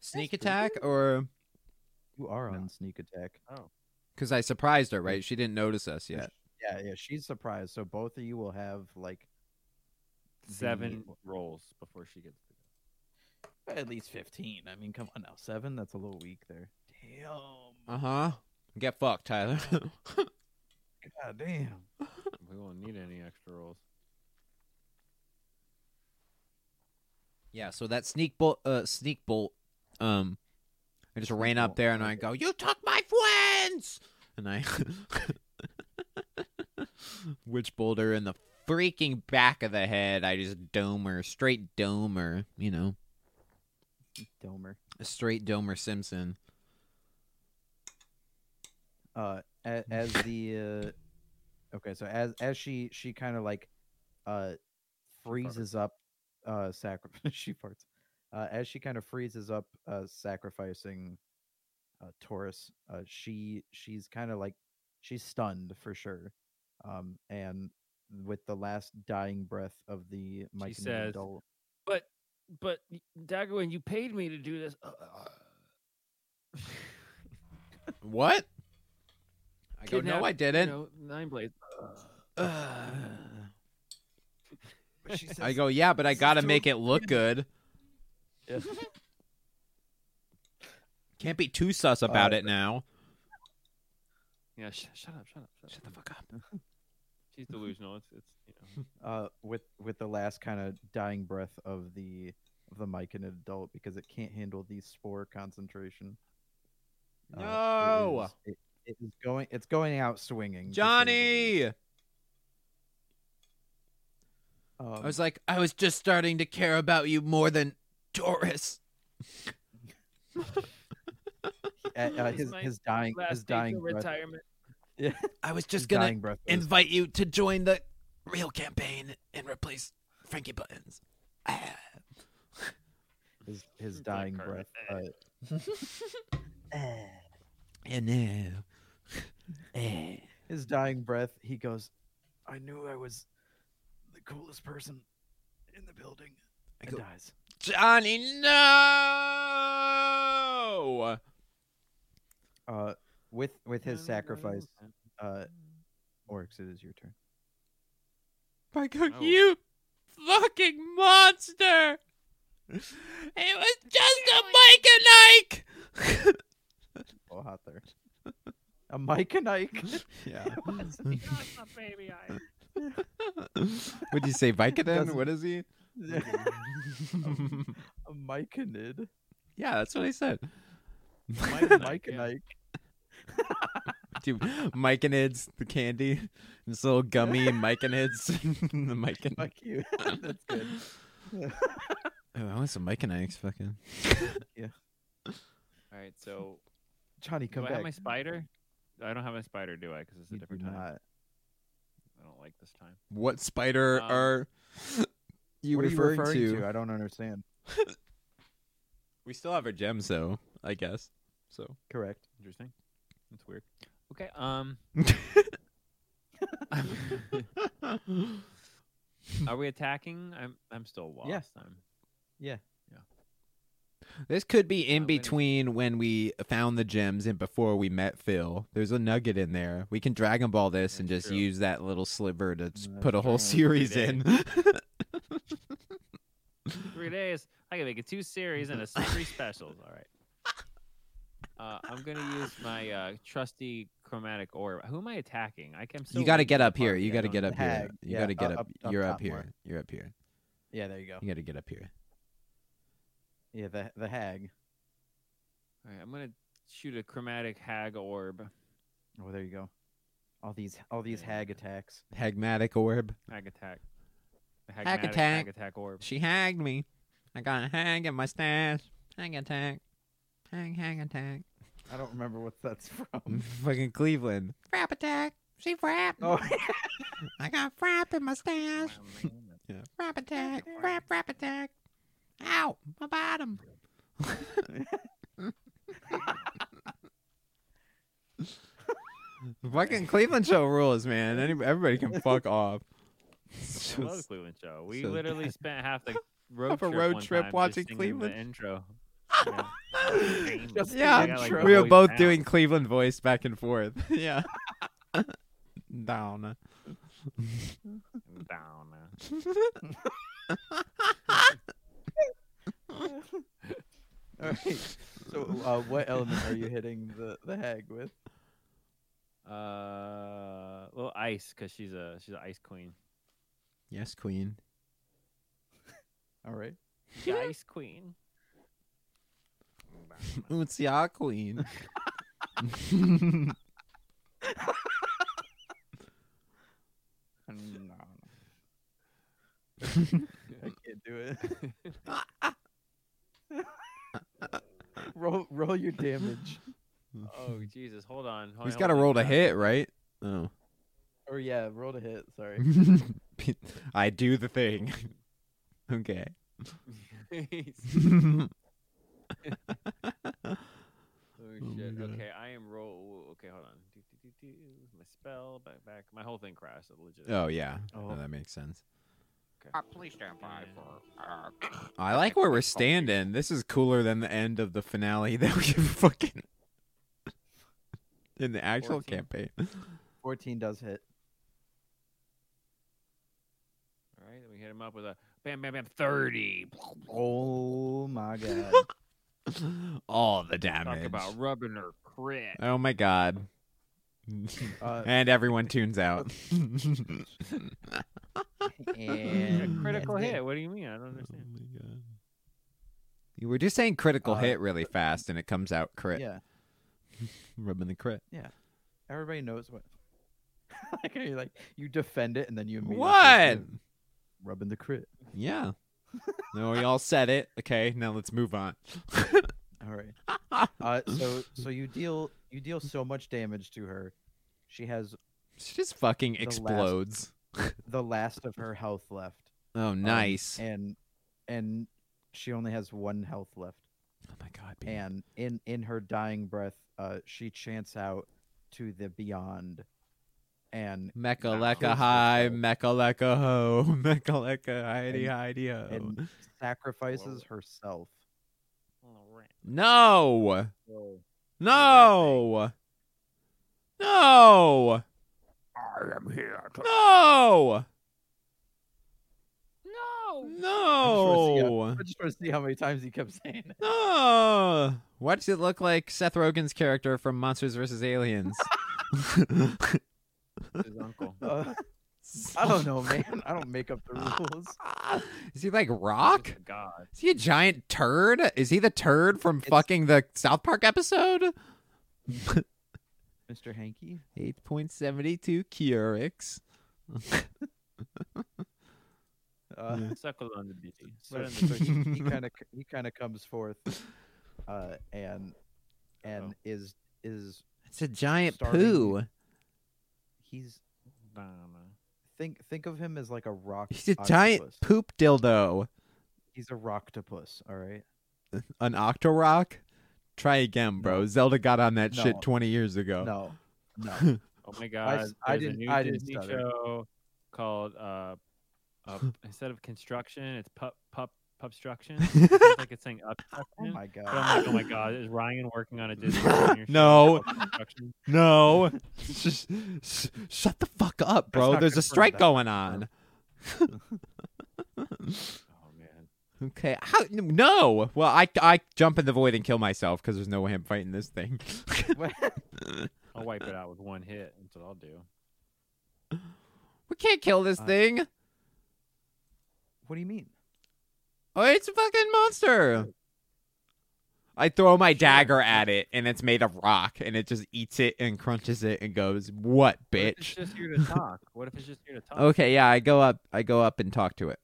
Speaker 3: sneak attack or
Speaker 2: You are on sneak attack.
Speaker 3: because I surprised her? Right, she didn't notice us
Speaker 2: Yeah.
Speaker 3: yet.
Speaker 2: Yeah, yeah, she's surprised. So both of you will have like
Speaker 8: Seven rolls before she gets.
Speaker 2: at least fifteen. I mean, come on now, seven. That's a little weak there. Damn.
Speaker 3: Uh
Speaker 8: Uh-huh.
Speaker 3: huh. Get fucked, Tyler. (laughs)
Speaker 2: God damn.
Speaker 8: We won't need any extra rolls.
Speaker 3: yeah. So that sneak bolt, uh, sneak bolt. Um, I just ran up
Speaker 2: bolt,
Speaker 3: there and I
Speaker 2: okay.
Speaker 3: go, "You took my friends!" And I (laughs) witch boulder in the freaking back of the head. I just dome her, straight dome her. You know,
Speaker 2: Domer.
Speaker 3: straight domer Simpson.
Speaker 2: uh as, as the uh okay so as as she she kind of like uh freezes up uh sacrifice (laughs) she farts uh as she kind of freezes up uh sacrificing uh taurus uh she she's kind of like she's stunned for sure um and with the last dying breath of the Mike
Speaker 8: says, But, but Dagwin, you paid me to do this. uh,
Speaker 3: What? I go, no,
Speaker 8: Kidnap,
Speaker 3: I didn't.
Speaker 8: You know, nine (laughs) blades.
Speaker 3: I go, yeah, but I gotta make it look good. Can't be too sus
Speaker 2: Uh,
Speaker 3: about it now.
Speaker 8: (laughs) Yeah, sh- shut up, shut up, shut, up. Shut the fuck up. (laughs) She's delusional. It's, it's you know.
Speaker 2: uh, with with the last kind of dying breath of the of the mic and adult because it can't handle the spore concentration.
Speaker 3: No!
Speaker 2: it Uh, is, it, it is going. It's going out swinging. to say the least.
Speaker 3: Johnny!
Speaker 2: Um,
Speaker 3: I was like, I was just starting to care about you more than Doris.
Speaker 2: uh, uh,
Speaker 8: This
Speaker 2: his,
Speaker 8: might
Speaker 2: his dying his
Speaker 8: Last day
Speaker 2: dying
Speaker 8: till
Speaker 2: breath.
Speaker 8: retirement.
Speaker 3: I was
Speaker 2: His
Speaker 3: just gonna
Speaker 2: dying breath. was-
Speaker 3: invite you to join the real campaign and replace Frankie Buttons. Ah.
Speaker 2: his
Speaker 3: (laughs)
Speaker 2: his dying breath.
Speaker 8: Kermit.
Speaker 2: Uh,
Speaker 3: And now.
Speaker 2: his dying breath. He goes, "I knew I was the coolest person in the building." And
Speaker 3: go-
Speaker 2: dies.
Speaker 3: Johnny, no!
Speaker 2: Uh, with with his
Speaker 8: Dun, dun,
Speaker 2: sacrifice,
Speaker 8: dun.
Speaker 2: uh, Oryx, it is your turn.
Speaker 3: I go,
Speaker 8: Oh.
Speaker 3: you fucking monster! It was just a Mike and Ike!
Speaker 2: Oh, hot there. A Mike and Ike.
Speaker 3: (laughs) yeah.
Speaker 8: Oh,
Speaker 4: my baby
Speaker 2: (laughs)
Speaker 4: eye.
Speaker 3: Would you say Vicodin?
Speaker 2: Doesn't-
Speaker 3: What is he?
Speaker 2: (laughs) a Mike and
Speaker 3: (laughs)
Speaker 2: Id.
Speaker 3: yeah, that's what I said.
Speaker 8: Mike and
Speaker 2: Mike and
Speaker 8: yeah.
Speaker 2: Ike.
Speaker 3: Dude, Mike and Id's the candy. This little gummy Mike and Id's. (laughs) the Mike and
Speaker 2: Fuck you. (laughs) That's good.
Speaker 3: Oh, I want some Mike and Ike's fucking.
Speaker 2: Yeah.
Speaker 8: All right, so
Speaker 2: Johnny, come
Speaker 8: do I
Speaker 2: back.
Speaker 8: have my spider? I don't have my spider, do I? Because it's a
Speaker 2: You do
Speaker 8: different time.
Speaker 2: not.
Speaker 8: I don't like this time.
Speaker 3: What spider
Speaker 8: Um,
Speaker 3: are you
Speaker 2: what
Speaker 3: referring,
Speaker 2: are you referring
Speaker 3: to?
Speaker 2: I don't understand.
Speaker 3: We still have our gems, though. I guess.
Speaker 2: (laughs)
Speaker 3: So
Speaker 2: Correct.
Speaker 8: Interesting. That's weird. Okay. (laughs) Um. Are we attacking? I'm I'm still lost.
Speaker 2: Yeah.
Speaker 8: I'm
Speaker 3: this could be in
Speaker 8: Uh, when is-
Speaker 3: between when we found the gems and before we met Phil. There's a nugget in there. We can Dragon Ball this and
Speaker 8: That's
Speaker 3: just
Speaker 8: true.
Speaker 3: use that little sliver to s-
Speaker 2: That's
Speaker 3: put a whole
Speaker 2: true.
Speaker 3: series in.
Speaker 8: three days. I can make it two series (laughs) and a three specials. All right. Uh, I'm gonna use my uh, trusty chromatic orb. Who am I attacking? I can.
Speaker 3: you got to get up here. You got to get up here.
Speaker 2: Hag.
Speaker 3: You
Speaker 2: Yeah,
Speaker 3: got to get
Speaker 2: up-
Speaker 3: up.
Speaker 2: up-
Speaker 3: You're
Speaker 2: up
Speaker 3: up,
Speaker 2: top
Speaker 3: here.
Speaker 2: more.
Speaker 3: You're up here.
Speaker 2: Yeah, there you go.
Speaker 3: You got to get up here.
Speaker 2: Yeah, the the hag.
Speaker 8: All right, I'm gonna shoot a chromatic hag orb.
Speaker 2: Oh, there you go. All these all these
Speaker 8: Yeah.
Speaker 2: hag attacks.
Speaker 3: Hagmatic orb.
Speaker 8: Hag attack. The
Speaker 3: Hag
Speaker 8: hagmatic
Speaker 3: attack.
Speaker 8: Hag attack orb.
Speaker 3: She hagged me. I got a hag in my stash. Hag attack. Hag hag attack.
Speaker 2: I don't remember what that's (laughs)
Speaker 3: I'm
Speaker 2: from.
Speaker 3: (laughs) fucking Cleveland. Frap attack. She frap.
Speaker 2: oh, (laughs)
Speaker 3: I got frap in my stash. (laughs)
Speaker 8: Yeah.
Speaker 3: Frap attack. Frap frap attack. Ow, my bottom. (laughs) fucking Cleveland show rules, man. Any, everybody can fuck off. It's
Speaker 8: I love
Speaker 3: just-
Speaker 8: Cleveland show. We
Speaker 3: so
Speaker 8: literally
Speaker 3: bad.
Speaker 8: spent half the
Speaker 3: (laughs)
Speaker 8: road
Speaker 3: Half a
Speaker 8: trip,
Speaker 3: road
Speaker 8: one
Speaker 3: trip
Speaker 8: time just
Speaker 3: watching
Speaker 8: singing the
Speaker 3: Cleveland.
Speaker 8: intro.
Speaker 3: (laughs)
Speaker 8: Yeah. Just
Speaker 3: Yeah,
Speaker 8: the intro.
Speaker 3: we were
Speaker 8: voice
Speaker 3: both
Speaker 8: down.
Speaker 3: doing Cleveland voice back and forth. (laughs) yeah. Down. (laughs)
Speaker 8: Down. uh,
Speaker 2: all right. So, uh, what element are you hitting the the hag with?
Speaker 8: Uh, well, ice because she's a she's an ice queen.
Speaker 3: Yes, Queen. (laughs)
Speaker 2: All right.
Speaker 8: The ice queen.
Speaker 3: It's your queen.
Speaker 2: No, no. I can't do it. (laughs) roll roll your damage.
Speaker 3: (laughs)
Speaker 8: Oh Jesus! Hold on. Hold
Speaker 3: He's
Speaker 8: on,
Speaker 3: got to
Speaker 8: hold on.
Speaker 3: roll
Speaker 8: (laughs)
Speaker 3: to hit, right? Oh. (laughs)
Speaker 2: Or yeah, roll to hit. Sorry.
Speaker 3: I do the thing. (laughs) okay. (laughs)
Speaker 8: (laughs) Jeez. Oh shit.
Speaker 3: Oh, God.
Speaker 8: okay, I am roll. Okay, hold on. Do, do, do, do. My spell back back. My whole thing crashed. It Legit.
Speaker 3: oh yeah.
Speaker 2: Oh.
Speaker 3: No, that makes sense.
Speaker 5: Uh, please stand by for. Uh,
Speaker 3: I like where we're standing. This is cooler than the end of the finale (laughs) that we fucking in the actual
Speaker 8: 14.
Speaker 3: campaign.
Speaker 2: Fourteen does hit.
Speaker 8: All right, then we hit him up with a bam, bam, bam, thirty.
Speaker 2: Oh
Speaker 8: (laughs)
Speaker 2: my god.
Speaker 3: (laughs) All the
Speaker 8: Talk
Speaker 3: damage.
Speaker 8: about rubbing her crit.
Speaker 3: Oh my
Speaker 8: (laughs)
Speaker 3: god.
Speaker 2: Uh,
Speaker 3: and everyone
Speaker 2: (laughs)
Speaker 3: tunes out.
Speaker 2: Oh and
Speaker 8: a critical
Speaker 2: that's it.
Speaker 8: hit. What do you mean? I don't (laughs) understand.
Speaker 3: you were just saying critical
Speaker 2: Uh,
Speaker 3: hit really fast, and it comes out crit.
Speaker 2: Yeah.
Speaker 3: Rubbing the crit.
Speaker 2: Everybody knows what. (laughs) like you're like you defend it and then you immediately
Speaker 3: What?
Speaker 2: do rubbing the crit.
Speaker 3: Yeah. no, we all said it. Okay, now let's move on.
Speaker 2: All right. Uh, so so you deal you deal so much damage to her. She has
Speaker 3: she just fucking
Speaker 2: last-
Speaker 3: explodes.
Speaker 2: the last of her health left.
Speaker 3: Oh,
Speaker 2: um,
Speaker 3: nice.
Speaker 2: and and she only has one health left.
Speaker 3: oh my god. baby.
Speaker 2: And in in her dying breath, uh, she chants out to the beyond, and
Speaker 3: Mecha
Speaker 8: Wow.
Speaker 3: Lekka hi, Mecha Lekka ho, (laughs) Mecha Lekka hidey hidey ho.
Speaker 2: and sacrifices herself.
Speaker 8: All right.
Speaker 3: No! No! No!
Speaker 5: I am here to
Speaker 3: No!
Speaker 4: No!
Speaker 3: No!
Speaker 2: I just want to see how many times he kept saying it.
Speaker 3: No! Why does it look like Seth Rogen's character from Monsters
Speaker 5: (laughs)
Speaker 3: vs. Aliens?
Speaker 8: It's (laughs) His uncle.
Speaker 2: (laughs) Uh, I don't know, man. I don't make (laughs) up the rules.
Speaker 3: (laughs) Is he like
Speaker 8: He's
Speaker 3: rock?
Speaker 8: just a God.
Speaker 3: Is he a giant turd? Is he the turd from fucking the South Park episode?
Speaker 2: Mr. Hanky,
Speaker 3: 8.72 Keurix.
Speaker 2: uh,
Speaker 8: Suckle
Speaker 3: (laughs)
Speaker 8: on (laughs) the ditty.
Speaker 2: so he, kind of he kind of comes forth, uh, and and is is
Speaker 3: It's a giant
Speaker 2: Starving.
Speaker 3: poo.
Speaker 2: he's
Speaker 8: Obama.
Speaker 2: think think of him as like a rock.
Speaker 3: He's a giant
Speaker 2: octopus.
Speaker 3: poop dildo.
Speaker 2: He's a rocktopus. All right.
Speaker 3: An octorock? Try again, bro. Zelda got on that
Speaker 2: No.
Speaker 3: shit 20 years ago.
Speaker 2: No, no.
Speaker 3: (laughs)
Speaker 8: Oh my god! There's
Speaker 2: I
Speaker 8: a
Speaker 2: didn't-
Speaker 8: new
Speaker 2: I didn't
Speaker 8: Disney
Speaker 2: stutter.
Speaker 8: show called uh,
Speaker 2: (laughs)
Speaker 8: up, instead of construction, it's pup pup
Speaker 2: (laughs)
Speaker 8: pupstruction. It sounds like it's saying
Speaker 2: Oh
Speaker 8: obstruction.
Speaker 2: my
Speaker 8: But
Speaker 2: god.
Speaker 8: I'm like, oh my god, is Ryan working on
Speaker 2: (laughs)
Speaker 8: a Disney Junior show
Speaker 3: No.
Speaker 8: called Obstruction?
Speaker 3: (laughs) No. Just sh- shut the fuck up, bro.
Speaker 2: not
Speaker 3: There's a
Speaker 2: confirmed,
Speaker 3: strike
Speaker 2: that's (laughs)
Speaker 3: going on.
Speaker 8: Oh man.
Speaker 3: Okay. How, no. Well, I, I jump in the void and kill myself because there's no way I'm fighting this thing. (laughs)
Speaker 8: I'll wipe it out with one hit. That's what I'll do.
Speaker 3: we can't kill this
Speaker 2: Uh,
Speaker 3: thing.
Speaker 2: what do you mean?
Speaker 3: Oh, it's a fucking monster. I throw my dagger at it and it's made of rock and it just eats it and crunches it and goes, What,
Speaker 8: What if it's
Speaker 3: bitch?
Speaker 8: just here to talk. What if it's just
Speaker 2: (laughs)
Speaker 8: here to talk?
Speaker 3: Okay, yeah, I go up I go up and talk to it.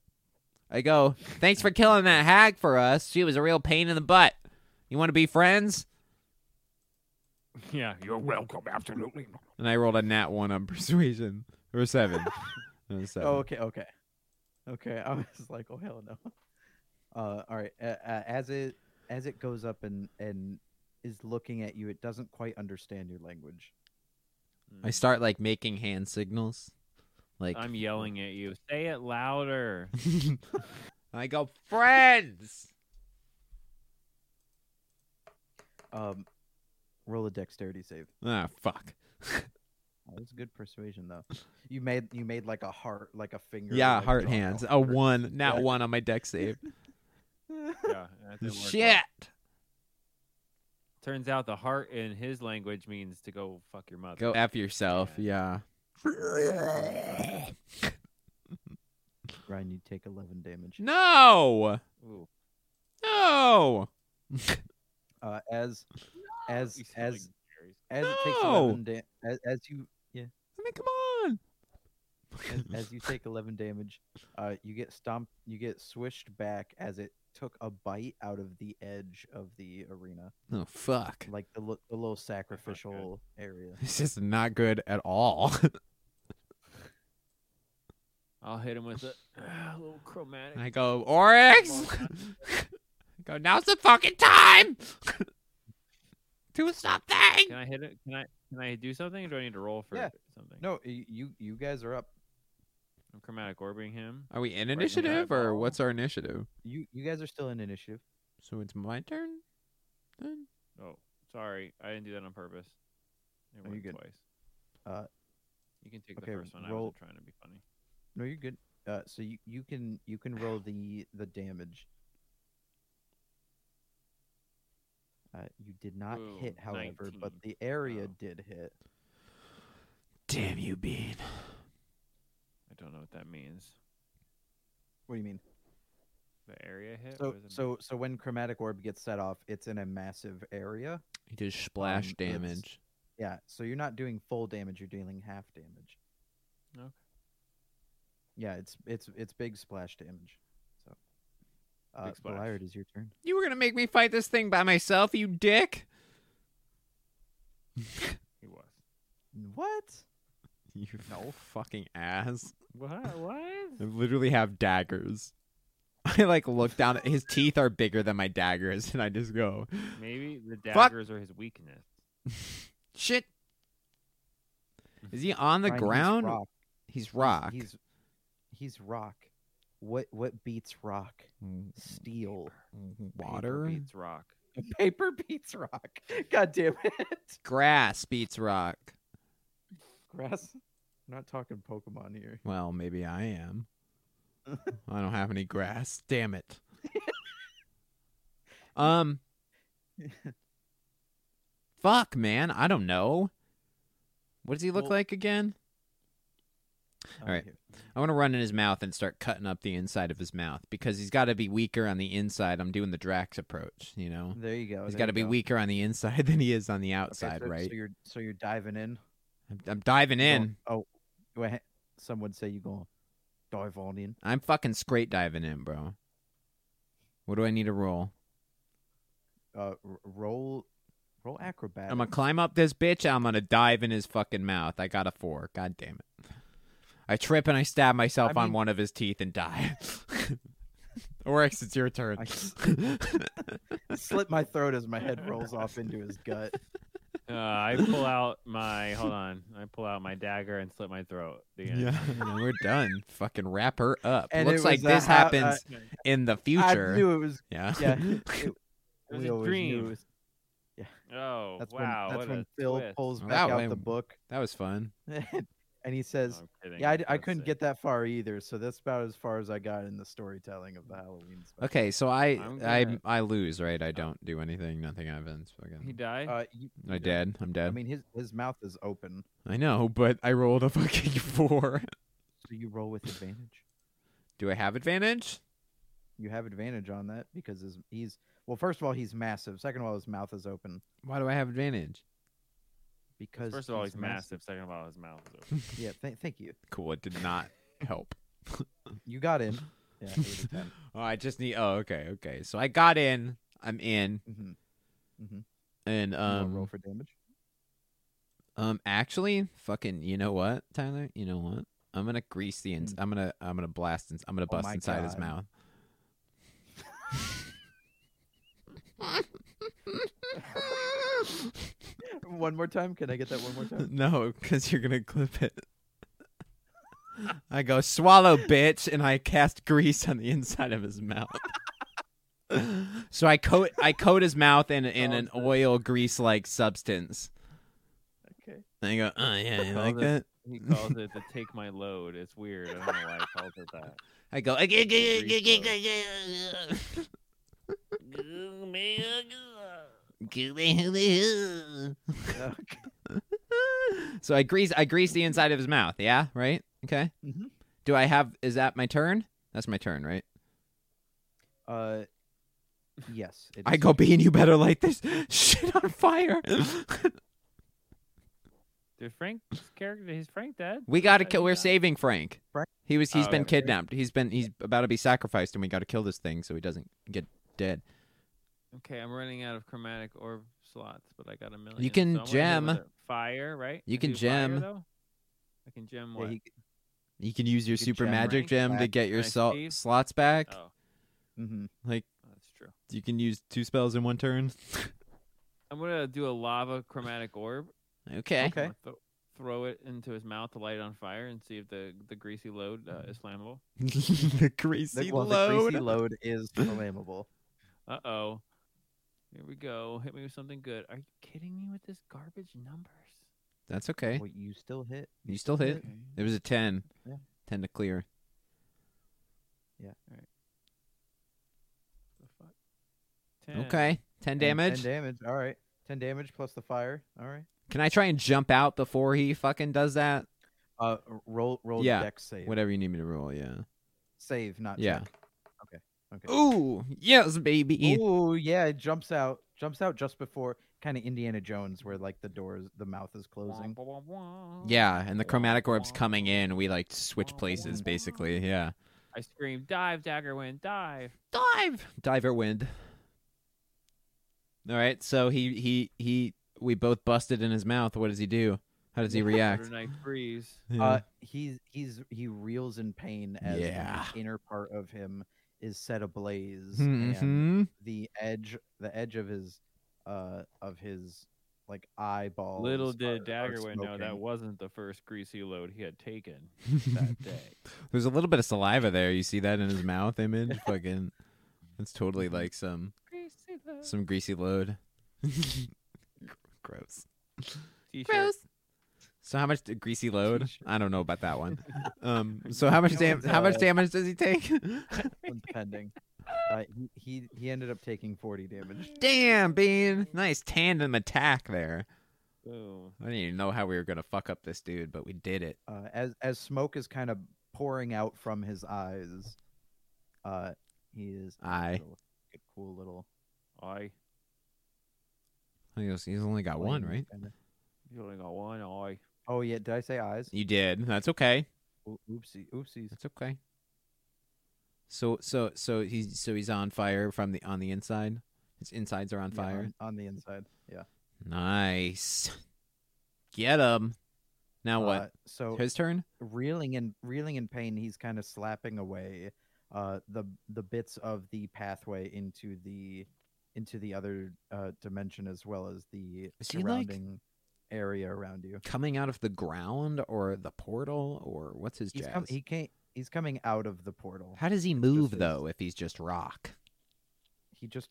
Speaker 3: I go, Thanks for killing that hag for us. She was a real pain in the butt. You wanna be friends?
Speaker 8: Yeah.
Speaker 5: You're welcome, absolutely.
Speaker 3: And I rolled a nat one on (laughs) persuasion. Or a seven. It was seven.
Speaker 2: Oh, okay, okay, okay. (laughs) I was like, oh hell no. Uh, all right. Uh, uh, as it as it goes up and and is looking at you, it doesn't quite understand your language.
Speaker 3: I start like making hand signals. Like
Speaker 8: I'm yelling at you. Say
Speaker 2: (laughs)
Speaker 8: it louder.
Speaker 3: (laughs) I go, Friends
Speaker 2: Um, roll a dexterity save.
Speaker 3: Ah fuck.
Speaker 2: Oh, that's good persuasion though. You made you made like a heart, like a finger.
Speaker 3: Yeah,
Speaker 2: like,
Speaker 3: heart
Speaker 2: drawn
Speaker 3: hands.
Speaker 2: out
Speaker 3: A
Speaker 2: heart.
Speaker 3: one, not
Speaker 2: Yeah.
Speaker 3: one on my deck save.
Speaker 8: yeah. that didn't work
Speaker 3: Shit.
Speaker 8: out. Turns out the heart in his language means to go fuck your mother.
Speaker 3: Go F yourself. Yeah.
Speaker 2: Ryan, you take eleven
Speaker 3: (laughs)
Speaker 2: damage.
Speaker 3: No.
Speaker 8: Ooh,
Speaker 3: No.
Speaker 2: Uh, as as
Speaker 8: you sound
Speaker 2: as
Speaker 8: like Jerry's.
Speaker 2: as it takes
Speaker 3: No!
Speaker 2: eleven da- as, as you
Speaker 3: I mean, come on. (laughs)
Speaker 2: as, as you take 11 damage uh, you get stomped you get swished back as it took a bite out of the edge of the arena
Speaker 3: Oh, (laughs) fuck.
Speaker 2: like the, li- the little sacrificial area
Speaker 3: It's just not good at all.
Speaker 8: I'll hit him
Speaker 2: (laughs)
Speaker 8: with a, ah, a little chromatic.
Speaker 3: (laughs) I go, Oryx. (laughs) go, now's the fucking time. (laughs) Do something.
Speaker 8: Can I hit it? Can I? Can I do something? Or do I need to roll for
Speaker 2: Yeah.
Speaker 8: something?
Speaker 2: no y- you you guys are up
Speaker 8: I'm chromatic orbing him.
Speaker 3: Are we in
Speaker 8: in the
Speaker 3: initiative or
Speaker 8: eyeball.
Speaker 3: what's our initiative?
Speaker 2: you you guys are still in initiative
Speaker 3: So it's my turn? Then?
Speaker 8: Oh, sorry, I didn't do that on purpose.
Speaker 2: Oh,
Speaker 8: It
Speaker 2: you
Speaker 8: worked
Speaker 2: good.
Speaker 8: twice.
Speaker 2: Uh,
Speaker 8: you can take
Speaker 2: okay,
Speaker 8: the first one. I
Speaker 2: roll-
Speaker 8: wasn't trying to be funny.
Speaker 2: no you're good uh, so you, you can you can roll the the damage uh, you did not
Speaker 8: Ooh,
Speaker 2: hit however but
Speaker 8: 19.
Speaker 2: the area
Speaker 8: Wow.
Speaker 2: did hit
Speaker 3: Damn you, Bean.
Speaker 8: I don't know what that means.
Speaker 2: what do you mean
Speaker 8: The area hit.
Speaker 2: So,
Speaker 8: What does it mean?
Speaker 2: so, so when chromatic orb gets set off, it's in a massive area.
Speaker 3: He does splash
Speaker 2: Um, it's-
Speaker 3: damage.
Speaker 2: Yeah. So you're not doing full damage; you're dealing half damage.
Speaker 8: Okay.
Speaker 2: Yeah, it's it's it's big splash damage. So, uh,
Speaker 8: Big splash.
Speaker 2: Blair, it is your turn.
Speaker 3: You were going to make me fight this thing by myself, you dick.
Speaker 8: he was.
Speaker 2: What?
Speaker 3: You fucking ass.
Speaker 2: (laughs)
Speaker 8: What?
Speaker 3: I
Speaker 8: What?
Speaker 3: literally have daggers. (laughs) I like look down at his teeth are bigger than my daggers, (laughs) and I just go,
Speaker 8: Maybe the
Speaker 3: Fuck.
Speaker 8: daggers are his weakness.
Speaker 3: shit. Is he on the
Speaker 2: Ryan, he's
Speaker 3: ground?
Speaker 2: rock.
Speaker 3: He's
Speaker 2: He's-
Speaker 3: rock.
Speaker 2: He's, he's rock. What what beats rock?
Speaker 3: Mm-hmm.
Speaker 2: Steel.
Speaker 8: Paper
Speaker 3: water.
Speaker 8: beats rock.
Speaker 2: Paper beats rock. (laughs) God damn it.
Speaker 3: Grass beats rock.
Speaker 2: Grass. I'm not talking Pokemon here.
Speaker 3: Well, maybe I am. I don't have any grass. Damn it. um. Fuck, man. I don't know. What does he look
Speaker 8: Well-
Speaker 3: like again?
Speaker 2: All
Speaker 3: right. I want to run in his mouth and start cutting up the inside of his mouth because he's got to be weaker on the inside. I'm doing the Drax approach, you know.
Speaker 2: There you go. Mm, oh,
Speaker 3: he's
Speaker 2: there
Speaker 3: got to
Speaker 2: you
Speaker 3: be
Speaker 2: go.
Speaker 3: weaker on the inside (laughs) than he is on the
Speaker 2: Okay,
Speaker 3: outside,
Speaker 2: so,
Speaker 3: right?
Speaker 2: So you're so you're diving in.
Speaker 3: I'm, I'm diving
Speaker 2: You
Speaker 3: in.
Speaker 2: going- oh, go ahead. Some would say you going to dive on in.
Speaker 3: I'm fucking straight diving in, bro. What do I need to roll?
Speaker 2: Uh, r- roll Roll acrobatics.
Speaker 3: I'm gonna climb up this bitch. and I'm gonna dive in his fucking mouth. I got a four. God damn it. I trip and I stab myself
Speaker 2: I
Speaker 3: on
Speaker 2: mean-
Speaker 3: one of his teeth and die. (laughs) Oryx, it's your turn. (laughs)
Speaker 2: (laughs) slit my throat as my head rolls off into his gut.
Speaker 8: Uh, I pull out my hold on. I pull out my dagger and slit my throat. The
Speaker 3: (laughs)
Speaker 8: end.
Speaker 3: yeah, we're done. Fucking wrap her up.
Speaker 2: And
Speaker 3: Looks
Speaker 2: it
Speaker 3: like
Speaker 2: was a
Speaker 3: this
Speaker 2: ha- uh,
Speaker 3: happens in the (laughs) future.
Speaker 2: I knew it was.
Speaker 3: yeah.
Speaker 2: Yeah. it-
Speaker 8: It was
Speaker 2: we
Speaker 8: a
Speaker 2: always
Speaker 8: dream.
Speaker 2: knew it was-
Speaker 8: Oh
Speaker 2: that's
Speaker 8: wow!
Speaker 2: when, that's
Speaker 8: what
Speaker 2: when
Speaker 8: a
Speaker 2: Phil
Speaker 8: twist.
Speaker 2: pulls
Speaker 3: Well,
Speaker 2: back
Speaker 3: that
Speaker 2: out
Speaker 3: way-
Speaker 2: the book
Speaker 3: (laughs)
Speaker 2: (laughs)
Speaker 3: that was fun.
Speaker 2: and he
Speaker 8: No,
Speaker 2: says,
Speaker 8: I'm kidding,
Speaker 2: "Yeah, I,
Speaker 8: for
Speaker 2: d- I
Speaker 8: fuck's
Speaker 2: couldn't
Speaker 8: sake.
Speaker 2: get that far either, so that's about as far as I got in the storytelling of the Halloween." Special.
Speaker 3: Okay, so I
Speaker 8: I'm
Speaker 3: I
Speaker 8: gonna-
Speaker 3: I lose, right? I don't do anything. Nothing happens. Fucking.
Speaker 8: He died.
Speaker 2: Uh, you,
Speaker 3: I dead. I'm dead.
Speaker 2: I mean, his his mouth is open,
Speaker 3: I know, but I rolled a fucking (laughs) four.
Speaker 2: so you roll with advantage.
Speaker 3: Do I have advantage?
Speaker 2: You have advantage on that because his, he's well. First of all, he's massive. Second of all, his mouth is open
Speaker 3: Why do I have advantage?
Speaker 2: because
Speaker 8: First of all, he's massive. Second of all, his mouth is
Speaker 2: (laughs)
Speaker 8: open.
Speaker 2: Yeah, th- thank you.
Speaker 3: Cool. It did not
Speaker 2: (laughs)
Speaker 3: help.
Speaker 2: You got
Speaker 8: (laughs)
Speaker 2: in. Yeah, eight to 10.
Speaker 3: Oh, I just need. Oh, okay, okay. So I got in. I'm in,
Speaker 2: Mm-hmm. Mm-hmm.
Speaker 3: and um,
Speaker 2: roll for damage.
Speaker 3: um, actually, fucking, you know what, Tyler? You know what? I'm gonna grease the. Ins- I'm gonna. I'm gonna blast. Ins- I'm gonna
Speaker 2: Mm. Oh
Speaker 3: bust
Speaker 2: my
Speaker 3: inside his
Speaker 2: God.
Speaker 3: mouth. (laughs)
Speaker 2: One more time. Can I get that one more
Speaker 3: (laughs)
Speaker 2: time?
Speaker 3: no, because you're gonna clip it. I go swallow, bitch, and I cast grease on the inside of his mouth. (laughs) so I coat I coat his mouth in in an oil grease like substance.
Speaker 2: Okay.
Speaker 3: And I go, oh yeah, you
Speaker 8: Well,
Speaker 3: like
Speaker 8: the-
Speaker 3: that?
Speaker 8: He calls it the "Take My Load." It's weird. I don't know why he calls it that.
Speaker 3: I go,
Speaker 2: Okay.
Speaker 3: so I grease I grease the inside of his mouth. Yeah, right. Okay.
Speaker 2: Mhm.
Speaker 3: Do I have? Is that my turn? That's my turn, right?
Speaker 2: Uh, yes. it
Speaker 3: I
Speaker 2: is.
Speaker 3: go, Bean, you better light this (laughs) shit on fire.
Speaker 8: Did Frank's character? Is Frank dead?
Speaker 3: we gotta
Speaker 8: Uh,
Speaker 3: kill.
Speaker 8: he
Speaker 3: We're
Speaker 8: died.
Speaker 3: saving Frank.
Speaker 2: Frank?
Speaker 3: He was. He's
Speaker 8: Oh,
Speaker 3: been
Speaker 8: okay.
Speaker 3: kidnapped. He's been. He's about to be sacrificed, and we gotta kill this thing so he doesn't get dead.
Speaker 8: Okay, I'm running out of chromatic orb slots, but I got a million.
Speaker 3: can
Speaker 8: so I'm gonna hit
Speaker 3: gem.
Speaker 8: with a Fire, right?
Speaker 3: You
Speaker 8: I
Speaker 3: can
Speaker 8: do fire,
Speaker 3: gem.
Speaker 8: though? I can gem
Speaker 2: Yeah,
Speaker 8: what?
Speaker 2: he-
Speaker 3: You can use your
Speaker 2: Good
Speaker 3: super
Speaker 2: gem
Speaker 3: magic
Speaker 2: rank
Speaker 3: gem to
Speaker 2: back.
Speaker 3: get your
Speaker 8: Nice,
Speaker 3: salt
Speaker 8: Steve.
Speaker 3: slots back.
Speaker 8: Oh,
Speaker 2: mhm.
Speaker 3: Like
Speaker 8: that's true.
Speaker 3: you can use two spells in one turn.
Speaker 8: I'm gonna do a lava chromatic orb.
Speaker 3: okay.
Speaker 2: Okay.
Speaker 8: I'm gonna th- throw it into his mouth to light it on fire and see if the the greasy load uh, is flammable.
Speaker 3: (laughs) the greasy
Speaker 2: The, well, the
Speaker 3: load.
Speaker 2: greasy load
Speaker 3: (laughs)
Speaker 2: is flammable.
Speaker 8: Uh oh. Here we go. Hit me with something good. Are you kidding me with this garbage numbers?
Speaker 3: That's okay.
Speaker 2: Well, you still hit.
Speaker 3: You still hit. It was a ten.
Speaker 2: Yeah.
Speaker 3: Ten to clear.
Speaker 8: The fuck? Ten.
Speaker 3: Okay. Ten
Speaker 2: And
Speaker 3: damage.
Speaker 2: Ten damage. All right. Ten damage plus the fire. All right.
Speaker 3: Can I try and jump out before he fucking does that?
Speaker 2: Uh, r- roll roll
Speaker 3: Yeah,
Speaker 2: deck save.
Speaker 3: Whatever you need me to roll, yeah.
Speaker 2: Save, not
Speaker 3: Yeah.
Speaker 2: check. Okay. Okay.
Speaker 3: Ooh, yes, baby.
Speaker 2: Ooh, yeah, it jumps out, jumps out just before kind of Indiana Jones, where like the doors, the mouth is closing.
Speaker 3: Yeah, and the chromatic orb's coming in. We like switch places, basically. Yeah.
Speaker 8: I scream, dive, dagger, win, dive.
Speaker 3: Dive, diver wind. All right, so he he he. We both busted in his mouth. What does he do? How does he react?
Speaker 8: Murder Night freeze.
Speaker 3: (laughs) Yeah.
Speaker 2: Uh, he's he's he reels in pain as
Speaker 3: Yeah.
Speaker 2: the inner part of him is set ablaze, and
Speaker 3: Mhm.
Speaker 2: the edge, the edge of his, uh, of his like eyeball.
Speaker 8: Little did Daggerwin know that wasn't the first greasy load he
Speaker 2: (laughs)
Speaker 8: had taken
Speaker 3: (laughs)
Speaker 8: that day.
Speaker 3: There's a little bit of saliva there. You see that in his mouth image? Fucking, it's totally like some
Speaker 8: greasy load.
Speaker 3: some greasy load. Gross. (laughs)
Speaker 8: T-shirt.
Speaker 3: So how much did greasy load? I don't know about that one. Um, so
Speaker 2: You
Speaker 3: how much
Speaker 2: know
Speaker 3: dam-
Speaker 2: it's,
Speaker 3: how much
Speaker 2: uh,
Speaker 3: damage does he take? (laughs)
Speaker 8: (laughs)
Speaker 2: pending. Uh, he, he he ended up taking forty damage.
Speaker 3: Damn, Bean! Nice tandem attack there.
Speaker 8: Boom.
Speaker 3: I didn't even know how we were gonna fuck up this dude, but we did it.
Speaker 2: uh, as as smoke is kind of pouring out from his eyes. Uh, he is
Speaker 3: Aye.
Speaker 2: little- a cool little
Speaker 8: I.
Speaker 3: I think He's only got one,
Speaker 2: flame
Speaker 3: right?
Speaker 2: kinda-
Speaker 8: You only got one eye.
Speaker 2: Oh yeah, did I say eyes?
Speaker 3: You did. That's okay.
Speaker 2: O- oopsie, oopsies.
Speaker 3: That's okay. So so so he's so he's on fire from the on the inside. His insides are on
Speaker 2: Yeah,
Speaker 3: fire.
Speaker 2: on, on the inside. Yeah,
Speaker 3: Nice. Get him. Now
Speaker 2: Uh,
Speaker 3: what?
Speaker 2: so
Speaker 3: His turn?
Speaker 2: reeling and reeling in pain, he's kind of slapping away uh, the the bits of the pathway into the into the other uh, dimension as well as the
Speaker 3: Is he, like-
Speaker 2: surrounding area around you.
Speaker 3: Coming out of the ground or the portal or what's his
Speaker 2: He's
Speaker 3: jazz?
Speaker 2: com- he can't. He's coming out of the portal.
Speaker 3: How does he move
Speaker 2: is-
Speaker 3: though if he's just rock?
Speaker 2: He just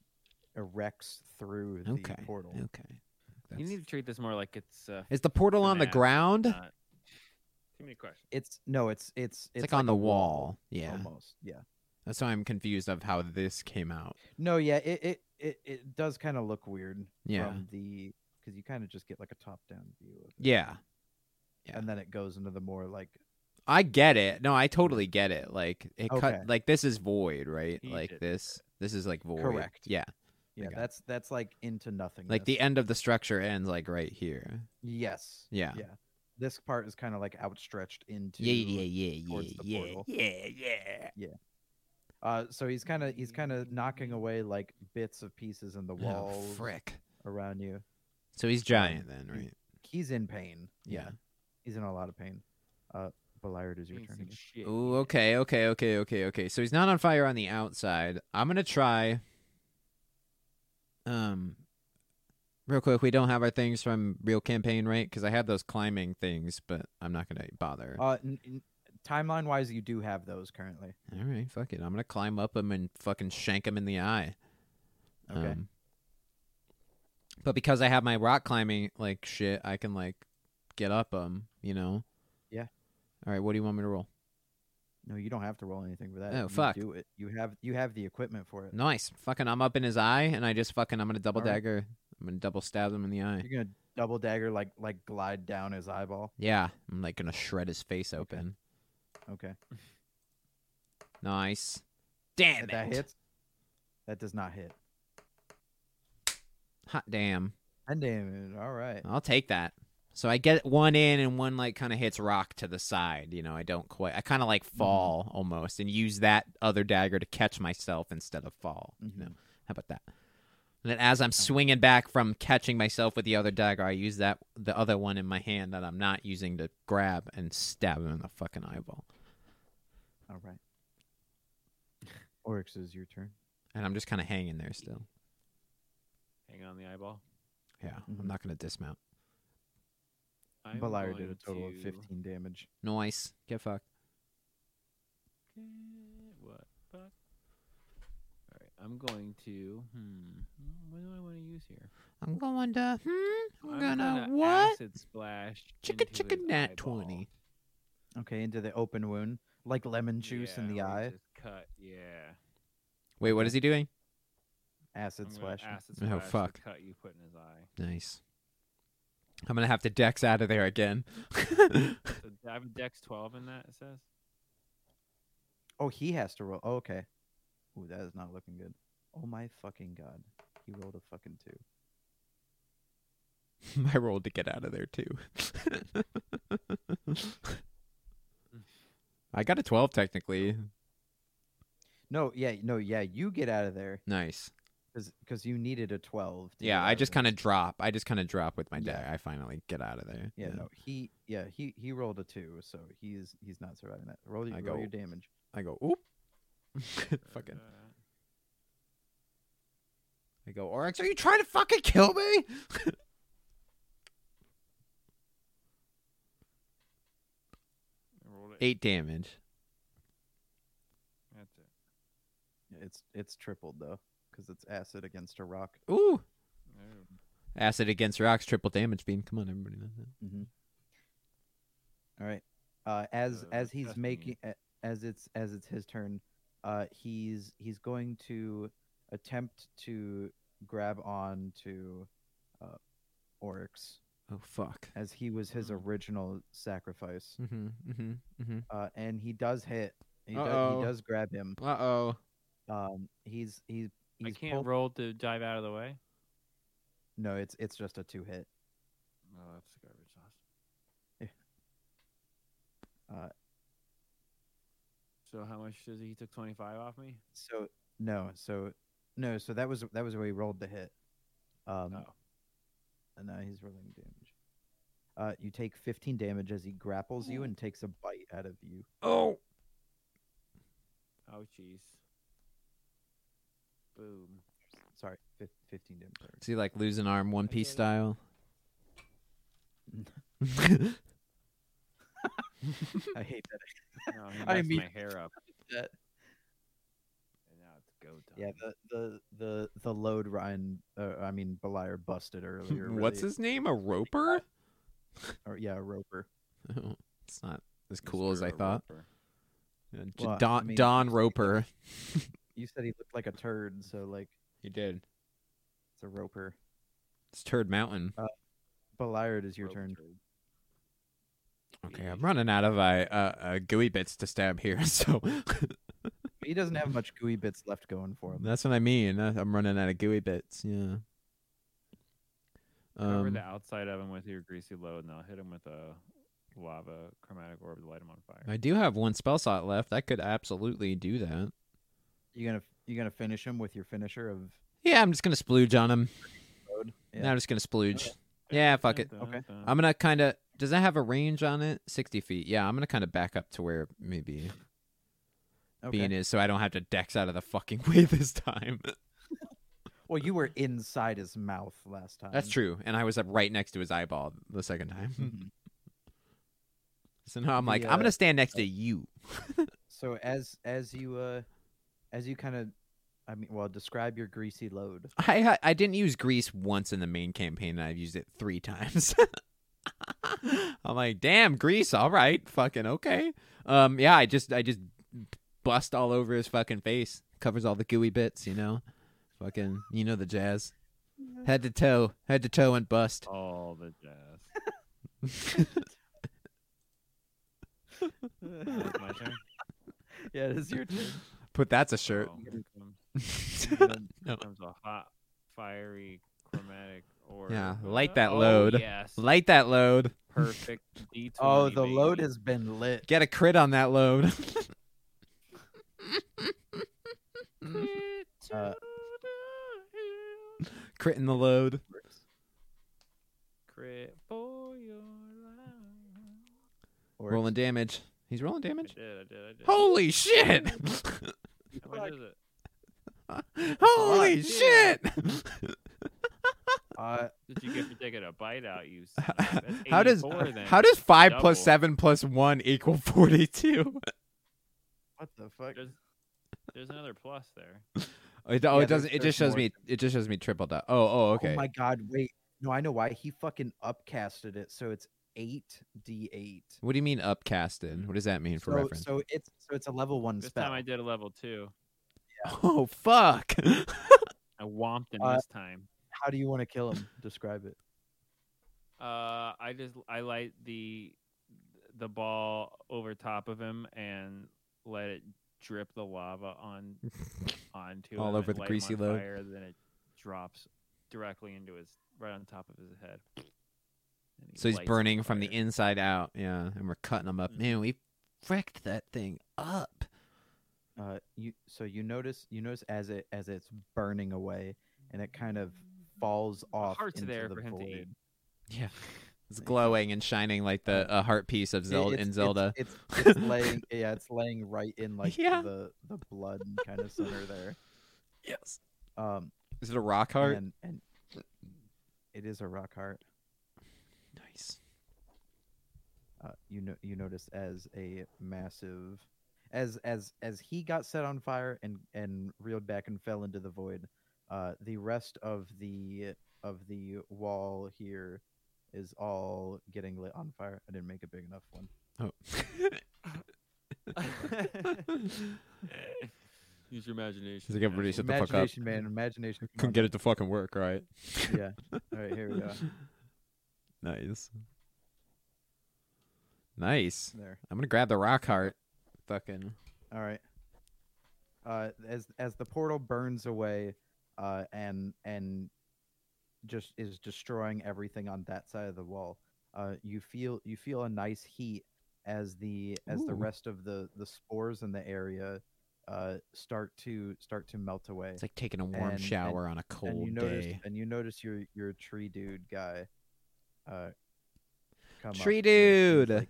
Speaker 2: erects through the
Speaker 3: Okay.
Speaker 2: portal.
Speaker 3: Okay.
Speaker 8: You
Speaker 3: That's-
Speaker 8: need to treat this more like it's. Uh,
Speaker 3: Is the portal on the
Speaker 8: Nah,
Speaker 3: ground?
Speaker 8: not- Too many questions.
Speaker 2: It's no, it's it's
Speaker 3: it's, like, on
Speaker 2: a
Speaker 3: the wall. Yeah.
Speaker 2: almost. Yeah.
Speaker 3: That's why I'm confused of how this came out.
Speaker 2: No, yeah, it it it, it does kind of look weird.
Speaker 3: Yeah.
Speaker 2: From the because you kind of just get like a top down view of it,
Speaker 3: Yeah. Yeah.
Speaker 2: and then it goes into the more like
Speaker 3: I get it. No, I totally get it. Like it
Speaker 2: Okay.
Speaker 3: cut like this is void, right?
Speaker 8: He
Speaker 3: like
Speaker 8: did
Speaker 3: this this is like void.
Speaker 2: Correct.
Speaker 3: Yeah.
Speaker 2: yeah,
Speaker 3: got it.
Speaker 2: that's that's like into nothing.
Speaker 3: Like the end of the structure ends like right here.
Speaker 2: yes,
Speaker 3: Yeah.
Speaker 2: yeah. This part is kind of like outstretched into
Speaker 3: Yeah, yeah, yeah,
Speaker 2: towards
Speaker 3: yeah,
Speaker 2: the
Speaker 3: yeah,
Speaker 2: portal.
Speaker 3: yeah, yeah.
Speaker 2: Uh, so he's kind of he's kind of knocking away like bits of pieces in the
Speaker 3: Oh,
Speaker 2: walls
Speaker 3: frick.
Speaker 2: around you.
Speaker 3: So he's giant then, right?
Speaker 2: He's in pain.
Speaker 3: Yeah.
Speaker 2: he's in a lot of pain. Uh, Beliard is your turn. again.
Speaker 8: Shit.
Speaker 3: Oh, okay, okay, okay, okay, okay. So he's not on fire on the outside. I'm gonna try. Um, real quick, we don't have our things from real campaign, right? Because I have those climbing things, but I'm not gonna bother.
Speaker 2: Uh, n- n- timeline wise, you do have those currently.
Speaker 3: All right, fuck it. I'm gonna climb up him and fucking shank him in the eye.
Speaker 2: Okay.
Speaker 3: Um, but because I have my rock climbing like shit, I can like get up him. You know.
Speaker 2: Yeah.
Speaker 3: All right. What do you want me to roll?
Speaker 2: No, you don't have to roll anything for that.
Speaker 3: Oh,
Speaker 2: You
Speaker 3: fuck.
Speaker 2: Do it. You have you have the equipment for it.
Speaker 3: Nice. Fucking, I'm up in his eye, and I just fucking, I'm gonna double
Speaker 2: All right.
Speaker 3: dagger. I'm gonna double stab him in the eye.
Speaker 2: You're gonna double dagger like like glide down his eyeball.
Speaker 3: Yeah, I'm like gonna shred his face open.
Speaker 2: Okay.
Speaker 3: Nice. Damn
Speaker 2: If that
Speaker 3: it.
Speaker 2: hits. That does not hit.
Speaker 3: Hot damn.
Speaker 2: And damage. All right.
Speaker 3: I'll take that. So I get one in, and one like kind of hits rock to the side. You know, I don't quite. I kind of like fall almost, and use that other dagger to catch myself instead of fall. You know, how about that? And then as I'm swinging back from catching myself with the other dagger, I use that the other one in my hand that I'm not using to grab and stab him in the fucking eyeball.
Speaker 2: All right. Oryx is your turn.
Speaker 3: And I'm just kind of hanging there still.
Speaker 8: Hang on the eyeball.
Speaker 3: Yeah,
Speaker 2: Mhm.
Speaker 3: I'm not gonna dismount.
Speaker 8: I'm
Speaker 2: Beliar did a
Speaker 8: going
Speaker 2: total of
Speaker 8: to-
Speaker 2: fifteen damage.
Speaker 3: Nice. Get fucked.
Speaker 8: Okay, What fuck? All right, I'm going to. Hmm. What do I want to use here?
Speaker 3: I'm going to. Hmm. I'm, gonna,
Speaker 8: gonna
Speaker 3: what?
Speaker 8: Acid splash.
Speaker 3: Chicka
Speaker 8: into
Speaker 3: chicka
Speaker 8: his
Speaker 3: nat
Speaker 8: eyeball.
Speaker 3: 20.
Speaker 2: Okay, into the open wound, like lemon juice in
Speaker 8: Yeah,
Speaker 2: the
Speaker 8: where he
Speaker 2: eye.
Speaker 8: just Cut. Yeah.
Speaker 3: Wait, what is he doing?
Speaker 2: Acid
Speaker 8: I'm gonna
Speaker 2: splash.
Speaker 8: Acid
Speaker 3: Oh,
Speaker 8: splash. the
Speaker 3: fuck.
Speaker 8: Cut you put in his eye.
Speaker 3: Nice. I'm gonna have to dex out of there again. (laughs)
Speaker 8: So (laughs) I have a dex 12 in that. It says.
Speaker 2: Oh, he has to roll. Oh, okay. Ooh, that is not looking good. Oh my fucking god. He rolled a fucking two.
Speaker 3: I rolled to get out of there too. (laughs) I got a 12 technically.
Speaker 2: No, yeah, no, yeah. You get out of there
Speaker 3: Nice.
Speaker 2: because you needed a twelve. to
Speaker 3: Yeah,
Speaker 2: get out
Speaker 3: I
Speaker 2: of
Speaker 3: just
Speaker 2: there.
Speaker 3: kind of drop. I just kind of drop with my
Speaker 2: Yeah.
Speaker 3: dagger. I finally get out of there.
Speaker 2: Yeah, no, he yeah he he rolled a two, so he's he's not surviving that. Roll, your
Speaker 3: I
Speaker 2: roll your
Speaker 3: go-
Speaker 2: damage.
Speaker 3: I go, oop. (laughs) fucking.
Speaker 8: Uh,
Speaker 3: I go, Oryx, are you trying to fucking kill me?
Speaker 8: I rolled it.
Speaker 3: Eight damage.
Speaker 8: That's it.
Speaker 2: It's it's tripled though because it's acid against a rock.
Speaker 3: Ooh.
Speaker 8: Oh.
Speaker 3: Acid against rocks, triple damage beam. Come on, everybody. knows that.
Speaker 2: All right. Uh, as
Speaker 8: Uh,
Speaker 2: as he's
Speaker 8: Stephanie.
Speaker 2: making a- as it's as it's his turn, uh, he's he's going to attempt to grab on to uh, Oryx
Speaker 3: Oh, fuck.
Speaker 2: as he was his
Speaker 8: Mm.
Speaker 2: original sacrifice,
Speaker 3: Mm-hmm, mm-hmm, mm-hmm.
Speaker 2: uh, and he does hit. He, does,
Speaker 3: Uh-oh.
Speaker 2: he does grab him.
Speaker 3: Uh-oh.
Speaker 2: Um, he's he's
Speaker 8: I
Speaker 2: he's
Speaker 8: can't
Speaker 2: pulled-
Speaker 8: roll to dive out of the way.
Speaker 2: No, it's it's just a two hit.
Speaker 8: No, that's garbage sauce.
Speaker 2: Uh,
Speaker 8: So how much does he, he took 25 off me?
Speaker 2: So no, so no, so that was that was where he rolled the hit. Um,
Speaker 8: Oh.
Speaker 2: And now he's rolling damage. Uh, you take 15 damage as he grapples you and takes a bite out of you.
Speaker 3: Oh,
Speaker 8: Oh, (laughs) jeez. Boom.
Speaker 2: Sorry, fif- 15 damage. sorry.
Speaker 3: (laughs) so you like lose an arm, One Piece (laughs) style.
Speaker 2: I hate that.
Speaker 8: No, he
Speaker 2: I
Speaker 8: messed
Speaker 2: mean-
Speaker 8: my hair up.
Speaker 2: That-
Speaker 8: And now it's go time.
Speaker 2: Yeah, the the the the load Ryan, uh, I mean Belier busted earlier.
Speaker 3: (laughs) What's
Speaker 2: really-
Speaker 3: his name?
Speaker 2: (laughs)
Speaker 3: A roper?
Speaker 2: Or, yeah, Roper.
Speaker 3: Oh, it's not as cool as I
Speaker 8: Mr.
Speaker 3: thought.
Speaker 8: Roper.
Speaker 3: Uh, J-
Speaker 2: Well, I
Speaker 3: Don
Speaker 2: mean,
Speaker 3: Don
Speaker 2: he's-
Speaker 3: Roper.
Speaker 2: You said he looked like a turd, so like
Speaker 3: He did.
Speaker 2: it's a Roper.
Speaker 3: It's Turd Mountain.
Speaker 2: Belier, it is your
Speaker 8: Roper
Speaker 2: turn.
Speaker 8: turd.
Speaker 3: Okay, I'm running out of uh, uh, uh, gooey bits to stab here, (laughs) so
Speaker 2: He doesn't have much gooey bits left going for him.
Speaker 3: (laughs) that's what I mean. I- I'm running out of gooey bits. Yeah.
Speaker 8: Cover the
Speaker 3: Um,
Speaker 8: outside of him with your greasy load, and I'll hit him with a lava chromatic orb to light him on fire.
Speaker 3: I do have one spell slot left. I could absolutely do that.
Speaker 2: You gonna you gonna finish him with your finisher of
Speaker 3: Yeah, I'm just gonna splooge on him.
Speaker 2: Yeah.
Speaker 3: No, I'm just gonna splooge. Yeah, fuck it.
Speaker 2: Okay.
Speaker 3: I'm gonna kind of. Does that have a range on it? 60 feet. Yeah, I'm gonna kind of back up to where maybe
Speaker 2: okay.
Speaker 3: Bean is, so I don't have to dex out of the fucking (laughs) way this time.
Speaker 2: Well, you were inside his mouth last time.
Speaker 3: That's true. And I was up right next to his eyeball the second time.
Speaker 2: Mhm.
Speaker 3: so now I'm like,
Speaker 2: The,
Speaker 3: I'm
Speaker 2: uh,
Speaker 3: gonna stand next to you.
Speaker 2: So as as you uh as you kind of I mean well describe your greasy load.
Speaker 3: I ha- I didn't use grease once in the main campaign, and I've used it three times. (laughs) I'm like, damn, grease. All right, fucking okay. Um, yeah, I just I just bust all over his fucking face, covers all the gooey bits, you know, fucking, you know the jazz, head to toe, head to toe and bust.
Speaker 8: All the jazz.
Speaker 2: (laughs)
Speaker 8: That's my
Speaker 3: (laughs)
Speaker 8: turn. Oh.
Speaker 2: yeah, it is your (laughs) turn.
Speaker 3: But that's a shirt. (laughs)
Speaker 8: Oh, here comes-
Speaker 3: No. (laughs)
Speaker 8: here comes a hot, fiery chromatic orb.
Speaker 3: Yeah, light that
Speaker 8: Oh,
Speaker 3: load.
Speaker 8: yes.
Speaker 3: Light (laughs) that load.
Speaker 8: Perfect. D20,
Speaker 2: Oh, the load
Speaker 8: baby.
Speaker 2: has been lit.
Speaker 3: Get a crit on that load. (laughs)
Speaker 2: Uh,
Speaker 3: crit in the load.
Speaker 8: Crit for your life.
Speaker 2: or
Speaker 3: Rolling damage. He's rolling damage.
Speaker 8: I did, I did, I did.
Speaker 3: Holy shit! (laughs)
Speaker 8: How much is it?
Speaker 3: Holy shit!
Speaker 2: uh,
Speaker 8: Did you get for taking a bite out, you
Speaker 3: (laughs)
Speaker 8: son of a- that's
Speaker 3: how does
Speaker 8: 84 then.
Speaker 3: how does five plus
Speaker 8: Double.
Speaker 3: seven plus one equal forty two?
Speaker 2: what the fuck?
Speaker 8: There's, there's another plus there.
Speaker 3: (laughs) It, oh,
Speaker 2: Yeah,
Speaker 3: it doesn't.
Speaker 2: there's-
Speaker 3: It just
Speaker 2: there's
Speaker 3: shows
Speaker 2: more.
Speaker 3: me. It just shows me triple dot. Oh, oh, okay.
Speaker 2: Oh my god, wait. No, I know why. He fucking upcasted it, so it's eight D eight.
Speaker 3: What do you mean upcasted? What does that mean for
Speaker 2: So,
Speaker 3: reference?
Speaker 2: so it's so it's a level one
Speaker 8: This
Speaker 2: spell.
Speaker 8: time I did a level two.
Speaker 3: (laughs) Oh fuck!
Speaker 8: I whomped him
Speaker 2: Uh,
Speaker 8: this time.
Speaker 2: How do you want to kill him? Describe it.
Speaker 8: Uh, I just I light the the ball over top of him and let it drip the lava
Speaker 3: (laughs)
Speaker 8: on onto
Speaker 3: All
Speaker 8: him
Speaker 3: over
Speaker 8: and
Speaker 3: the
Speaker 8: light him
Speaker 3: greasy
Speaker 8: on
Speaker 3: load.
Speaker 8: Fire, then it drops directly into his right on top of his head. And
Speaker 3: (laughs)
Speaker 8: he
Speaker 3: so he's
Speaker 8: lights on
Speaker 3: burning from the
Speaker 8: fire.
Speaker 3: inside out. Yeah, and we're cutting him up.
Speaker 8: Mhm.
Speaker 3: Man, we fricked that thing up.
Speaker 2: Uh, you so you notice you notice as it as it's burning away and it kind of falls off
Speaker 8: heart's
Speaker 2: into
Speaker 8: there
Speaker 2: the
Speaker 8: for him
Speaker 2: void.
Speaker 8: to eat.
Speaker 3: Yeah, it's glowing and shining like the a heart piece of
Speaker 2: It-
Speaker 3: Zelda
Speaker 2: it's-
Speaker 3: in
Speaker 2: it's-
Speaker 3: Zelda.
Speaker 2: It's,
Speaker 3: (laughs)
Speaker 2: it's, laying yeah, it's laying right in like
Speaker 3: Yeah.
Speaker 2: the the blood kind of center there.
Speaker 3: yes.
Speaker 2: Um,
Speaker 3: Is it a rock heart?
Speaker 2: and and it is a rock heart.
Speaker 3: Nice.
Speaker 2: uh, you know you notice as a massive as as as he got set on fire and and reeled back and fell into the void uh the rest of the of the wall here is all getting lit on fire i didn't make a big enough one
Speaker 3: Oh. (laughs)
Speaker 8: (laughs) Use your imagination.
Speaker 3: He's like, everybody shut the fuck up.
Speaker 2: imagination man imagination
Speaker 3: Couldn't get it to fucking work,
Speaker 2: it
Speaker 3: right?
Speaker 2: yeah all right here we go
Speaker 3: (laughs) Nice. Nice.
Speaker 2: there
Speaker 3: I'm gonna grab the rock heart. Fucking.
Speaker 2: All right. Uh, as as the portal burns away, uh, and and just is destroying everything on that side of the wall. Uh, you feel you feel a nice heat as the as the
Speaker 3: Ooh.
Speaker 2: rest of the the spores in the area uh, start to start to melt away.
Speaker 3: It's like taking a warm
Speaker 2: And-
Speaker 3: shower on a cold
Speaker 2: and you notice,
Speaker 3: day.
Speaker 2: and you notice your your tree dude guy, uh, come up
Speaker 3: Tree
Speaker 2: and he's
Speaker 3: dude!
Speaker 2: like-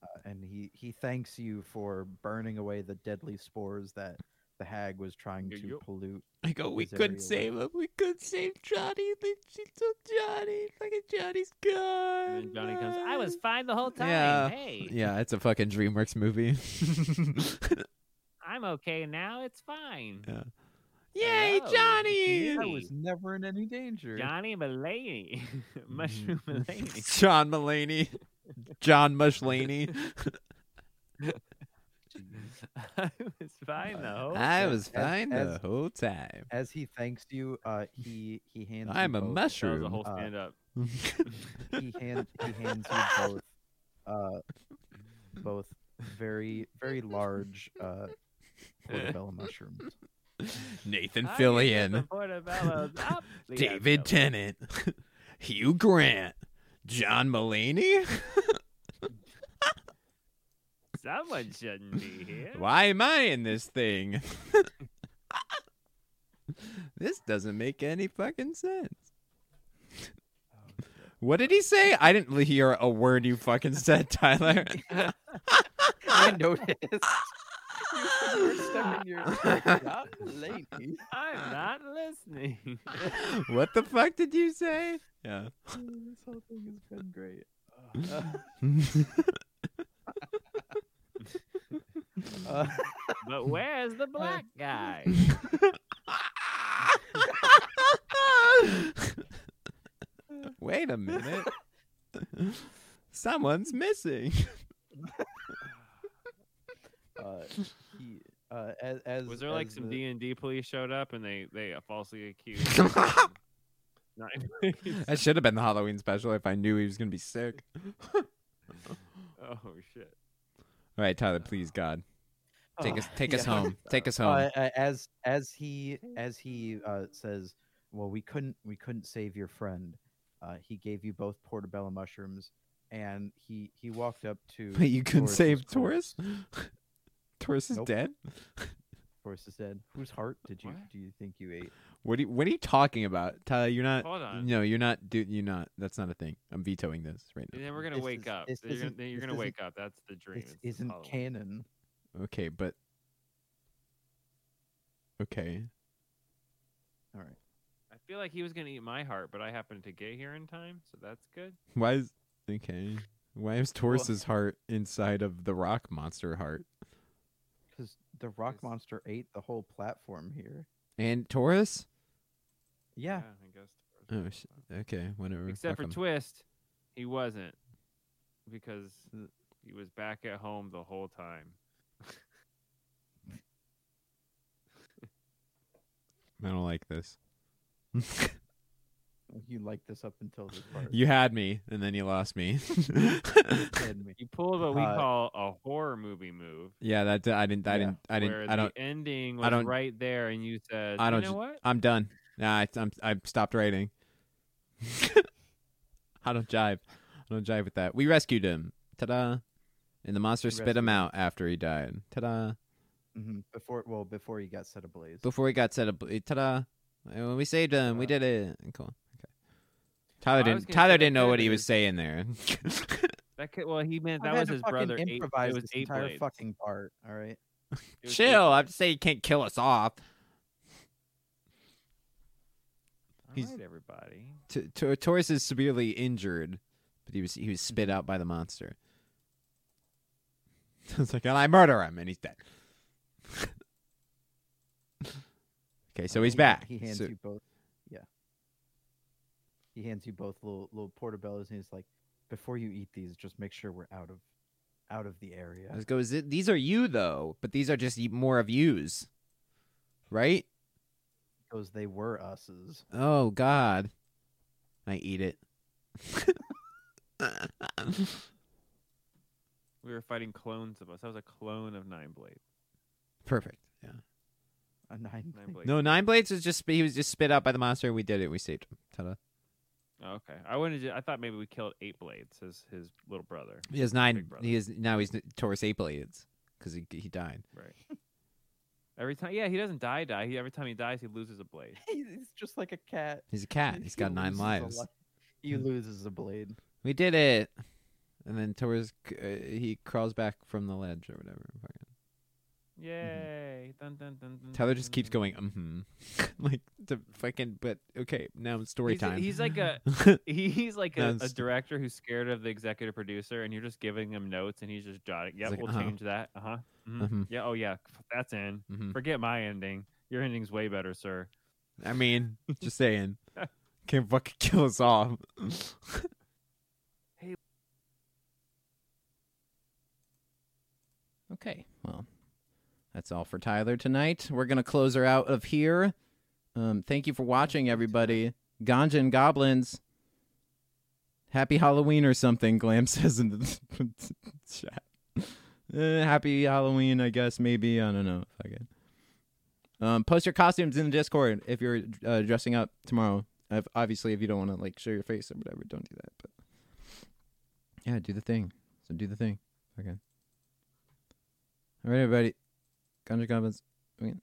Speaker 2: uh, and he he thanks you for burning away the deadly spores that the hag was trying
Speaker 8: Yo,
Speaker 2: to
Speaker 8: yo.
Speaker 2: pollute.
Speaker 3: (laughs) I go, we
Speaker 2: Is there
Speaker 3: couldn't
Speaker 2: any
Speaker 3: save him. We couldn't save Johnny. They- She took Johnny. Fucking Johnny's gone.
Speaker 8: And then Johnny comes. I was fine the whole time.
Speaker 3: Yeah.
Speaker 8: (laughs) Hey,
Speaker 3: Yeah, it's a fucking DreamWorks movie. (laughs)
Speaker 8: I'm okay now. It's fine.
Speaker 3: Yeah. Yay,
Speaker 8: Hello.
Speaker 3: Johnny!
Speaker 2: I was never in any danger.
Speaker 8: Johnny Mulaney, (laughs) Mushroom
Speaker 3: (laughs) Mm-hmm.
Speaker 8: Mulaney. (laughs)
Speaker 3: John Mulaney. John Mushlaney.
Speaker 8: I was fine though.
Speaker 3: (laughs) I
Speaker 2: as-
Speaker 3: was fine
Speaker 2: as-
Speaker 3: the whole time.
Speaker 2: As he thanks you, uh, he he hands. you
Speaker 3: I'm a
Speaker 2: both-
Speaker 8: That was
Speaker 3: mushroom.
Speaker 8: a whole (laughs)
Speaker 2: Uh,
Speaker 8: stand up.
Speaker 2: He hand he hands you both, uh, both very very large uh, portobello mushrooms.
Speaker 3: (laughs) Nathan
Speaker 8: I get the (laughs)
Speaker 2: (laughs)
Speaker 3: Fillion.
Speaker 8: portobellos up the
Speaker 3: David
Speaker 8: envelope.
Speaker 3: Tennant. (laughs) Hugh Grant. John Mulaney.
Speaker 8: Someone shouldn't be here.
Speaker 3: Why am I in this thing? (laughs) this doesn't make any fucking sense. What did he say? I didn't hear a word you fucking said, Tyler.
Speaker 2: I noticed. you were stuck in (laughs) your Not lady.
Speaker 8: I'm not (laughs) listening.
Speaker 3: (laughs) what the fuck did you say? Yeah.
Speaker 2: This whole thing has been (laughs) great. Uh,
Speaker 8: But where's the (laughs) black guy?
Speaker 3: (laughs) Wait a minute. Someone's missing.
Speaker 2: uh, he, uh, as, as
Speaker 8: Was there like
Speaker 2: as
Speaker 8: some
Speaker 2: the,
Speaker 8: D and D police showed up and they they uh, falsely accused?
Speaker 2: (laughs)
Speaker 8: him of not-
Speaker 3: (laughs) That should have been the Halloween special if I knew he was going to be sick.
Speaker 8: (laughs) oh shit!
Speaker 3: All right, Tyler, please, God. Take
Speaker 2: Uh,
Speaker 3: us take us
Speaker 2: yeah.
Speaker 3: home. Take us home.
Speaker 2: Uh, uh, as as he as he uh, says, well, we couldn't we couldn't save your friend. Uh, he gave you both portobello mushrooms, and he he walked
Speaker 8: (laughs)
Speaker 2: up to.
Speaker 3: But you couldn't
Speaker 2: Taurus's
Speaker 3: save
Speaker 2: corpse.
Speaker 3: Taurus? (laughs) Taurus is
Speaker 2: Nope.
Speaker 3: dead?
Speaker 2: Taurus is dead. Whose heart did you
Speaker 8: What?
Speaker 2: do you think you ate?
Speaker 3: What are you, what are you talking about? Tyler, you're not
Speaker 8: Hold on.
Speaker 3: No, you're not dude, you're not. That's not a thing. I'm vetoing this right
Speaker 8: And then we're gonna
Speaker 2: This
Speaker 8: wake
Speaker 2: is-
Speaker 8: up.
Speaker 2: this
Speaker 8: You're gonna,
Speaker 2: isn't-
Speaker 8: then you're
Speaker 2: this
Speaker 8: gonna
Speaker 2: isn't-
Speaker 8: wake up. That's the dream. Oh.
Speaker 2: This
Speaker 8: It's the
Speaker 2: isn't
Speaker 8: Halloween.
Speaker 2: canon.
Speaker 3: now. Okay, but Okay.
Speaker 2: All right.
Speaker 8: I feel like he was gonna eat my heart, but I happened to get here in time, so that's good.
Speaker 3: Why is okay? Why is Taurus's heart inside of the rock monster heart?
Speaker 2: Because the rock
Speaker 8: Yes.
Speaker 2: monster ate the whole platform here.
Speaker 3: And Taurus?
Speaker 2: Yeah.
Speaker 8: I guess.
Speaker 3: Oh, sh- okay, whatever.
Speaker 8: Except for
Speaker 3: fuck 'em.
Speaker 8: Twist, he wasn't because
Speaker 2: Th-
Speaker 8: he was back at home the whole time.
Speaker 3: I don't like this.
Speaker 2: You liked this up until
Speaker 8: (laughs)
Speaker 2: this part.
Speaker 3: You had me, and then you lost me. (laughs)
Speaker 8: (laughs)
Speaker 2: Pardon me.
Speaker 8: You pulled what we
Speaker 2: Uh,
Speaker 8: call a horror movie move.
Speaker 3: yeah, that I didn't. I
Speaker 2: Yeah,
Speaker 3: didn't. I
Speaker 8: where
Speaker 3: didn't. I
Speaker 8: the
Speaker 3: don't.
Speaker 8: ending
Speaker 3: I
Speaker 8: was
Speaker 3: don't-
Speaker 8: right there, and you said,
Speaker 3: I don't
Speaker 8: you know
Speaker 3: ju-
Speaker 8: what?
Speaker 3: I'm done. Nah, I, I'm. I stopped writing. (laughs) I don't jive. I don't jive with that. We rescued him. Ta-da! And the monster
Speaker 2: We
Speaker 3: spit him out after he died. Ta-da!
Speaker 2: Mhm, Before, well, before you got set ablaze.
Speaker 3: Before he got set up. eh, Ta-da! And we saved him. We did it. Eh, Cool. Okay. Tyler
Speaker 8: I was
Speaker 3: didn't.
Speaker 8: gonna
Speaker 3: Tyler
Speaker 8: say that
Speaker 3: didn't know
Speaker 8: could've
Speaker 3: what he
Speaker 8: been
Speaker 3: was
Speaker 8: his-
Speaker 3: saying
Speaker 8: (laughs)
Speaker 3: there.
Speaker 8: That could, well, he
Speaker 2: I
Speaker 8: meant that
Speaker 2: had
Speaker 8: was
Speaker 2: to
Speaker 8: his
Speaker 2: fucking
Speaker 8: brother. Ape-
Speaker 2: Improvise
Speaker 8: it was
Speaker 2: this
Speaker 8: eight
Speaker 2: entire
Speaker 8: blades.
Speaker 2: fucking part. All right.
Speaker 8: It was
Speaker 3: (laughs)
Speaker 8: Ape
Speaker 3: Chill. I'm
Speaker 8: Blades.
Speaker 3: just saying he can't kill us off.
Speaker 8: All
Speaker 3: he's-
Speaker 8: right, everybody.
Speaker 3: T- T- Taurus is severely injured, but he was he was spit out by the monster. (laughs) it's like, and I murder him, and he's dead. (laughs) okay,
Speaker 8: Oh,
Speaker 3: so he's
Speaker 2: He-
Speaker 3: back.
Speaker 2: He hands
Speaker 3: So-
Speaker 2: you both. Yeah. He hands you both little little portobellos, and he's like, "Before you eat these, just make sure we're out of, out of the area."
Speaker 3: Let's go. Is it, these are you though, but these are just y- more of yous, right?
Speaker 2: Because they were us's.
Speaker 3: Oh God, I eat
Speaker 8: (laughs)
Speaker 3: it.
Speaker 8: We were fighting clones of us. I was a clone of Nine Blade.
Speaker 3: Perfect. Yeah.
Speaker 2: A nine. (laughs)
Speaker 8: Nine Blade.
Speaker 3: No, nine blades was just he was just spit out by the monster. We did it. We saved him. Ta-da.
Speaker 8: Oh, okay. I wanted. To, I thought maybe we killed Eight Blades, his his little brother.
Speaker 3: He has nine.
Speaker 8: Big brother.
Speaker 3: He is now he's Taurus Apelides because he he died.
Speaker 8: Right. Every time, yeah, he doesn't die. Die. He, every time he dies, he loses a blade.
Speaker 2: He's just like a cat.
Speaker 3: He's
Speaker 2: (laughs)
Speaker 3: a cat. He's got
Speaker 2: He
Speaker 3: nine
Speaker 2: loses a
Speaker 3: lives.
Speaker 2: li- He loses a blade.
Speaker 3: We did it. And then towards uh, he crawls back from the ledge or whatever. Fucking-
Speaker 8: Yay! Dun, dun, dun, dun,
Speaker 3: Mm-hmm. Tyler
Speaker 8: dun,
Speaker 3: just
Speaker 8: dun,
Speaker 3: keeps
Speaker 8: dun.
Speaker 3: going, mm-hmm. (laughs) like to fucking. But okay, now it's story
Speaker 8: He's a-
Speaker 3: time.
Speaker 8: he's like a-
Speaker 3: (laughs)
Speaker 8: (laughs) He- He's like a, a
Speaker 3: That's-
Speaker 8: director who's scared of the executive producer, and you're just giving him notes, and he's just jotting. Yep,
Speaker 3: like,
Speaker 8: we'll
Speaker 3: uh-huh.
Speaker 8: change that. Uh huh.
Speaker 3: Mhm.
Speaker 8: Yeah. Oh yeah. f- That's in.
Speaker 3: Mhm.
Speaker 8: Forget my ending. Your ending's way better, sir.
Speaker 3: I mean, just saying, can't fucking kill us off.
Speaker 8: Hey.
Speaker 9: Okay, well, that's all for Tyler tonight. We're gonna close her out of here. Um, thank you for watching, everybody. Ganja and goblins. Happy Halloween or something. Glam (laughs) says in the chat. Uh, happy Halloween, I guess. Maybe I don't know. Fuck it. Um, post your costumes in the Discord if you're uh, dressing up tomorrow. If, obviously, if you don't want to like show your face or whatever, don't do that. But yeah, do the thing. So do the thing. Okay. All right, everybody. Ganja Goblins. Okay.